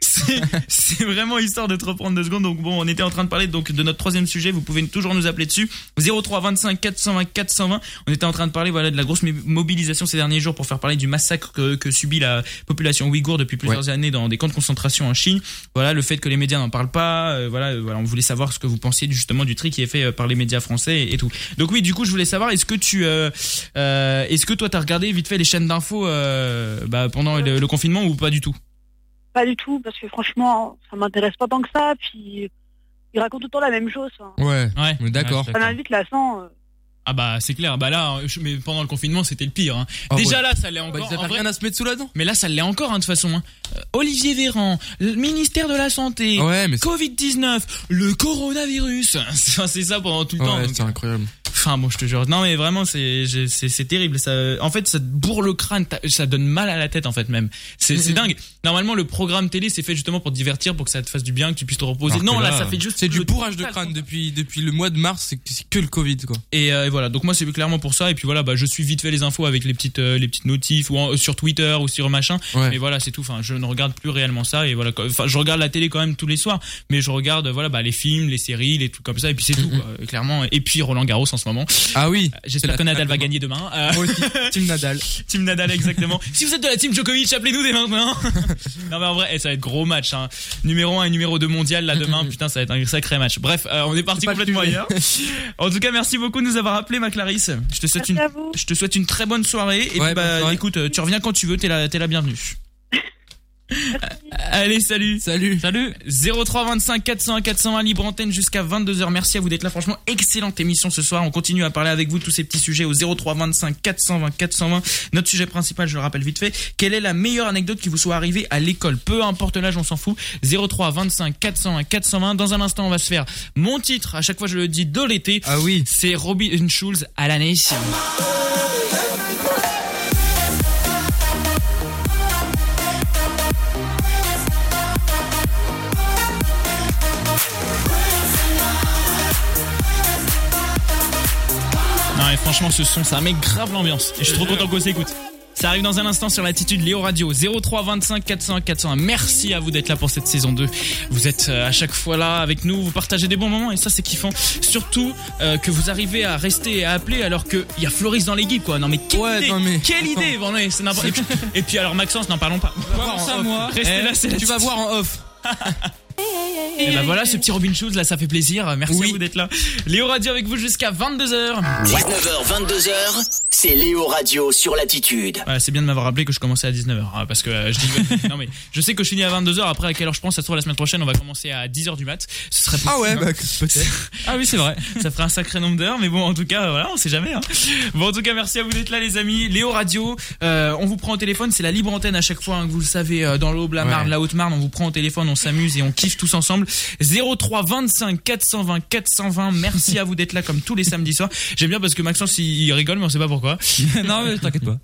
B: c'est c'est vraiment histoire de te reprendre deux secondes. Donc bon, on était en train de parler donc de notre troisième sujet. Vous pouvez toujours nous appeler dessus 03 25 420 420. On était en train de parler voilà de la grosse mé- mobilisation ces derniers jours pour faire parler du massacre que, que subit la population ouïghour depuis plusieurs années dans des camps de concentration en Chine. Voilà le fait que les médias n'en parlent pas. euh, voilà, euh, voilà, on voulait savoir ce que vous pensiez justement du tri qui est fait euh, par les médias français et, et tout. Donc oui, du coup, je voulais savoir est-ce que tu euh, euh, est-ce que toi t'as regardé vite fait les chaînes d'infos euh, bah, pendant le- le confinement ou pas du tout
O: Pas du tout, parce que franchement, ça m'intéresse pas tant que ça. Puis, ils racontent tout le temps la même chose. hein.
D: Ouais.
B: Ouais.
D: On est d'accord.
O: Ça m'invite la sang. euh.
B: Ah bah c'est clair, bah là, je- mais pendant le confinement c'était le pire. hein.
D: Ah
B: Déjà
D: ouais.
B: là ça l'est encore.
D: Bah, ils avaient
B: en vrai.
D: rien à se mettre sous la dent.
B: Mais là ça l'est encore hein, de toute façon. hein. Euh, Olivier Véran, le ministère de la Santé,
D: Ah Ouais, mais c'est-
B: Covid-19, le coronavirus. Ça, c'est ça pendant tout le temps.
D: Ouais,
B: donc.
D: c'est incroyable.
B: Enfin bon je te jure. Non mais vraiment c'est j'ai- c'est c'est terrible. Ça, en fait ça te bourre le crâne, t'as- ça donne mal à la tête en fait même. C'est c'est dingue. Normalement le programme télé c'est fait justement pour te divertir, pour que ça te fasse du bien, que tu puisses te reposer.
D: Alors que
B: non là, ça fait juste
D: C'est du
B: le
D: bourrage de
B: total,
D: crâne depuis, depuis le mois de mars, c'est que- c'est que le Covid, quoi.
B: Et, euh, et voilà, donc moi c'est clairement pour ça. Et puis voilà, bah, je suis vite fait les infos avec les petites, euh, les petites notifs ou en- sur Twitter ou sur machin.
D: Ouais.
B: Mais voilà, c'est tout. Enfin, je ne regarde plus réellement ça. Et voilà, quoi. enfin, je regarde la télé quand même tous les soirs. Mais je regarde, euh, voilà, bah, les films, les séries, les trucs comme ça. Et puis c'est tout, quoi. clairement. Et puis Roland Garros en ce moment.
D: Ah oui.
B: J'espère que Nadal va gagner demain. Euh,
D: Team Nadal.
B: Team Nadal, exactement. si vous êtes de la team Djokovic, appelez-nous dès maintenant. non, mais en vrai, eh, ça va être gros match. hein. Numéro 1 et numéro 2 mondial, là, demain. Putain, ça va être un sacré match. Bref, euh, on est parti complètement ailleurs. en tout cas, merci beaucoup de nous avoir appelé, ma Clarisse. Je te souhaite, une, je te souhaite une très bonne soirée. Et puis, bah, écoute, euh, tu reviens quand tu veux, t'es la, t'es la bienvenue. Allez, salut.
D: Salut.
B: Salut. 03 25 401 401 libre antenne jusqu'à 22h. Merci à vous d'être là. Franchement, excellente émission ce soir. On continue à parler avec vous de tous ces petits sujets au 03 25 420 420. Notre sujet principal, je le rappelle vite fait, quelle est la meilleure anecdote qui vous soit arrivée à l'école Peu importe l'âge, on s'en fout. 03 25 401 420. Dans un instant, on va se faire mon titre. À chaque fois, je le dis de l'été.
D: Ah oui.
B: C'est Robbie Schulz à la nation. Non, et franchement, ce son, ça met grave l'ambiance. Et je suis trop content qu'on s'écoute. Ça arrive dans un instant sur l'attitude Léo Radio 03 25 400 401. Merci à vous d'être là pour cette saison 2. Vous êtes euh, à chaque fois là avec nous, vous partagez des bons moments et ça c'est kiffant. Surtout euh, que vous arrivez à rester et à appeler alors qu'il y a Floris dans l'équipe quoi. Non mais quelle idée, quelle idée bon, mais c'est n'importe- et, puis, et puis alors Maxence, n'en parlons pas. Restez là, c'est la
D: Eh, Tu vas
B: suite.
D: voir en off.
B: Et bah voilà ce petit Robin Shoes là, ça fait plaisir. Merci à vous d'être là. Léo Radio avec vous jusqu'à 22h.
A: 19h, 22h, c'est Léo Radio sur l'attitude.
B: Ouais, c'est bien de m'avoir rappelé que je commençais à 19h hein, parce que euh, je dis non mais je sais que je finis à 22h après à quelle heure je pense ça se trouve la semaine prochaine on va commencer à 10h du mat. Ce serait
D: Ah
B: possible,
D: ouais,
B: hein.
D: bah, peut-être.
B: Ah oui, c'est vrai. ça ferait un sacré nombre d'heures mais bon en tout cas euh, voilà, on sait jamais hein. Bon en tout cas merci à vous d'être là les amis. Léo Radio, euh, on vous prend au téléphone, c'est la libre antenne à chaque fois hein, que vous le savez euh, dans l'Aube, la Marne, la Haute-Marne, on vous prend au téléphone, on s'amuse et on kiffe tous ensemble. 03 25 420 420. Merci à vous d'être là comme tous les samedis soirs. J'aime bien parce que Maxence il il rigole mais on sait pas pourquoi.
C: non, mais t'inquiète pas.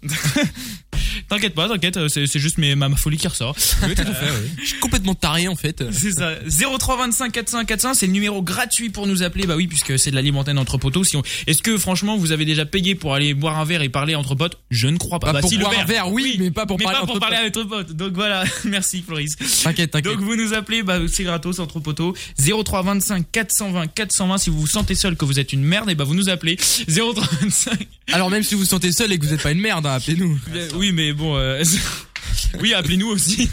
B: T'inquiète pas, t'inquiète, euh, c'est c'est juste mes, ma, ma folie qui ressort.
D: Oui, tout à fait, oui. Je suis complètement taré en fait.
B: C'est ça. 0325 400 400, c'est le numéro gratuit pour nous appeler. Bah oui, puisque c'est de la libre antenne entre potos. Si on... Est-ce que franchement, vous avez déjà payé pour aller boire un verre et parler entre potes Je ne crois pas.
D: Bah,
B: Bah,
D: pour
B: si, le
D: boire un verre, oui, mais pas pour
B: mais
D: parler
B: pas pour
D: entre
B: parler
D: potes.
B: avec votre pote. Donc voilà, merci Floris. Donc vous nous appelez, bah, c'est gratos entre poteaux. 03 25 420 420. Si vous vous sentez seul que vous êtes une merde, et bah vous nous appelez. 03 25.
D: Alors même si vous vous sentez seul et que vous n'êtes pas une merde, hein, appelez-nous.
B: Oui, mais bon. euh, oui, appelez-nous aussi.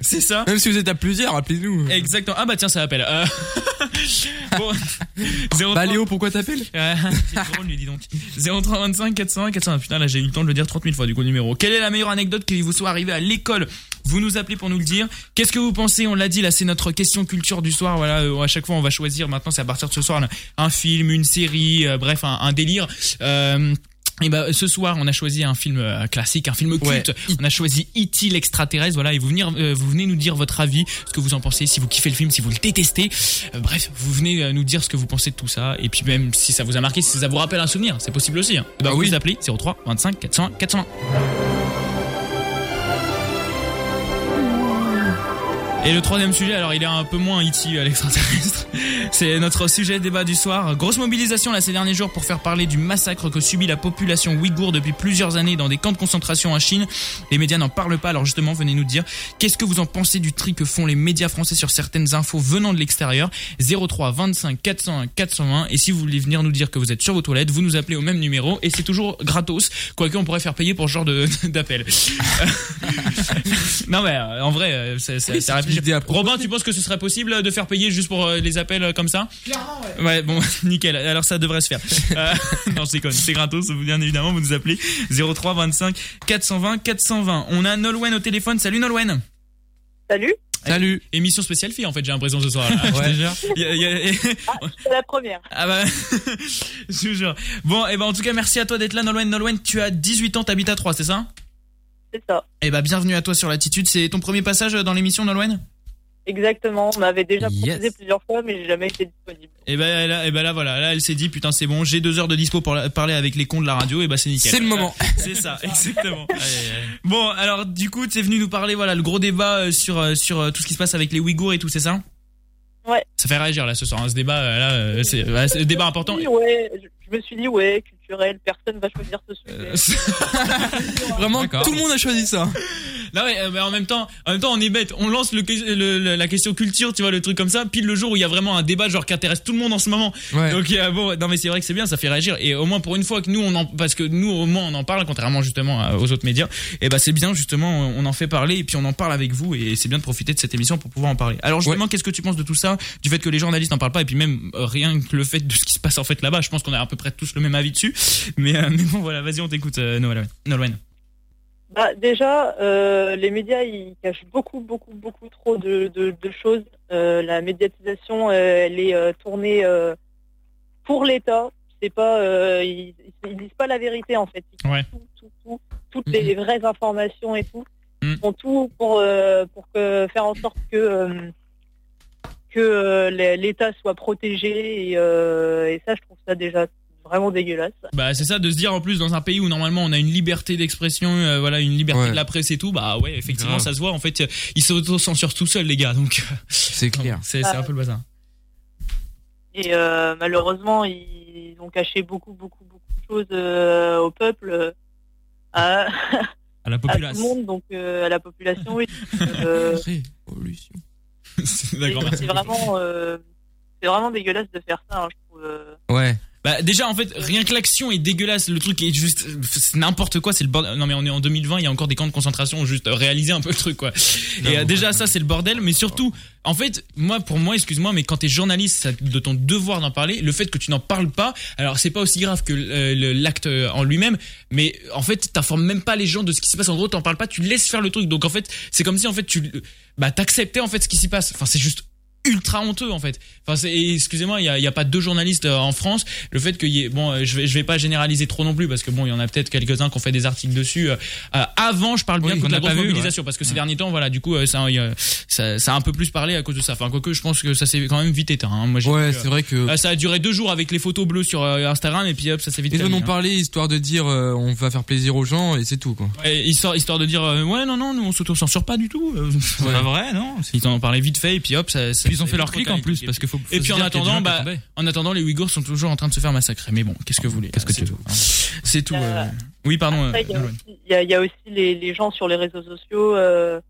B: c'est ça.
D: Même si vous êtes à plusieurs, appelez-nous.
B: Exactement. Ah bah tiens, ça appelle. Euh, bon. 03.
D: Bah Léo, pourquoi t'appelles
B: Ouais, c'est drôle, lui, dis donc. 0325 401 401. Putain, là, j'ai eu le temps de le dire 30 000 fois, du coup, le numéro. Quelle est la meilleure anecdote qui vous soit arrivée à l'école Vous nous appelez pour nous le dire. Qu'est-ce que vous pensez On l'a dit, là, c'est notre question culture du soir. Voilà, euh, à chaque fois, on va choisir. Maintenant, c'est à partir de ce soir, là, un film, une série, euh, bref, un, un délire. Euh, et ben ce soir on a choisi un film euh, classique, un film culte. On a choisi E.T. l'extraterrestre. Voilà et vous venez vous venez nous dire votre avis, ce que vous en pensez, si vous kiffez le film, si vous le détestez. Euh, bref, vous venez euh, nous dire ce que vous pensez de tout ça et puis même si ça vous a marqué, si ça vous rappelle un souvenir, c'est possible aussi. Hein. Eh ben, vous nous appelez 03 25 400 401. Et le troisième sujet, alors il est un peu moins E.T. à l'extraterrestre. C'est notre sujet débat du soir. Grosse mobilisation là ces derniers jours pour faire parler du massacre que subit la population ouïghour depuis plusieurs années dans des camps de concentration en Chine. Les médias n'en parlent pas, alors justement, venez nous dire qu'est-ce que vous en pensez du tri que font les médias français sur certaines infos venant de l'extérieur. 03 25 401 401. Et si vous voulez venir nous dire que vous êtes sur vos toilettes, vous nous appelez au même numéro et c'est toujours gratos. Quoique on pourrait faire payer pour ce genre de- d'appel. non mais euh, en vrai, euh, c'est c'est-
D: Oui,
B: c'est
D: c'est
B: à
D: une
B: réfléchir.
D: idée à
B: Robin, tu penses que ce serait possible de faire payer juste pour euh, les appels euh, comme ça
M: Clairement, ouais.
B: Ouais, bon, nickel. Alors ça devrait se faire. Euh, non, je déconne. C'est gratos. Vous, bien évidemment, vous nous appelez 03 25 420 420. On a Nolwenn au téléphone. Salut Nolwenn.
O: Salut.
B: Salut. Émission spéciale fille en fait, j'ai l'impression ce soir.
D: Ouais.
B: Déjà.
O: C'est la première.
B: Ah bah, je vous jure. Bon, et ben en tout cas, merci à toi d'être là, Nolwenn. Nolwenn, tu as 18 ans, t'habites à 3, c'est ça
O: C'est ça.
B: Et bah, bienvenue à toi sur l'attitude. C'est ton premier passage euh, dans l'émission, Nolwenn
O: Exactement. On m'avait déjà proposé plusieurs fois, mais j'ai jamais été disponible.
B: Et bah, là, et bah là, voilà. Là, elle s'est dit, putain, c'est bon, j'ai deux heures de dispo pour la- parler avec les cons de la radio. Et bah, c'est nickel.
D: C'est le moment.
B: C'est ça, exactement. Bon, alors du coup, tu es venu nous parler, voilà, le gros débat euh, sur, euh, sur euh, tout ce qui se passe avec les Ouïghours et tout, c'est ça
O: Ouais.
B: Ça fait réagir là ce soir, hein, ce débat, euh, là, euh, c'est ouais, c'est un débat important.
O: Oui, ouais, je, je me suis dit, ouais, culture
G: culturel, personne va choisir ce
B: Euh,
G: sujet.
D: Vraiment, tout le monde a choisi ça.
B: Là ouais, euh, mais en même temps, en même temps, on est bête. On lance le, que- le- le- la question culture, tu vois, le truc comme ça, pile le jour où il y a vraiment un débat genre qui intéresse tout le monde en ce moment.
D: Ouais.
B: Donc euh, bon, non mais c'est vrai que c'est bien, ça fait réagir. Et au moins pour une fois que nous on en, parce que nous au moins on en parle contrairement justement à- aux autres médias. Et bah c'est bien justement, on en fait parler et puis on en parle avec vous et c'est bien de profiter de cette émission pour pouvoir en parler. Alors justement, qu'est-ce que tu penses de tout ça, du fait que les journalistes n'en parlent pas et puis même euh, rien que le fait de ce qui se passe en fait là-bas, je pense qu'on a à peu près tous le même avis dessus. Mais, euh, mais bon voilà, vas-y on t'écoute euh, Nolwenn. Nolwenn.
G: Bah, déjà, euh, les médias, ils cachent beaucoup, beaucoup, beaucoup trop de, de- de choses. Euh, la médiatisation, euh, elle est euh, tournée euh, pour l'État. C'est pas, euh, ils, ils disent pas la vérité en fait. Ils
B: Ouais.
G: tout, tout, tout, toutes les vraies informations et tout. Ils font tout pour euh, pour que, faire en sorte que euh, que euh, l'État soit protégé et, euh, et ça, je trouve ça déjà vraiment dégueulasse.
B: Bah c'est ça de se dire en plus dans un pays où normalement on a une liberté d'expression, euh, voilà une liberté de la presse et tout, bah ouais effectivement
D: Grave.
B: ça se voit en fait euh, ils s'auto-censurent tout seuls les gars donc
D: c'est clair.
B: C'est c'est un peu le bazar.
G: Et euh, malheureusement, ils ont caché beaucoup, beaucoup, beaucoup de choses euh, au peuple, euh, à,
C: À la
G: à tout le
C: populace.
G: monde, donc euh, à la population. Oui. Euh,
B: C'est la grand-mère.
G: c'est vraiment, euh, c'est vraiment dégueulasse de faire ça. hein, je trouve. euh.
D: Ouais.
B: Bah déjà en fait rien que l'action est dégueulasse, le truc est juste c'est n'importe quoi, c'est le bordel. Non mais on est en 2020, il y a encore des camps de concentration, juste réaliser un peu le truc quoi. Et euh, déjà ça c'est le bordel, mais surtout en fait moi pour moi excuse-moi mais quand t'es journaliste c'est de ton devoir d'en parler, le fait que tu n'en parles pas, alors c'est pas aussi grave que euh, le- l'acte en lui-même, mais en fait t'informes même pas les gens de ce qui se passe. En gros t'en parles pas, tu laisses faire le truc. Donc en fait c'est comme si en fait tu bah t'acceptais en fait ce qui s'y passe. Enfin c'est juste ultra honteux en fait. Enfin, c'est- et excusez-moi, il y a, il y a pas deux journalistes euh, en France. Le fait qu'il y ait, bon, euh, je vais, je vais pas généraliser trop non plus parce que bon, il y en a peut-être quelques-uns qui ont fait des articles dessus. euh, euh, avant, je parle bien
C: Oui, qu'on
B: contre la
C: n'a
B: grosse
C: pas vu,
B: mobilisation parce que ces derniers temps, voilà, du coup, euh, ça, il y a- ça, ça a un peu plus parlé à cause de ça. Enfin, quoique, je pense que ça s'est quand même vite éteint. hein. Moi, j'ai
D: Ouais,
B: vu, euh,
D: c'est vrai que.
B: euh, ça a duré deux jours avec les photos bleues sur euh, Instagram et puis hop, ça s'est vite
D: Ils en
B: terminé,
D: ont
B: hein.
D: parlé histoire de dire euh, on va faire plaisir aux gens et c'est tout quoi.
B: Et histoire, histoire de dire euh, ouais non non nous on s'auto-censure pas du tout euh, c'est
C: pas vrai, non
B: ils t'en ont parlé vite fait et puis hop ça,
C: Puis ils ont fait leur clic en plus, parce qu'il faut- faut
B: et
C: se
B: puis en
C: dire qu'il y a des gens
B: attendant
C: qui
B: bah,
C: attendaient.
B: en attendant les Ouïghours sont toujours en train de se faire massacrer mais bon qu'est-ce que vous voulez qu'est-ce que c'est tout hein. c'est tout euh, oui pardon euh,
G: Après, il y a
B: Nolwenn.
G: aussi- il y, a- il y a aussi les, les gens sur les réseaux sociaux. euh,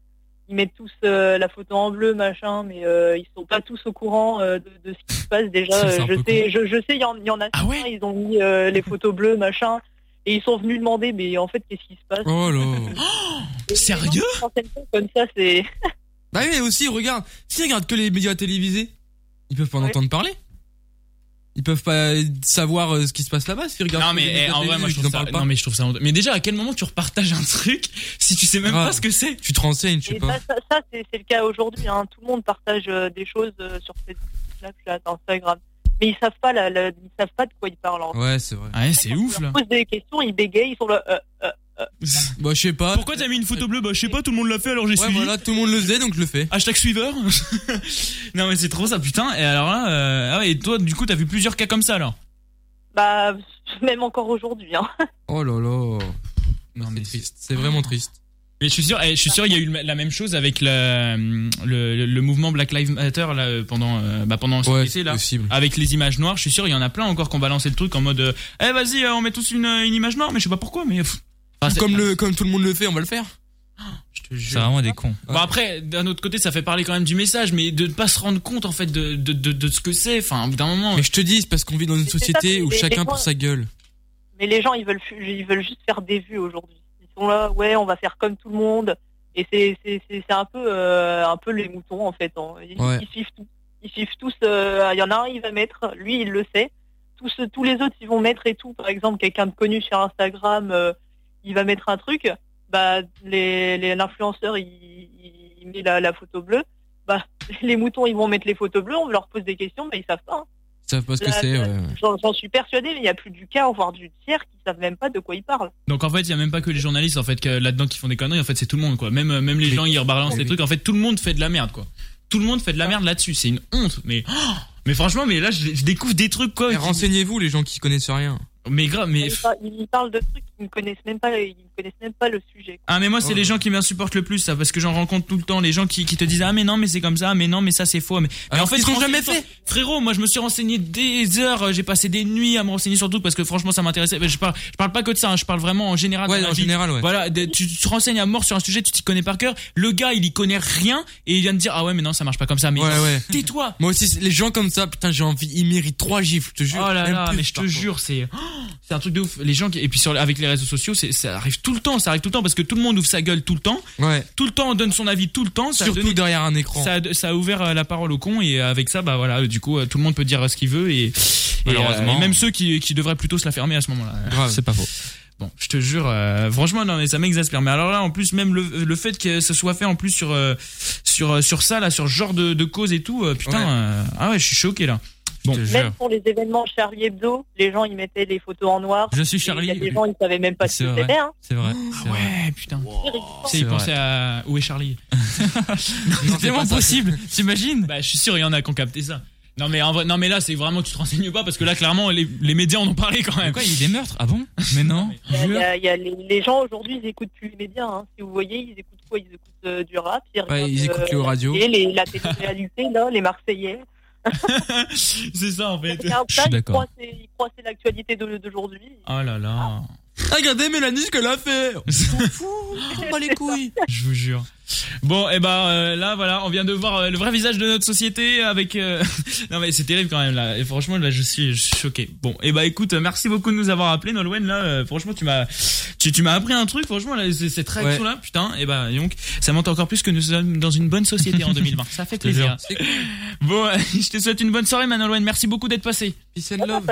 G: ils mettent tous euh, la photo en bleu, machin, mais euh, ils sont pas tous au courant euh, de, de ce qui se passe. Déjà,
O: Ça, c'est
G: euh,
O: un
G: je,
O: peu Ah
G: sais, je, je sais, il y, en- il y en a certains, ils ont mis euh, les photos bleues, machin, et ils sont venus demander, mais en fait, qu'est-ce qui se passe
D: Oh là.
B: Sérieux
G: Comme ça, c'est...
D: Bah oui, mais aussi regarde, s'ils regardent que les médias télévisés, ils peuvent pas en entendre parler. Ils peuvent pas savoir euh, ce qui se passe là-bas s'ils
B: non
D: regardent. que les
B: mais eh,
D: médias
B: en vrai moi
D: télévisés,
B: je
D: qu'ils en
B: trouve ça
D: parlent pas.
B: non mais je trouve ça honteux. mais déjà à quel moment tu repartages un truc si tu sais même
D: Grave.
B: pas ce que c'est
D: tu te renseignes je
G: Et ça, ça, ça, c'est c'est le cas aujourd'hui. hein. Tout le monde partage euh, des choses euh, sur Facebook, Snapchat, Instagram. Mais ils savent pas, la, la- ils savent pas de quoi ils parlent. en fait.
D: Ouais, c'est vrai.
B: Ouais, c'est ouf
G: Ils leur posent des questions, ils bégayent, ils sont là. euh, euh, euh.
D: Bah je sais pas.
B: Pourquoi t'as mis une photo bleue Bah je sais pas, tout le monde l'a fait alors j'ai
D: Ouais,
B: suivi.
D: voilà, tout le monde le faisait donc je le fais.
B: Hashtag suiveur. non mais c'est trop ça putain. Et alors là, euh, ah ouais, et toi du coup t'as vu plusieurs cas comme ça alors
G: Bah, même encore aujourd'hui. hein.
D: Oh là là.
B: Non mais
D: triste. C'est vraiment triste.
B: Mais je suis sûr, eh, je suis sûr, il y a eu la même chose avec la- le, le, le mouvement Black Lives Matter là euh, pendant euh, bah, pendant cet
D: Ouais,
B: été,
D: c'est
B: là,
D: possible.
B: avec les images noires. Je suis sûr, il y en a plein encore qui ont balancé le truc en mode, euh, eh vas-y, euh, on met tous une, une image noire, mais je sais pas pourquoi, mais. pff. Enfin, c'est-
D: comme le comme tout le monde le fait, on va le faire.
B: C'est
C: vraiment des cons.
B: Bon après, d'un autre côté, ça fait parler quand même du message, mais de ne pas se rendre compte en fait de, de, de, de ce que c'est. Enfin, au bout d'un moment.
D: Mais je te dis, c'est parce qu'on vit dans une
G: c'est ça,
D: société
G: c'est
D: où
G: les-
D: chacun
G: les
D: pour
G: gens-
D: sa gueule.
G: Mais les gens, ils veulent, fu- ils veulent juste faire des vues aujourd'hui. Ils sont là, ouais, on va faire comme tout le monde. Et c'est, c'est, c'est, c'est un peu, euh, un peu les moutons en fait. hein. Ils,
D: Ouais.
G: ils suivent tout. Ils suivent tous. euh, Il y en a un, il va mettre. Lui, il le sait. Tous, ceux- tous les autres, ils vont mettre et tout. Par exemple, quelqu'un de connu sur Instagram, euh, il va mettre un truc. Bah, les, les- l'influenceur, il, il- il met la, la photo bleue. Bah, les moutons, ils vont mettre les photos bleues. On leur pose des questions, mais ils savent pas. hein.
D: Ils savent pas ce que
G: Là,
D: c'est.
G: là,
D: ouais, ouais.
G: J'en j'en suis persuadée, mais il y a plus du quart, voire du tiers, qui savent même pas de quoi ils parlent.
B: Donc en fait, il y a même pas que les journalistes en fait que là-dedans qui font des conneries. En fait, c'est tout le monde quoi. Même euh, même les gens ils rebalancent des trucs. En fait, tout le monde fait de la merde quoi. Tout le monde fait de la merde là-dessus. C'est une honte. Mais oh mais franchement, mais là je, je découvre des trucs quoi.
D: Eh, Renseignez-vous les gens qui connaissent rien.
B: Mais grave, mais.
G: Ils, par- ils parlent de trucs qu'ils ne connaissent même pas, ils ne connaissent même pas le sujet.
B: Ah mais moi
D: Oh.
B: c'est les gens qui m'insupportent le plus ça parce que j'en rencontre tout le temps les gens qui, qui te disent ah mais non mais c'est comme ça mais non mais ça c'est faux mais, mais
D: Alors qu'ils l'ont
B: franchement,
D: jamais fait.
B: frérot moi je me suis renseigné des heures euh, j'ai passé des nuits à me renseigner sur tout parce que franchement ça m'intéressait Mais je parle je parle pas que de ça hein, je parle vraiment en général
D: Ouais,
B: dans la
D: en
B: vie.
D: général, ouais.
B: voilà de- tu te renseignes à mort sur un sujet tu t'y connais par cœur le gars il y connaît rien et il vient de dire ah ouais mais non ça marche pas comme ça mais
D: Ouais, ouais.
B: tais-toi
D: Moi aussi, c'est- les gens comme ça, putain, j'ai envie, ils méritent trois gifles, je te jure.
B: Oh là
D: Même
B: là,
D: plus,
B: mais je te
D: parfois.
B: jure, c'est oh, c'est un truc de ouf. Les gens qui, et puis sur, avec les réseaux sociaux, c'est- ça arrive tout le temps, ça arrive tout le temps parce que tout le monde ouvre sa gueule tout le temps.
D: Ouais.
B: Tout le temps, on donne son avis tout le temps. Ça a
D: Surtout
B: donné-
D: derrière un écran.
B: Ça a, ça a ouvert euh, la parole au con et avec ça, bah voilà, euh, du coup, euh, tout le monde peut dire euh, ce qu'il veut et, et,
C: Malheureusement.
B: euh, et même ceux qui, qui devraient plutôt se la fermer à ce moment-là.
C: Grave. C'est pas faux.
B: Bon, je te jure, euh, franchement, non, mais ça m'exaspère. Mais alors là, en plus, même le, le fait que ce soit fait en plus sur, euh, sur, euh, sur ça, là, sur ce genre de, de cause et tout, euh, putain,
G: Ouais.
B: euh, ah ouais, je suis choqué là. Bon,
G: Même pour les événements Charlie Hebdo, les gens ils mettaient les photos en noir.
B: Je suis
G: Et Il y a
B: Charlie.
D: euh,
G: des gens ils savaient même pas ce
B: C'est
G: que
B: vrai.
G: c'était. Hein.
C: C'est vrai.
B: ouais, putain.
C: C'est
B: il
C: vrai.
B: pensait à où est Charlie C'est
C: tellement
B: possible, t'imagines Bah je suis sûr il y en a qui ont capté ça. Non mais en vrai- non mais là c'est vraiment tu te renseignes pas parce que là clairement les, les médias en ont parlé quand même.
C: Quoi, il y a eu des meurtres Ah bon Mais non.
G: Il y a- il y a les, les gens aujourd'hui ils écoutent plus les médias. Hein. Si vous voyez, ils écoutent quoi Ils écoutent euh, du rap. Ils, regardent,
D: ils écoutent
G: euh,
D: les radios.
G: Et les, la télé-réalité, là, les Marseillais.
B: c'est ça en fait.
G: Regarde ça, ils croient c'est- ils croient c'est l'actualité de- d'aujourd'hui.
B: Oh là là.
D: Regardez Mélanie ce qu'elle a fait.
G: pas les couilles.
B: Je vous jure. Bon, et eh ben euh, là voilà, on vient de voir euh, le vrai visage de notre société avec. euh, non mais c'est terrible quand même là. Et franchement là je suis, je suis choqué. Bon, et eh ben écoute, euh, merci beaucoup de nous avoir appelé Nolwenn là. euh, franchement tu m'as, tu, tu m'as appris un truc. Franchement là, c'est- cette réaction là, putain. Et eh ben donc ça monte encore plus que nous sommes dans une bonne société en 2020. Ça fait
C: Je te jure.
B: plaisir. Bon, euh, je te souhaite une bonne soirée Manolwenn. Merci beaucoup d'être passé.
D: Peace and love.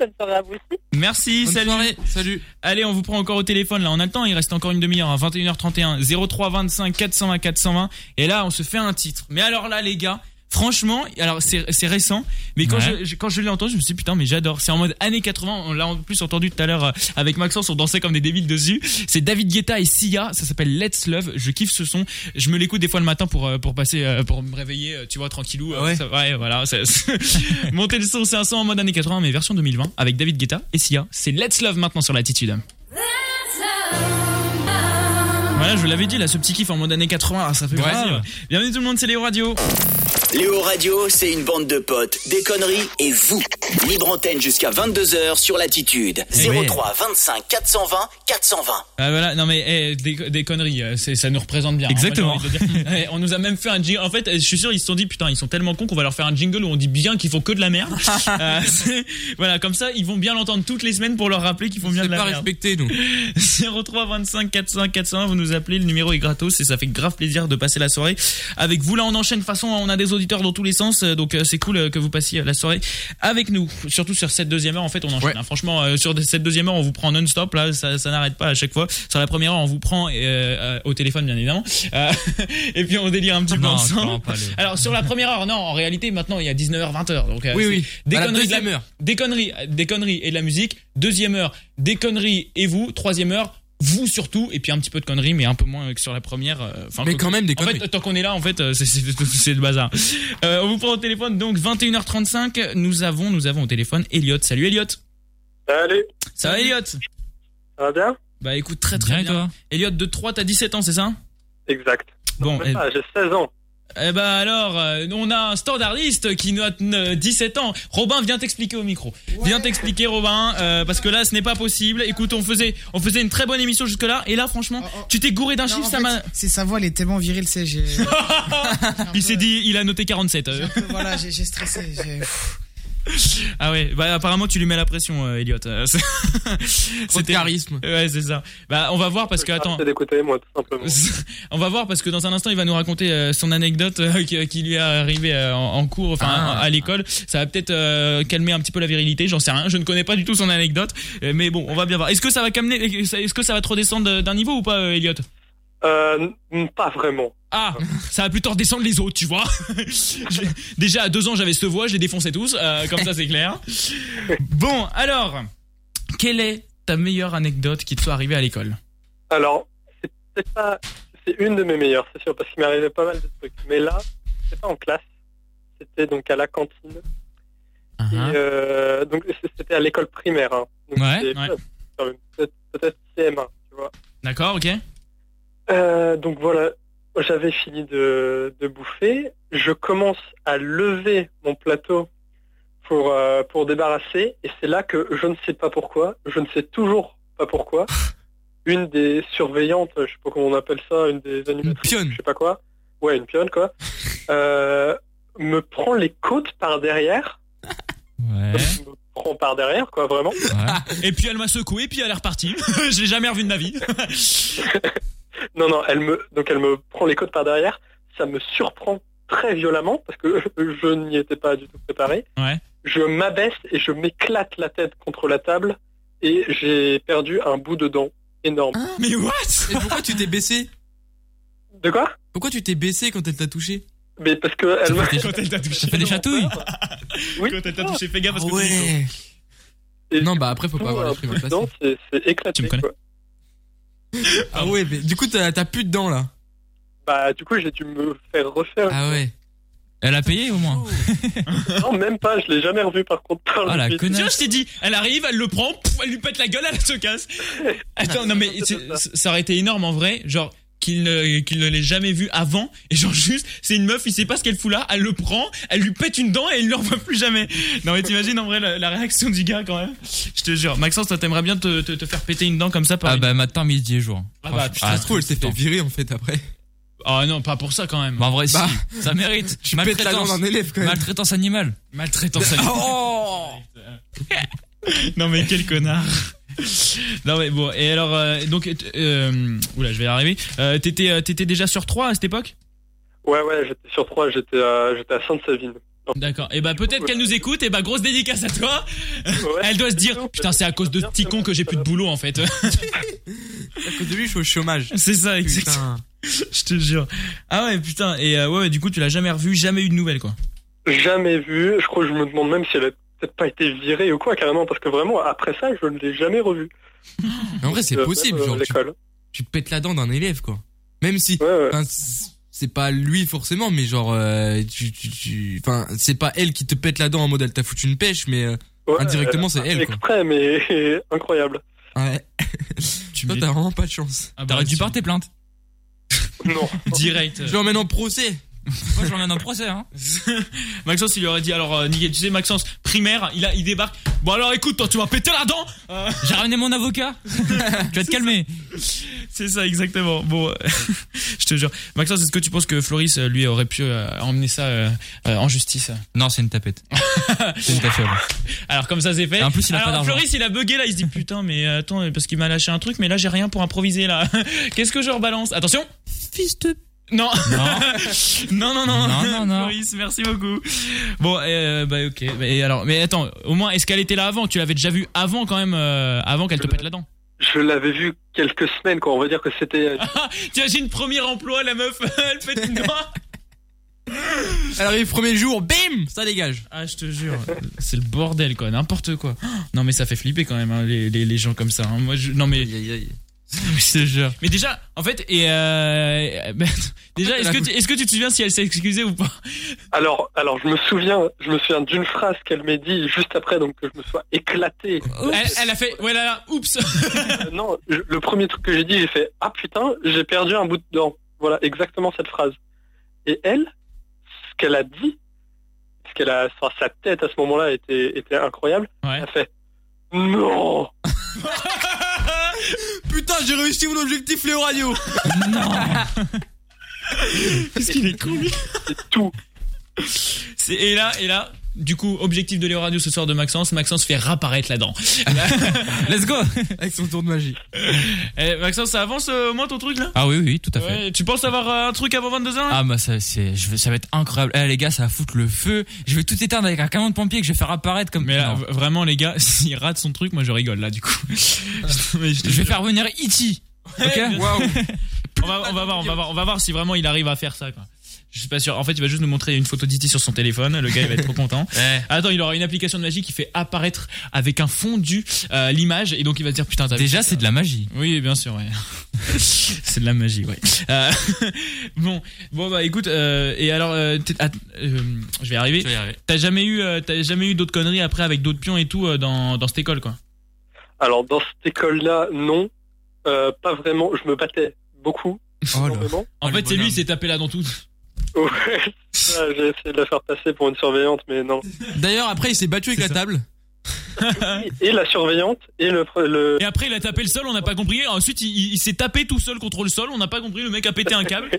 G: Bonne soirée à vous aussi.
B: Merci, salut.
D: salut.
B: Allez, on vous prend encore au téléphone là, on a le temps, il reste encore une demi-heure, hein, 21h31, 03 25 420 420 et là on se fait un titre. Mais alors là les gars, franchement, alors c'est c'est récent, mais quand
C: Ouais.
B: je, je- quand je l'ai entendu, je me suis dit, putain mais j'adore, c'est en mode années 80, on l'a en plus entendu tout à l'heure euh, avec Maxence, on dansait comme des débiles dessus. C'est David Guetta et Sia, ça s'appelle Let's Love, je kiffe ce son, je me l'écoute des fois le matin pour euh, pour passer euh, pour me réveiller, euh, tu vois tranquillou, euh, ça- ouais voilà, ça- monter le son, c'est un son en mode années 80 mais version 2020 avec David Guetta et Sia. C'est Let's Love maintenant sur l'attitude. Voilà, je vous l'avais dit, là, ce petit kiff en mode années 80, ça fait
A: Ouais.
B: plaisir. Bienvenue tout le monde, c'est Léo Radio.
A: Léo Radio, c'est une bande de potes, des conneries et vous. Libre antenne jusqu'à 22h sur l'attitude.
B: Eh ouais.
A: 03 25 420 420.
B: Ah voilà, non mais eh, des, des conneries, euh, c'est- ça nous représente bien. hein,
C: Exactement.
B: moi, j'ai envie de dire. Ouais, on nous a même fait un jingle. En fait, euh, je suis sûr ils se sont dit putain ils sont tellement cons qu'on va leur faire un jingle où on dit bien qu'ils font que de la merde. Euh, c'est- voilà, comme ça ils vont bien l'entendre toutes les semaines pour leur rappeler qu'ils font bien de la
D: pas
B: merde.
D: respecté, nous.
B: 03 25 400 401 vous nous appelez le numéro est gratos et ça fait grave plaisir de passer la soirée avec vous là on enchaîne de toute façon on a des auditeurs dans tous les sens euh, donc euh, c'est cool euh, que vous passiez euh, la soirée avec nous surtout sur cette deuxième heure en fait on enchaîne hein. franchement euh, sur cette deuxième heure on vous prend non stop là ça, ça n'arrête pas à chaque fois sur la première heure on vous prend euh, euh, au téléphone bien évidemment Euh, et puis on délire un petit peu
C: Non, je
B: ensemble
C: comprends pas, Léo.
B: alors sur la première heure non en réalité maintenant il y a 19h 20h donc euh,
D: Oui,
B: c'est
D: oui.
B: des
D: À la
B: conneries de la-
D: deuxième heure.
B: des conneries, euh, des conneries et de la musique. Deuxième heure, des conneries et vous. Troisième heure, vous surtout. Et puis un petit peu de conneries, mais un peu moins que sur la première. euh, enfin,
D: Mais
B: que-
D: quand même des
B: en fait,
D: conneries.
B: tant qu'on est là, en fait, euh, c'est- c'est c'est le bazar. Euh, on vous prend au téléphone. Donc 21h35, nous avons, nous avons au téléphone Elliot. Salut Elliot.
J: Salut.
B: Ça va Elliot
J: Ça va bien
B: Bah écoute, très très bien.
J: Bien, et toi
B: Elliot de 3, t'as 17 ans, c'est ça
J: Exact.
B: Bon, eh-
J: Ah, j'ai 16 ans.
B: Eh bah alors, euh, on a un standardiste qui note euh, 17 ans. Robin, viens t'expliquer au micro. Viens t'expliquer, Robin, euh, parce que là, ce n'est pas possible. Écoute, on faisait, on faisait une très bonne émission jusque-là, et là, franchement, tu t'es gouré d'un
M: Oh, Non,
B: chiffre,
M: en
B: ça
M: fait,
B: m'a.
M: C'est sa voix, elle est tellement virile, c'est. j'ai-
B: Il s'est dit, il a noté 47. euh.
M: voilà, j'ai j'ai stressé. j'ai-
B: Ah ouais, bah apparemment tu lui mets la pression, euh, Elliot. Euh, c'est- C'était charisme. Ouais, c'est ça. Bah on va voir parce que attends.
J: d'écouter moi tout simplement.
B: on va voir parce que dans un instant il va nous raconter euh, son anecdote euh, qui, qui lui est arrivée euh, en, en cours, enfin
C: Ah.
B: à l'école. Ça va peut-être euh, calmer un petit peu la virilité, j'en sais rien. Je ne connais pas du tout son anecdote, euh, mais bon, on va bien voir. Est-ce que ça va calmer euh, Est-ce que ça va te redescendre d'un niveau ou pas, euh, Elliot
J: Euh, n- pas vraiment.
B: ah, ça va plutôt redescendre les autres, tu vois. J'ai- Déjà à deux ans, j'avais cette voix, je les défonçais tous, euh, comme ça c'est clair. Bon, alors, quelle est ta meilleure anecdote qui te soit arrivée à l'école
J: Alors, c'est peut-être pas. C'est une de mes meilleures, c'est sûr, parce qu'il m'est arrivé pas mal de trucs. Mais là, c'est pas en classe. C'était donc à la cantine.
B: Uh-huh.
J: Et, euh, donc c- c'était à l'école primaire. hein. Donc,
B: Ouais,
J: c'était
B: ouais.
J: quand même, peut-être- Peut-être CM1, tu vois.
B: D'accord, ok.
J: Euh, donc voilà, j'avais fini de, de bouffer. Je commence à lever mon plateau pour, euh, pour débarrasser. Et c'est là que je ne sais pas pourquoi, je ne sais toujours pas pourquoi, une des surveillantes, je sais pas comment on appelle ça, une des animatrices, je sais pas quoi. Ouais, une pionne quoi. euh, me prend les côtes par derrière. Me prend par derrière quoi, vraiment.
B: Et puis elle m'a secoué, puis elle est repartie. je l'ai jamais revu de ma vie.
J: Non, non, elle me, donc elle me prend les côtes par derrière. Ça me surprend très violemment parce que je n'y étais pas du tout préparé.
B: Ouais.
J: Je m'abaisse et je m'éclate la tête contre la table et j'ai perdu un bout de dent énorme.
B: Ah.
D: Mais what Et pourquoi tu t'es baissé
J: De quoi
D: Pourquoi tu t'es baissé quand elle t'a touché
J: Mais parce que elle m'a.
D: Quand elle t'a touché. fait des chatouilles Ah
J: Oui.
B: Quand elle t'a touché, fais gaffe parce que t'es
D: ouais. Non, bah après, faut pas avoir les
J: Un
D: primes
J: bout de dent, c'est c'est éclaté. Quoi.
D: Ah ouais, mais du coup, t'as t'as plus de dents là.
J: Bah, du coup, j'ai dû me faire refaire.
D: Ah ouais. Elle a payé au moins.
J: Non, même pas. Je l'ai jamais revu par contre. Par
D: Ah,
J: la suite.
B: Tiens, je t'ai dit, elle arrive, elle le prend, pff, elle lui pète la gueule, elle se casse. Attends, non mais c'est- ça aurait été énorme en vrai, genre qu'il ne, qu'il ne l'ait jamais vu avant et genre juste c'est une meuf il sait pas ce qu'elle fout là elle le prend elle lui pète une dent et il ne le revoit plus jamais non mais t'imagines en vrai la, la réaction du gars quand même je te jure Maxence toi t'aimerais bien te, te, te faire péter une dent comme ça par
C: Ah
B: une-
C: bah matin, midi et jour.
B: Ah bah, putain,
D: ça se trouve, elle s'est fait virer en fait après.
B: Ah non pas pour ça quand même
C: Bah en vrai,
B: Bah,
C: si. Ça mérite.
D: tu pètes la dent d'un élève, quand même.
C: Maltraitance animale.
B: Maltraitance animale. non mais quel connard non mais bon et alors euh, donc t- euh, oula je vais y arriver Euh, t'étais euh, t'étais déjà sur 3 à cette époque
J: Ouais, ouais. J'étais sur trois. J'étais à, j'étais à Sainte-Savine.
B: D'accord. Et bah peut-être qu'elle nous écoute. Et bah grosse dédicace à toi. Elle doit se dire putain c'est à cause de ce petit con que j'ai plus de boulot en fait.
D: À cause de lui, je suis au chômage.
B: C'est ça
D: exactement.
B: Je te jure. Ah ouais putain. Et euh, ouais, ouais, du coup tu l'as jamais revu, jamais eu de nouvelles quoi.
J: Jamais vu. Je crois que je me demande même si elle a peut-être pas été virée ou quoi carrément parce que vraiment après ça je ne l'ai jamais revue.
D: Mais en vrai, c'est
J: Euh,
D: possible.
J: même, euh,
D: Genre, tu,
J: l'école.
D: tu pètes la dent d'un élève, quoi. Même si. enfin, c- C'est pas lui forcément, mais genre. euh, tu, tu, tu- Enfin, c'est pas elle qui te pète la dent en mode elle t'a foutu une pêche, mais euh,
J: Ouais,
D: indirectement,
J: euh,
D: c'est elle, quoi.
J: Exprès mais incroyable.
D: Ouais. Toi, t'as vraiment pas de chance.
B: Ah
C: T'aurais dû porter plainte.
J: Non.
B: bah, Direct. euh,
D: Je l'emmène en procès.
C: Moi, je l'emmène en procès, hein.
B: Maxence il lui aurait dit alors euh, Nigel, tu sais Maxence primaire il a il débarque. Bon alors écoute toi tu m'as pété la dent. Euh.
C: J'ai ramené mon avocat. tu vas te calmer.
B: C'est ça exactement. Bon euh, je te jure. Maxence est-ce que tu penses que Floris euh, lui aurait pu euh, emmener ça euh, euh, en justice?
C: Non, c'est une tapette. c'est une tapette.
B: Alors comme ça c'est fait.
C: Et en plus, il a
B: Alors,
C: pas d'argent.
B: Floris il a bugué là, il se dit putain mais euh, attends parce qu'il m'a lâché un truc mais là j'ai rien pour improviser là. Qu'est-ce que je rebalance Attention. Fils de non. non non non
C: Non, non, non.
B: Floris merci beaucoup. Bon euh, bah ok mais alors mais attends au moins est-ce qu'elle était là avant Tu l'avais déjà vue avant quand même euh, avant qu'elle te pète la dent.
J: Je l'avais vu quelques semaines quoi. On va dire que c'était.
B: Tiens j'ai une première emploi la meuf elle pète une dent.
D: Elle arrive premier jour, bim, ça dégage.
B: Ah je te jure. C'est le bordel quoi n'importe quoi. Non mais ça fait flipper quand même hein, les, les, les gens comme ça. hein. Moi je non mais je te jure. Mais déjà, en fait, et euh, bah, déjà, est-ce que, tu, est-ce que tu te souviens si elle s'est excusée ou pas
J: Alors, alors je me souviens, je me souviens d'une phrase qu'elle m'a dit juste après, donc que je me sois éclaté.
B: elle, elle a fait, ouais là là, oups.
J: Euh, non, je- le premier truc que j'ai dit, j'ai fait ah putain, j'ai perdu un bout de dent. Voilà, exactement cette phrase. Et elle, ce qu'elle a dit, ce qu'elle a, enfin, sa tête à ce moment-là était, était incroyable.
B: Elle
J: a fait non.
D: Putain, j'ai réussi mon objectif, Léo Radio.
B: non. Qu'est-ce qu'il est con lui.
J: tout.
B: C'est, et là, et là. Du coup, objectif de Léo Radio ce soir de Maxence, Maxence fait réapparaître la dent.
C: Let's go
D: Avec son tour de magie.
B: Maxence, ça avance euh, au moins ton truc là
C: Ah oui, oui, tout à fait.
B: Ouais, Tu penses avoir euh, un truc avant 22h
C: Ah bah ça c'est je vais- ça va être incroyable. Eh les gars, ça va foutre le feu. Je vais tout éteindre avec un camion de pompier que je vais faire apparaître comme
B: Mais là,
C: Non.
B: v- vraiment, les gars, s'il rate son truc, moi je rigole là, du coup. je,
C: Je vais faire venir E.T. E OK
B: Waouh. On va, on va voir, on va voir, on va voir si vraiment il arrive à faire ça, quoi. Je suis pas sûr. En fait, il va juste nous montrer une photo d'Iti sur son téléphone. Le gars, il va être trop content. Attends, il aura une application de magie qui fait apparaître avec un fondu euh, l'image et donc il va dire putain. t'as vu
C: Déjà,
B: ça
C: c'est de la magie.
B: Oui, bien sûr, ouais. c'est de la magie, ouais. Euh, bon, bon bah écoute. euh, et alors, euh, t'es- att- euh, je vais y arriver. T'as jamais eu, euh, t'as jamais eu d'autres conneries après avec d'autres pions et tout euh, dans dans cette école, quoi.
J: Alors dans cette école-là, non, Euh, pas vraiment. Je me battais beaucoup.
B: Oh
D: Oh
J: énormément.
B: En fait, c'est lui, il s'est tapé là dans tout.
J: Ouais, ça, j'ai essayé de la faire passer pour une surveillante, mais non.
D: D'ailleurs, après, il s'est battu avec la table.
J: Et la surveillante et le, le...
B: Et après, il a tapé le sol, on n'a pas compris. Ensuite, il, il- il s'est tapé tout seul contre le sol, on n'a pas compris. Le mec a pété un câble.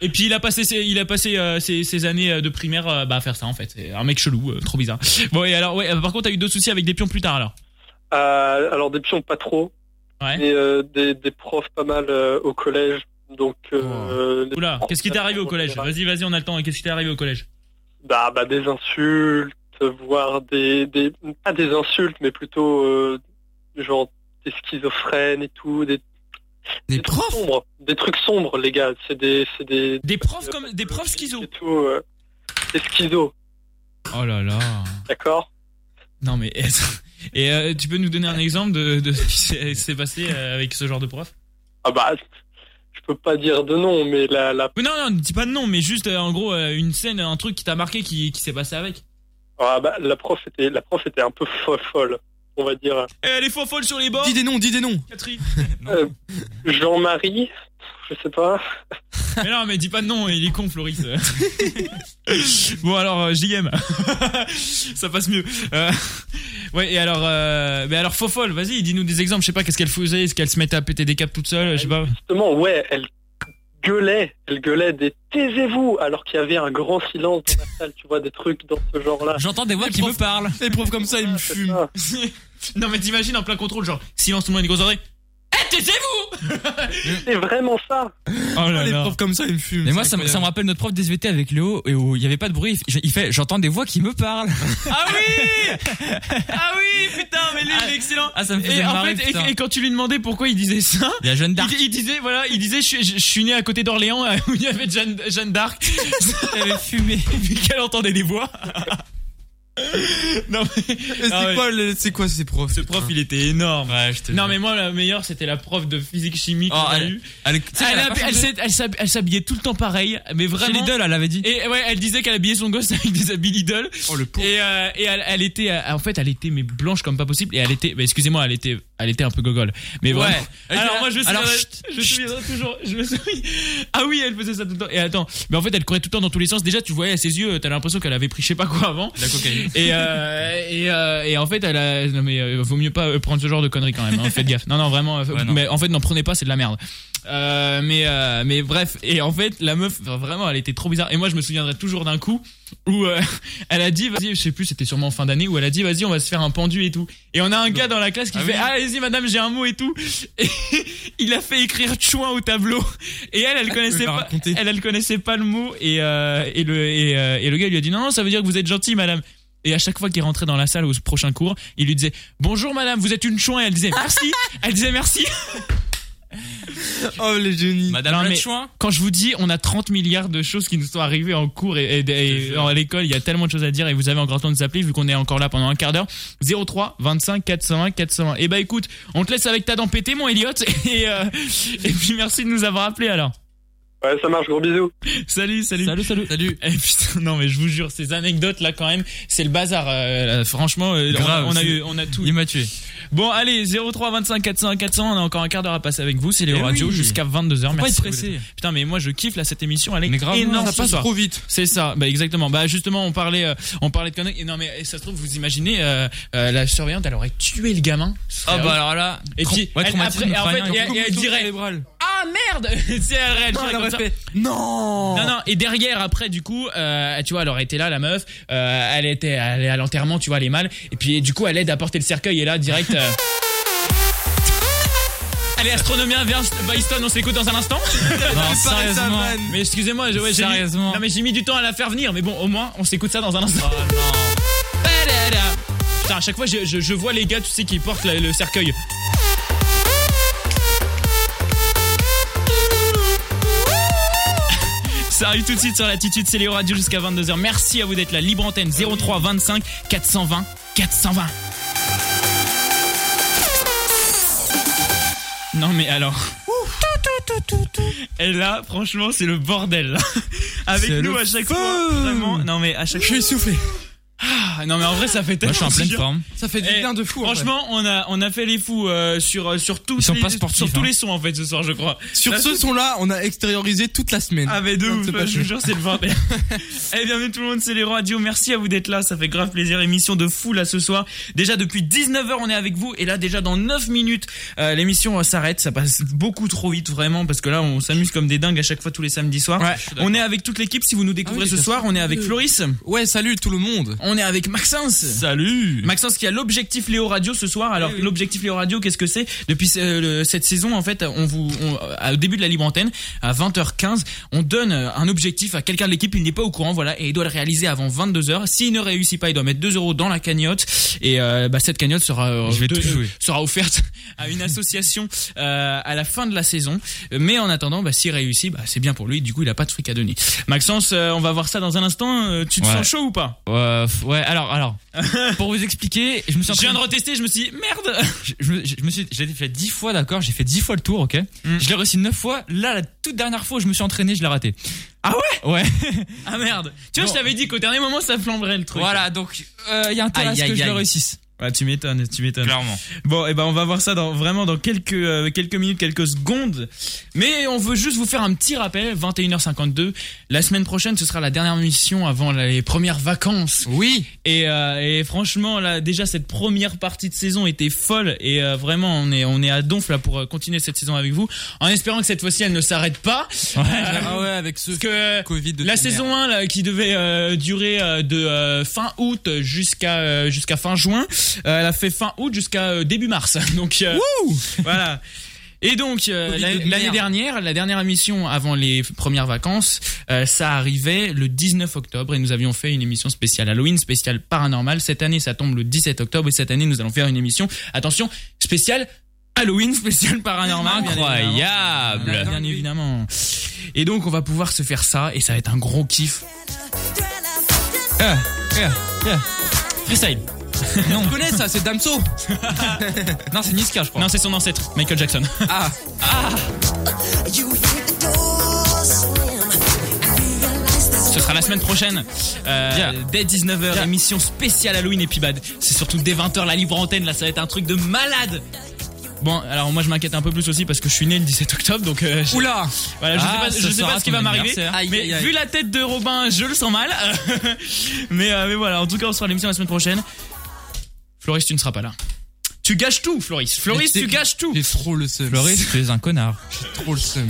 B: Et puis, il a passé ses, il a passé, euh, ses, ses années euh, de primaire euh, bah, à faire ça, en fait. C'est un mec chelou, euh, trop bizarre. Bon, et alors, ouais, euh, par contre, t'as eu d'autres soucis avec des pions plus tard, alors
J: Euh, alors des pions pas trop, mais euh, des, des profs pas mal euh, au collège. Donc euh, les
B: Oula,
J: profs,
B: qu'est-ce qui t'est arrivé au collège Vas-y, vas-y, on a le temps. Qu'est-ce qui t'est arrivé au collège
J: bah, bah des insultes, voire des, des pas des insultes, mais plutôt euh, genre des schizophrènes et tout, des des, trucs sombres, des trucs sombres les gars, c'est des c'est des
B: des profs comme des profs schizo
J: et tout, euh, des schizos,
B: Oh là là.
J: d'accord
B: Non, mais. Et euh, tu peux nous donner un exemple de, de ce qui s'est s'est passé euh, avec ce genre de prof
J: Ah bah je peux pas dire de nom, mais la la
B: Mais non, non, ne dis pas de nom, mais juste euh, en gros euh, une scène, un truc qui t'a marqué, qui, qui s'est passé avec.
J: ah bah, la prof était la prof était un peu folle folle, on va dire.
B: Eh, elle est faux folle sur les bords.
D: Dis des noms, dis des noms.
B: Catherine.
J: Euh, Jean-Marie, je sais pas.
B: mais non, mais dis pas de nom, il est con, Floris. bon, alors, euh, JM. Ça passe mieux. Euh, ouais, et alors, euh, mais alors, faux folle, vas-y, dis-nous des exemples. Je sais pas, qu'est-ce qu'elle faisait Est-ce qu'elle se mettait à péter des câbles toute seule Je sais pas.
J: Justement, ouais, elle gueulait, elle gueulait des taisez-vous alors qu'il y avait un grand silence dans la salle, tu vois, des trucs dans ce genre-là.
C: J'entends des voix qui me parlent.
D: Les profs comme ça, ils me fument.
B: non, mais t'imagines en plein contrôle, genre, silence tout le monde, une grosse oreille. Eh, taisez-vous
J: C'est vraiment ça.
B: Oh là
D: les
B: là.
D: profs comme ça, ils me fument.
C: Mais moi, ça, me- ça me rappelle notre prof d'SVT avec Léo, et où il y avait pas de bruit. Il fait, j'entends des voix qui me parlent.
B: Ah oui Ah oui, putain, mais lui, il est excellent.
C: Ah, ça me faisait
B: et en
C: marrer,
B: fait, et-
C: putain.
B: et quand tu lui demandais pourquoi il disait ça,
C: Il y a Jeanne d'Arc.
B: Il, il disait voilà, il disait je, suis- je- je suis né à côté d'Orléans euh, où il y avait Jeanne, Jeanne d'Arc. Elle avait fumé. Puis qu'elle entendait des voix. non mais
D: Et
C: Ah
D: c'est quoi le- C'est quoi ces profs
B: Ce prof, il était énorme.
D: jure.
B: non mais moi la meilleure c'était la prof de physique chimie qu'on
C: Oh,
B: a
C: elle-
B: eue.
C: elle-
B: Elle,
C: tu sais qu'elle a
B: hab-
C: pas
B: elle
C: changé.
B: s'est- elle s'hab- elle s'habillait tout le temps pareil, mais vraiment.
C: Lidl, elle avait dit. Oh,
B: Et ouais, elle disait qu'elle habillait son gosse avec des habits Lidl. Et, euh, et elle, elle était, euh, en fait, elle était mais blanche comme pas possible. Et elle était, bah, excusez-moi, elle était, elle était un peu gogole. Mais
C: Ouais.
B: vraiment.
C: Elle était
B: Alors
C: là.
B: moi je me
C: Alors,
B: souviendrai-
C: chut,
B: je me souviendrai toujours. Je me souviens. Ah oui, elle faisait ça tout le temps. Et attends, mais en fait, elle courait tout le temps dans tous les sens. Déjà, tu voyais à ses yeux, t'as l'impression qu'elle avait pris je sais pas quoi avant.
C: La cocaïne.
B: Et, euh, et, euh, et en fait, elle a. Non, mais euh, vaut mieux pas euh, prendre ce genre de conneries quand même. hein. Faites gaffe. Non, non, vraiment. euh,
C: Ouais, non.
B: Mais en fait, n'en prenez pas, c'est de la merde. Euh, mais, euh, mais bref. Et en fait, la meuf, enfin, vraiment, elle était trop bizarre. Et moi, je me souviendrai toujours d'un coup où euh, elle a dit, vas-y, je sais plus, c'était sûrement en fin d'année, où elle a dit, vas-y, on va se faire un pendu et tout. Et on a un gars dans la classe qui fait, ah, allez-y, madame, j'ai un mot et tout. Et il a fait écrire chouin au tableau. Et elle, elle connaissait pas, elle, elle connaissait pas le mot. Et, euh, et, le, et, euh, et le gars lui a dit, non, non, ça veut dire que vous êtes gentil, madame. Et à chaque fois qu'il rentrait dans la salle au prochain cours, il lui disait Bonjour madame, vous êtes une chouin. Et elle disait merci. Elle disait merci.
D: Oh les génies.
B: Non,
C: Madame
B: mais
C: Chouin.
B: Quand je vous dis, on a 30 milliards de choses qui nous sont arrivées en cours et, et- et- et à l'école, il y a tellement de choses à dire et vous avez encore le temps de s'appeler vu qu'on est encore là pendant un quart d'heure. 03 25 401 401. Et bah écoute, on te laisse avec ta dent pétée, mon Elliot. Et, euh, et puis merci de nous avoir appelés alors.
J: Ouais, ça marche, gros bisous.
B: Salut, salut. Salut,
C: salut.
B: Salut. Eh putain, non mais je vous jure, ces anecdotes là quand même, c'est le bazar. euh, là, franchement, euh,
C: Grave,
B: on, a- on a
C: c'est-
B: eu, on a tout.
C: Il m'a tué.
B: Bon, allez, 03 25 400 400, on a encore un quart d'heure à passer avec vous. C'est Léo
C: Eh
B: Radio
C: oui.
B: jusqu'à 22h.
C: Faut pas
B: Merci.
C: être pressé.
B: Putain, mais moi je kiffe là cette émission. Elle est
C: Mais grave,
B: énorme.
C: ça
B: ce
C: passe
B: soir.
C: trop vite.
B: C'est ça. Bah exactement. Bah justement, on parlait, euh, on parlait de conneries. Et Non mais et ça se trouve, vous imaginez euh, euh, la surveillante, elle aurait tué le gamin. Ce serait
C: Ah bah
B: horrible.
C: alors là.
B: Et
C: tra-
B: puis,
C: ouais,
B: elle-
C: traumatisme
B: après, et en fait,
C: crânien.
B: et elle- et elle dirait- Ah merde C'est elle, elle dirait
C: elle
B: comme
C: aurait
B: ça.
C: fait, Non
B: Non, non, et derrière, après, du coup, euh, tu vois, elle aurait été là, la meuf, euh, elle était elle est à l'enterrement, tu vois, elle est mal, et puis du coup, elle aide à porter le cercueil, et là, direct. euh, Allez, astronomien, viens, Byston, on s'écoute dans un instant.
C: Non, sérieusement.
B: Mais excusez-moi, je- ouais, j'ai mis-
C: Sérieusement.
B: Non, mais j'ai mis du temps à la faire venir, mais bon, au moins, on s'écoute ça dans un instant. Putain, à chaque fois, je, je- je vois les gars, tu sais, qui portent la- le cercueil. Ça arrive tout de suite sur l'attitude, c'est Léo Radio jusqu'à 22h. Merci à vous d'être là. Libre antenne 03 25 420 420. Non mais alors. Et là, franchement, c'est le bordel. Avec
C: C'est
B: nous
C: le
B: à chaque fois, vraiment. Non mais à chaque fois. Je suis soufflé. Ah, non mais en vrai ça fait tellement
C: Moi, je suis en pleine
B: jure.
C: forme.
B: Ça fait du bien de fou. Eh, Franchement, on a on a fait les fous euh, sur euh, sur tous
D: Ils sont
B: les
D: pas sportifs,
B: sur tous
D: hein.
B: les sons en fait ce soir, je crois.
D: Sur
B: La
D: ce son-là, on a extériorisé toute la semaine.
B: ah mais de
D: Non,
B: ouf,
D: c'est pas
B: je
D: chaud.
B: vous jure c'est le bordel. Eh bienvenue tout le monde, c'est les radios. Merci à vous d'être là, ça fait grave plaisir. Émission de fou là ce soir. Déjà depuis 19h on est avec vous et là déjà dans 9 minutes euh, l'émission euh, s'arrête, ça passe beaucoup trop vite vraiment parce que là on s'amuse comme des dingues à chaque fois tous les samedis soirs. on est avec toute l'équipe si vous nous découvrez
D: Ah oui,
B: ce
D: bien
B: soir,
D: sûr.
B: on est avec Floris.
D: Ouais, salut tout le monde.
B: On est avec Maxence. Salut. Maxence qui a l'objectif Léo Radio ce soir. Alors l'objectif Léo Radio, qu'est-ce que c'est Depuis euh, le- cette saison, en fait, on vous, on- euh, au début de la libre antenne, à 20h15, on donne euh, un objectif à quelqu'un de l'équipe. Il n'est pas au courant, voilà, et il doit le réaliser avant 22h. S'il ne réussit pas, il doit mettre 2 euros dans la cagnotte. Et euh, bah, cette cagnotte sera, euh,
C: Je vais
B: de-
C: tout jouer.
B: euh, sera offerte à une association euh, à la fin de la saison. Mais en attendant, bah, s'il réussit, bah, c'est bien pour lui. Du coup, il a pas de fric à donner. Maxence, euh, on va voir ça dans un instant. Euh, tu te
C: Ouais.
B: sens chaud ou pas
C: Ouais, f- ouais, alors, alors. pour vous expliquer, je me suis. en
B: Je
C: train
B: viens de retester, je me suis dit merde
C: je, je- je me suis, j'ai fait 10 fois, d'accord, j'ai fait 10 fois le tour, ok. Je l'ai réussi 9 fois. Là, la toute dernière fois où je me suis entraîné, je l'ai raté.
B: Ah ouais
C: Ouais.
B: Ah merde Tu vois,
C: Bon.
B: je t'avais dit qu'au dernier moment ça flamberait le truc.
C: Voilà, donc, euh, il y a intérêt à ce que je le réussisse.
B: Ouais, tu m'étonnes, tu m'étonnes.
C: Clairement.
B: Bon, et ben on va voir ça dans, vraiment dans quelques, euh, quelques minutes, quelques secondes. Mais on veut juste vous faire un petit rappel, 21h52. La semaine prochaine, ce sera la dernière mission avant la- les premières vacances.
D: Oui.
B: Et, euh, et franchement, là, déjà, cette première partie de saison était folle. Et euh, vraiment, on est, on est à donf là pour euh, continuer cette saison avec vous. En espérant que cette fois-ci, elle ne s'arrête pas. Euh,
D: Ah ouais, avec ce Covid. de
B: la
D: tonnerre.
B: saison 1 là, qui devait euh, durer euh, de euh, fin août jusqu'à euh, jusqu'à fin juin, euh, elle a fait fin août jusqu'à euh, début mars. Donc euh, voilà. Et donc euh,
C: Covid
B: l'année
C: de merde.
B: l'année dernière, la dernière émission avant les f- premières vacances, euh, ça arrivait le 19 octobre et nous avions fait une émission spéciale Halloween, spéciale paranormal. Cette année, ça tombe le 17 octobre et cette année, nous allons faire une émission. Attention, spéciale Halloween, spéciale paranormal. bien évidemment.
C: Incroyable.
B: Bien évidemment. Et donc on va pouvoir se faire ça et ça va être un gros kiff.
C: Ah, ah, ah.
B: Freestyle.
D: On connaît ça, c'est Damso.
B: non, c'est Niska, je crois. Non, c'est son ancêtre, Michael Jackson.
D: Ah.
B: Ce sera la semaine prochaine, euh, dès 19h, émission spéciale Halloween et puis bah, c'est surtout dès 20h la libre antenne, là ça va être un truc de malade Bon, alors moi je m'inquiète un peu plus aussi parce que je suis né le 17 octobre, donc... euh, je-
D: Oula
B: Voilà, je
C: Ah,
B: sais
C: ce
B: pas, je sais
C: sera
B: pas ce qui
C: ton
B: va m'arriver,
C: anniversaire. Aïe,
B: mais
C: aïe, aïe.
B: vu la tête de Robin, je le sens mal. mais, euh, mais voilà, en tout cas on sera à l'émission la semaine prochaine. Floris, tu ne seras pas là. Tu gâches tout, Floris. Floris,
C: Mais
B: tu
C: t'es-
B: gâches tout.
D: J'ai trop le seum.
C: Floris, tu es un connard.
D: Trop le seum.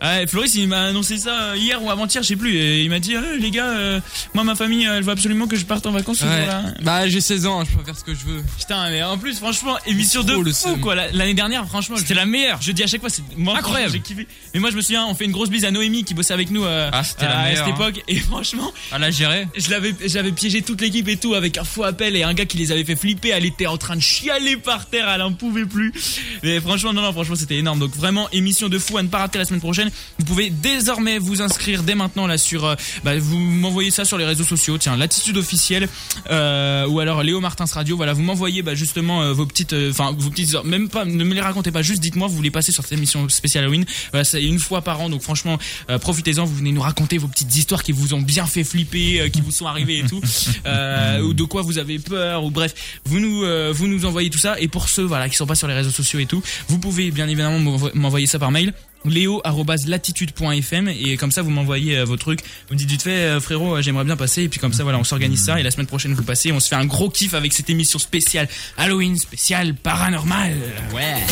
B: Ouais, Floris, il m'a annoncé ça euh, hier ou avant-hier, je sais plus. Et il m'a dit, Eh, les gars, euh, moi, ma famille, euh, elle veut absolument que je parte en vacances ce
D: Ouais.
B: jour-là.
D: Bah, j'ai 16 ans, je peux faire ce que je veux.
B: Putain, mais en plus, franchement, émission de
D: Trop le
B: fou,
D: seum.
B: quoi. La- L'année dernière, franchement, c'était la meilleure. Je dis à chaque fois, c'est moi,
C: Incroyable.
B: franchement, J'ai kiffé. Mais moi, je me souviens, on fait une grosse bise à Noémie qui bossait avec nous euh,
C: Ah, c'était
B: euh,
C: la
B: à
C: meilleure,
B: cette époque. Et franchement,
C: Ah, la gérer.
B: je l'avais, j'avais piégé toute l'équipe et tout avec un faux appel et un gars qui les avait fait flipper. Elle était en train de chialer par terre, elle en pouvait plus. Mais franchement, non, non, franchement, c'était énorme. Donc vraiment, émission de fou à ne pas rater la semaine prochaine. Vous pouvez désormais vous inscrire dès maintenant là sur, euh, bah, vous m'envoyez ça sur les réseaux sociaux. Tiens, l'attitude officielle euh, ou alors Léo Martins Radio. Voilà, vous m'envoyez bah, justement euh, vos petites, euh, enfin vos petites, heures. même pas, ne me les racontez pas. Juste dites-moi, vous voulez passer sur cette émission spéciale Halloween. Voilà, c'est une fois par an, donc franchement, euh, profitez-en. Vous venez nous raconter vos petites histoires qui vous ont bien fait flipper, euh, qui vous sont arrivées et tout, euh, ou de quoi vous avez peur, ou bref, vous nous, euh, vous nous envoyez tout ça. Et pour ceux voilà qui sont pas sur les réseaux sociaux et tout, vous pouvez bien évidemment m'envo- m'envoyer ça par mail leo@latitude.fm et comme ça vous m'envoyez euh, vos trucs vous me dites vite fait euh, frérot euh, j'aimerais bien passer et puis comme ça voilà on s'organise ça et la semaine prochaine vous passez on se fait un gros kiff avec cette émission spéciale Halloween spéciale paranormal ouais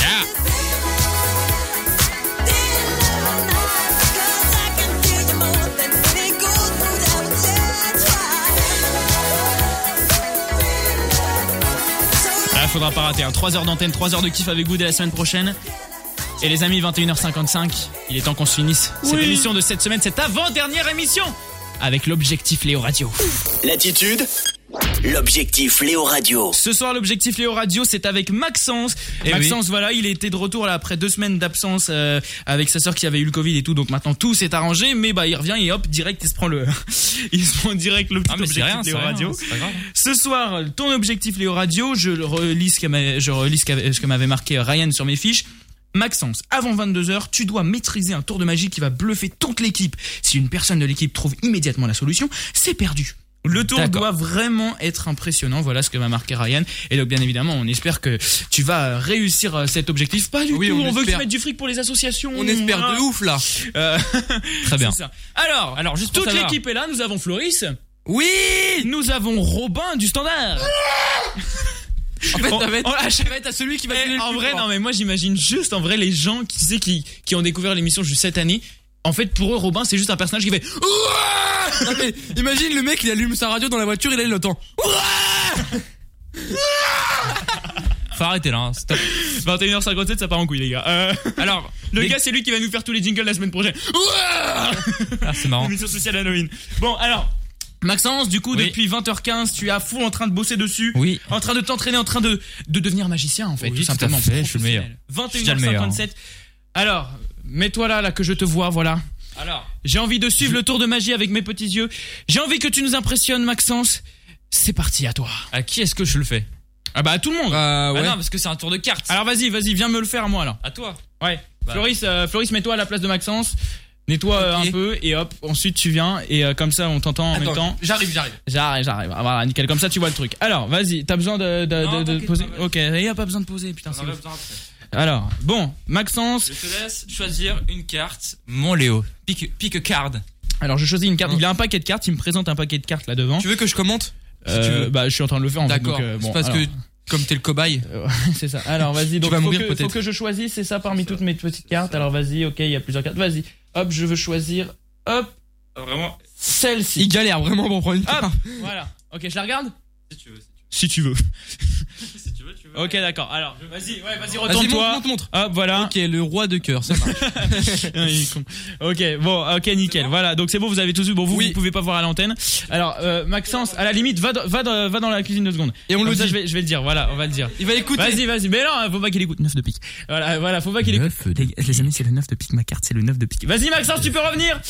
B: Là, Ah, faudra pas rater. 3 heures d'antenne, 3 heures de kiff avec vous dès la semaine prochaine. Et les amis, 21h55, il est temps qu'on se finisse cette
A: Oui.
B: émission de cette semaine, cette avant-dernière émission avec l'objectif Léo Radio.
A: L'attitude L'objectif Léo Radio.
B: Ce soir, l'objectif Léo Radio, c'est avec Maxence.
A: Eh
B: Maxence, voilà, il était de retour là, après deux semaines d'absence euh, avec sa sœur qui avait eu le Covid et tout. Donc maintenant, tout s'est arrangé. Mais bah, il revient et hop, direct, il se prend le, il se prend direct le petit
C: Ah, mais c'est
B: objectif
C: rien, c'est
B: Léo
C: rien,
B: Radio.
C: c'est pas grave.
B: Ce soir, ton objectif Léo Radio, je le relis ce que m'avait- je relis ce qu'avait- ce que m'avait marqué Ryan sur mes fiches. Maxence, avant 22h, tu dois maîtriser un tour de magie qui va bluffer toute l'équipe. Si une personne de l'équipe trouve immédiatement la solution, c'est perdu. Le tour
C: D'accord.
B: doit vraiment être impressionnant, voilà ce que m'a marqué Ryan. Et donc bien évidemment, on espère que tu vas réussir euh, cet objectif. Pas du
D: Oui,
B: tout, on,
D: on
B: veut que tu
D: espère.
B: mettes du fric pour les associations.
D: On espère
B: voilà.
D: de ouf là.
B: C'est
C: Très bien.
B: ça. Alors, Alors
C: juste pour
B: toute
C: savoir.
B: l'équipe est là, nous avons Floris. Oui Nous avons Robin du standard.
D: En fait,
B: On-
D: ça va être-
B: on- à chaque-
D: ça va être à celui qui va
B: Eh,
D: donner le
B: En
D: plus,
B: vrai,
D: je crois.
B: non, mais moi j'imagine juste en vrai les gens qui, tu sais, qui, qui ont découvert l'émission juste cette année. En fait, pour eux, Robin, c'est juste un personnage qui fait.
D: Non, mais imagine le mec, il allume sa radio dans la voiture, il a l'entend.
C: Faut arrêter là. hein.
B: 21h57, ça part en couille, les gars. Alors, le gars, c'est lui qui va nous faire tous les jingles la semaine prochaine.
C: Ah, c'est marrant.
B: Émission sociale Halloween. Bon, alors. Maxence, du coup,
C: Oui.
B: depuis 20h15, tu es à fond en train de bosser dessus.
C: Oui.
B: En train de t'entraîner, en train de, de devenir magicien, en fait,
C: Oui,
B: tout
C: tout à
B: simplement.
C: fait, je suis le meilleur. Je suis déjà le meilleur. hein.
B: 21h57. Alors, mets-toi là, là, que je te vois, voilà.
C: Alors.
B: J'ai envie de suivre le tour de magie avec mes petits yeux. J'ai envie que tu nous impressionnes, Maxence. C'est parti, à toi.
C: À qui est-ce que je le fais
B: Ah bah à tout le monde.
C: Bah non, parce que c'est un tour de cartes.
B: Alors vas-y, vas-y, viens me le faire à moi là.
C: À toi.
B: Ouais.
C: Bah.
B: Floris, euh, Floris, mets-toi à la place de Maxence. Nettoie euh, un peu et hop, ensuite tu viens et euh, comme ça on t'entend en même temps.
D: J'arrive, j'arrive.
B: J'arrive, j'arrive. Ah, Voilà, nickel. Comme ça tu vois le truc. Alors, vas-y, t'as besoin de, de-
C: Non,
B: de- de
C: t'inquiète
B: poser.
C: pas, vas-y.
B: ok, il y a pas besoin de poser, putain.
C: On
B: c'est
C: en a
B: ouf.
C: besoin après.
B: Alors, bon, Maxence.
C: Je te laisse choisir une carte. Mon Léo. Pique, pique card.
B: Alors, je choisis une carte. Il a un paquet de cartes. Il me présente un paquet de cartes là devant.
D: Tu veux que je commente
B: Euh, Bah, je suis en train de le faire. en fait,
D: D'accord.
B: donc, euh, bon,
D: C'est parce
B: alors.
D: que comme t'es le cobaye.
B: c'est ça. Alors vas-y, donc
D: tu vas
B: faut,
D: mourir
B: que, faut
D: peut-être.
B: que je choisisse, c'est ça parmi toutes mes petites cartes. Alors vas-y, ok, il y a plusieurs cartes. Vas-y, hop, je veux choisir, hop,
C: Vraiment.
B: celle-ci.
D: Il galère vraiment pour prendre une
B: Hop,
C: Ah,
D: carte.
B: voilà. Ok, je la regarde
C: Si tu veux.
B: Si tu veux.
C: Si tu veux, tu veux.
B: Ok, d'accord. Alors, vas-y, ouais, vas-y,
D: Vas-y, montre,
B: retourne-toi.
D: montre, montre.
B: Hop, voilà.
D: Ok, le roi de cœur, ça marche.
B: Il est con. ok, bon, ok, nickel. Voilà, donc c'est bon, vous avez tous eu. Bon, vous, vous pouvez pas voir à l'antenne. Alors, euh, Maxence, à la limite, va, dans- va, dans- va dans la cuisine deux secondes.
D: Et on
B: Comme
D: le
B: ça,
D: dit.
B: Je vais, je vais le dire, voilà, on va le dire.
D: Il va écouter.
B: Vas-y, vas-y. Mais non, faut pas qu'il écoute. 9 de pique. Voilà, voilà, faut pas qu'il écoute.
D: euh,
B: Les, les amis, c'est le 9 de pique, ma carte, c'est le 9 de pique. Vas-y, Maxence, tu peux revenir.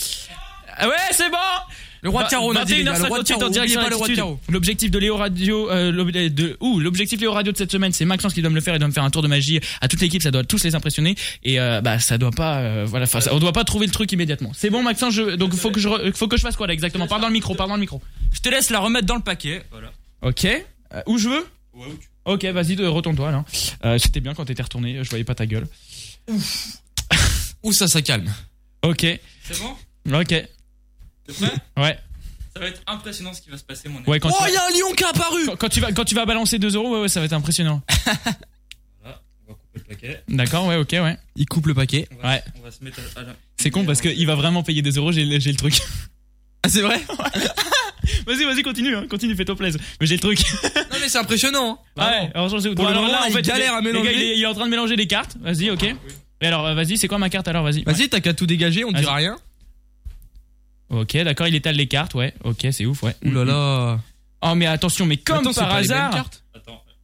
B: Ah Ouais, c'est bon. Bah,
D: Le roi de carreau, on a dit, les gars, le roi de
B: 21h58 en
D: carreau,
B: direction
D: oubliez pas le roi de
B: d'altitude.
D: carreau.
B: L'objectif de Léo Radio, euh, l'ob- de, ouh, l'objectif Léo Radio de cette semaine, c'est Maxence qui doit me le faire. Il doit me faire un tour de magie à toute l'équipe. Ça doit tous les impressionner. Et euh, bah, ça doit pas, euh, voilà, enfin, ça- on doit pas trouver le truc immédiatement. C'est bon, Maxence. Je, donc faut que je, re- faut que je fasse quoi là exactement Parle dans le micro, parle dans le micro.
C: Je te laisse la remettre dans le paquet. Voilà.
B: Ok. Euh, où je veux Ok, vas-y, euh, retourne-toi là. Euh, C'était bien quand t'étais retourné. Je voyais pas ta gueule.
D: Ou ça, ça calme.
B: Ok.
C: C'est bon
B: Ok.
C: T'es prêt
B: Ouais.
C: Ça va être impressionnant ce qui va se passer, mon ami.
B: Ouais, quand
D: oh,
B: tu-
D: il y a un lion qui est apparu.
B: Quand, quand tu vas, quand tu vas balancer 2 euros, ouais, ouais, ça va être impressionnant.
C: Le paquet.
B: D'accord, ouais, ok, ouais.
D: Il coupe le paquet.
C: On va,
B: Ouais.
C: on va se mettre à, à la-
B: C'est con parce qu'il va vraiment payer 2 euros, j'ai j'ai le truc.
D: Ah, c'est vrai
B: Vas-y, vas-y, continue, hein, continue, fais-toi plaisir. Mais j'ai le truc.
D: Non, mais c'est impressionnant. hein.
B: Ah ouais, alors, je sais-
D: Pour le
B: alors
D: moment, il galère à
B: les
D: mélanger.
B: gars, il, est, il est en train de mélanger les cartes. Vas-y,
C: Ah,
B: ok. Et alors, euh, vas-y, c'est quoi ma carte alors Vas-y. Ouais.
D: Vas-y, t'as qu'à tout dégager, on
B: Vas-y.
D: dira rien.
B: Ok, d'accord, il étale les cartes, ouais. Ok, c'est ouf, ouais.
D: Ouh là là.
B: Oh, mais attention, mais comme
D: Attends, c'est
B: par
D: pas les mêmes
B: hasard.
D: cartes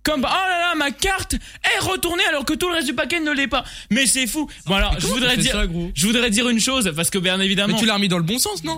B: Comme oh là là ma carte est retournée alors que tout le reste du paquet ne l'est pas. Mais c'est fou. Bon alors je
D: comment
B: voudrais
D: tu fais
B: dire
D: ça, gros
B: je voudrais dire une chose parce que bien évidemment
D: Mais tu l'as remis dans le bon sens, non